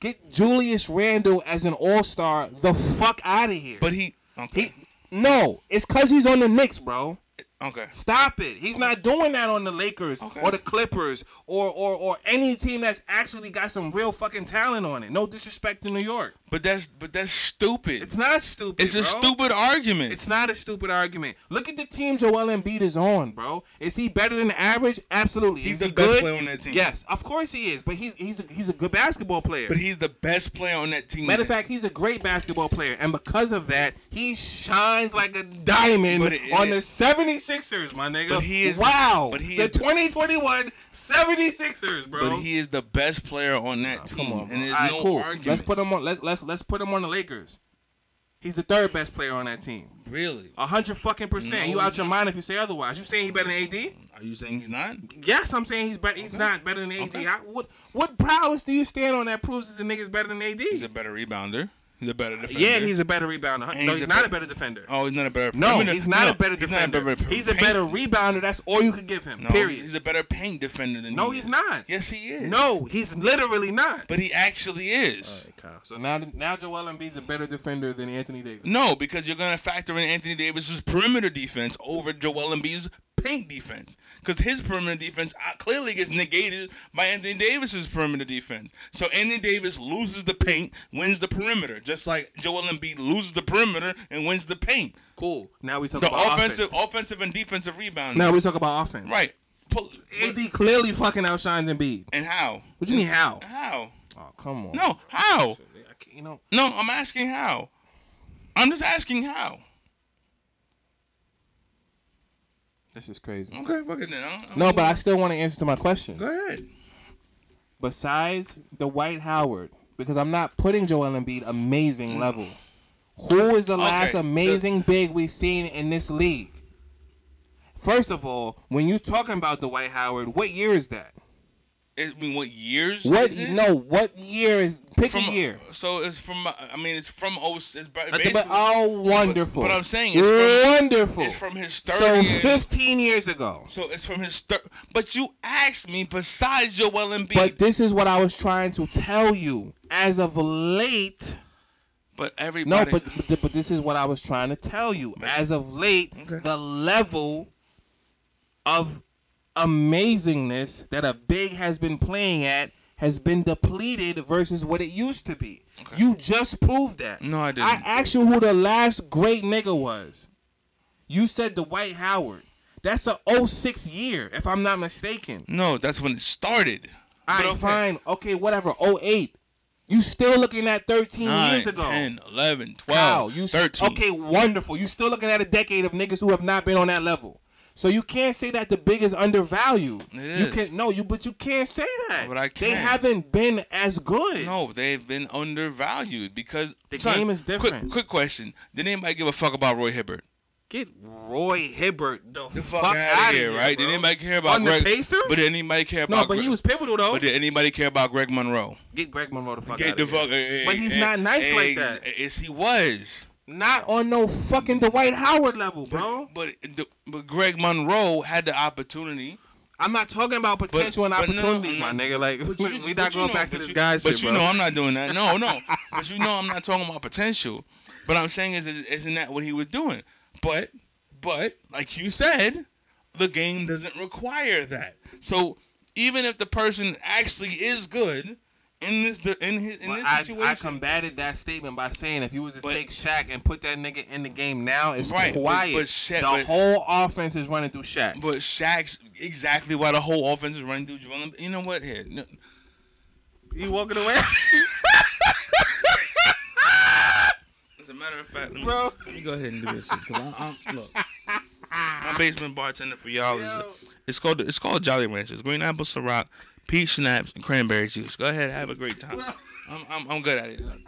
[SPEAKER 4] Get Julius Randle as an all star the fuck out of here.
[SPEAKER 1] but he okay.
[SPEAKER 4] he no, it's cause he's on the Knicks, bro.
[SPEAKER 1] okay.
[SPEAKER 4] Stop it. He's not doing that on the Lakers
[SPEAKER 1] Okay.
[SPEAKER 4] or the Clippers or, or or any team that's actually got some real fucking talent on it. No disrespect to New York.
[SPEAKER 1] But that's but that's stupid.
[SPEAKER 4] It's not stupid.
[SPEAKER 1] It's a
[SPEAKER 4] bro.
[SPEAKER 1] stupid argument.
[SPEAKER 4] It's not a stupid argument. Look at the team Joel Embiid is on, bro. Is he better than average? Absolutely.
[SPEAKER 1] He's
[SPEAKER 4] Is
[SPEAKER 1] the
[SPEAKER 4] he
[SPEAKER 1] best
[SPEAKER 4] good?
[SPEAKER 1] player on that team.
[SPEAKER 4] Yes, of course he is. But he's he's a, he's a good basketball player.
[SPEAKER 1] but he's the best player on that team.
[SPEAKER 4] Matter of fact, he's a great basketball player, and because of that, he shines like a diamond
[SPEAKER 1] But it-
[SPEAKER 4] on
[SPEAKER 1] it-
[SPEAKER 4] the 76ers, my nigga.
[SPEAKER 1] But he is-
[SPEAKER 4] wow.
[SPEAKER 1] but he
[SPEAKER 4] the
[SPEAKER 1] is-
[SPEAKER 4] 2021 76ers, bro.
[SPEAKER 1] but he is the best player on that team,
[SPEAKER 4] Come on, bro.
[SPEAKER 1] and there's
[SPEAKER 4] All right,
[SPEAKER 1] no
[SPEAKER 4] cool.
[SPEAKER 1] argument.
[SPEAKER 4] Let's put him on. Let, let's let's put him on the Lakers. He's the third best player on that team.
[SPEAKER 1] really?
[SPEAKER 4] A hundred fucking percent.
[SPEAKER 1] No,
[SPEAKER 4] you out
[SPEAKER 1] he's
[SPEAKER 4] your mind if you say otherwise. You saying he better than AD?
[SPEAKER 1] Are you saying he's not?
[SPEAKER 4] Yes, I'm saying he's better. He's not better than AD.
[SPEAKER 1] Okay.
[SPEAKER 4] I- what what prowess do you stand on that proves that the nigga's better than AD?
[SPEAKER 1] He's a better rebounder. He's a better defender.
[SPEAKER 4] yeah, he's a better rebounder. no,
[SPEAKER 1] he's
[SPEAKER 4] he's,
[SPEAKER 1] a
[SPEAKER 4] not
[SPEAKER 1] better-
[SPEAKER 4] a better defender.
[SPEAKER 1] Oh, he's not a better.
[SPEAKER 4] No,
[SPEAKER 1] I mean,
[SPEAKER 4] he's not
[SPEAKER 1] no,
[SPEAKER 4] a better
[SPEAKER 1] he's
[SPEAKER 4] defender.
[SPEAKER 1] Not a better,
[SPEAKER 4] he's a
[SPEAKER 1] paint-
[SPEAKER 4] better rebounder. That's all you could give him.
[SPEAKER 1] No,
[SPEAKER 4] period.
[SPEAKER 1] He's a better paint defender than.
[SPEAKER 4] no,
[SPEAKER 1] he
[SPEAKER 4] he's
[SPEAKER 1] is.
[SPEAKER 4] not.
[SPEAKER 1] Yes, he is.
[SPEAKER 4] No, he's literally not.
[SPEAKER 1] but he actually is.
[SPEAKER 4] So now, now Joel Embiid's a better defender than Anthony Davis.
[SPEAKER 1] No, because you're gonna factor in Anthony Davis's perimeter defense over Joel Embiid's paint defense. Because his perimeter defense uh, clearly gets negated by Anthony Davis's perimeter defense. So Anthony Davis loses the paint, wins the perimeter, just like Joel Embiid loses the perimeter and wins the paint.
[SPEAKER 4] Cool. Now we talk
[SPEAKER 1] The
[SPEAKER 4] about
[SPEAKER 1] offensive,
[SPEAKER 4] offense.
[SPEAKER 1] offensive and defensive rebound.
[SPEAKER 4] Now we talk about offense.
[SPEAKER 1] right. Pull,
[SPEAKER 4] AD clearly fucking outshines Embiid.
[SPEAKER 1] and how?
[SPEAKER 4] What do you mean how?
[SPEAKER 1] How?
[SPEAKER 4] Oh come on.
[SPEAKER 1] No, how?
[SPEAKER 4] I can't- you know.
[SPEAKER 1] No, I'm asking how. I'm just asking how.
[SPEAKER 4] This is crazy.
[SPEAKER 1] Okay, fuck it then. I don't- I
[SPEAKER 4] No,
[SPEAKER 1] don't-
[SPEAKER 4] but I still want to answer to my question.
[SPEAKER 1] go ahead.
[SPEAKER 4] Besides the White Howard, because I'm not putting Joel Embiid amazing level. Who is the last
[SPEAKER 1] Mm. the-
[SPEAKER 4] amazing big we've seen in this league? First of all, when you talking about the White Howard, what year is that?
[SPEAKER 1] I mean, what years?
[SPEAKER 4] What
[SPEAKER 1] is it?
[SPEAKER 4] no? What year is pick
[SPEAKER 1] from
[SPEAKER 4] a year?
[SPEAKER 1] So it's from. I mean, it's from. O- It's ba- basically.
[SPEAKER 4] But oh, wonderful!
[SPEAKER 1] but I'm saying it's from-
[SPEAKER 4] wonderful.
[SPEAKER 1] it's from his third
[SPEAKER 4] so
[SPEAKER 1] year.
[SPEAKER 4] 15 years ago.
[SPEAKER 1] so it's from his third. But you asked me besides Joel Embiid.
[SPEAKER 4] But this is what I was trying to tell you. As of late,
[SPEAKER 1] but
[SPEAKER 4] no,
[SPEAKER 1] everybody.
[SPEAKER 4] but th- but this is what I was trying to tell you. As of late, the level of amazingness that a big has been playing at has been depleted versus what it used to be. You just proved that.
[SPEAKER 1] No, I
[SPEAKER 4] I
[SPEAKER 1] didn't.
[SPEAKER 4] asked you who the last great nigga was. You said Dwight Howard. That's a 06 year, if I'm not mistaken.
[SPEAKER 1] no, that's when it started.
[SPEAKER 4] All
[SPEAKER 1] But
[SPEAKER 4] right,
[SPEAKER 1] okay.
[SPEAKER 4] fine. Okay, whatever. 08. You still looking at 13
[SPEAKER 1] Nine,
[SPEAKER 4] years ago.
[SPEAKER 1] 10, 11, 12,
[SPEAKER 4] Wow, you s-
[SPEAKER 1] 13.
[SPEAKER 4] Okay, wonderful. You still looking at a decade of niggas who have not been on that level. So you can't say that the big is undervalued.
[SPEAKER 1] It
[SPEAKER 4] you
[SPEAKER 1] is.
[SPEAKER 4] can no, you but you can't say that.
[SPEAKER 1] But I
[SPEAKER 4] They
[SPEAKER 1] can.
[SPEAKER 4] haven't been as good.
[SPEAKER 1] No, they've been undervalued because
[SPEAKER 4] The game is
[SPEAKER 1] quick-
[SPEAKER 4] different.
[SPEAKER 1] Quick, question: Did anybody give a fuck about Roy Hibbert?
[SPEAKER 4] Get Roy Hibbert the,
[SPEAKER 1] The
[SPEAKER 4] fuck,
[SPEAKER 1] fuck,
[SPEAKER 4] out of here,
[SPEAKER 1] right?
[SPEAKER 4] bro.
[SPEAKER 1] Did anybody care about
[SPEAKER 4] on
[SPEAKER 1] Greg?
[SPEAKER 4] the Pacers?
[SPEAKER 1] But did anybody care about?
[SPEAKER 4] no, but he
[SPEAKER 1] Greg-
[SPEAKER 4] was pivotal though.
[SPEAKER 1] But did anybody care about Greg Monroe?
[SPEAKER 4] Get Greg Monroe the fuck
[SPEAKER 1] Get
[SPEAKER 4] out
[SPEAKER 1] the
[SPEAKER 4] of here.
[SPEAKER 1] fuck. eh, eh,
[SPEAKER 4] But he's
[SPEAKER 1] eh,
[SPEAKER 4] not nice
[SPEAKER 1] eh,
[SPEAKER 4] like
[SPEAKER 1] he's-
[SPEAKER 4] that.
[SPEAKER 1] Yes, he was.
[SPEAKER 4] Not on no fucking Dwight Howard level, bro.
[SPEAKER 1] But the, but Greg Monroe had the opportunity.
[SPEAKER 4] I'm not talking about potential and
[SPEAKER 1] but no,
[SPEAKER 4] opportunities,
[SPEAKER 1] no,
[SPEAKER 4] my nigga. Like
[SPEAKER 1] but you-
[SPEAKER 4] we
[SPEAKER 1] but
[SPEAKER 4] not
[SPEAKER 1] you
[SPEAKER 4] going
[SPEAKER 1] know-
[SPEAKER 4] back to
[SPEAKER 1] but
[SPEAKER 4] this
[SPEAKER 1] you-
[SPEAKER 4] guy
[SPEAKER 1] But
[SPEAKER 4] shit,
[SPEAKER 1] you
[SPEAKER 4] bro.
[SPEAKER 1] know I'm not doing that. No, no. but you know I'm not talking about potential. But I'm saying is is- isn't that what he was doing? But but like you said, the game doesn't require that. So even if the person actually is good in this in his in
[SPEAKER 4] But
[SPEAKER 1] this
[SPEAKER 4] I, I
[SPEAKER 1] situation,
[SPEAKER 4] combated that statement by saying if you was to
[SPEAKER 1] But-
[SPEAKER 4] take Shaq and put that nigga in the game now, it's
[SPEAKER 1] Right, but-
[SPEAKER 4] quiet.
[SPEAKER 1] but Shaq-
[SPEAKER 4] the
[SPEAKER 1] but-
[SPEAKER 4] whole offense is running through Shaq.
[SPEAKER 1] But Shaq's exactly why the whole offense is running through Joel. Embiid. You know what? Here, no,
[SPEAKER 4] you walking away,
[SPEAKER 1] as a matter of fact, let me,
[SPEAKER 4] bro.
[SPEAKER 1] let me go ahead and do this. shit, 'cause I- I'm- look, my basement bartender for y'all is
[SPEAKER 4] Yo.
[SPEAKER 1] it's called it's called Jolly Ranchers, green apple Ciroc, peach schnapps, and cranberry juice. Go ahead, have a great time. I'm I'm, I'm good at it.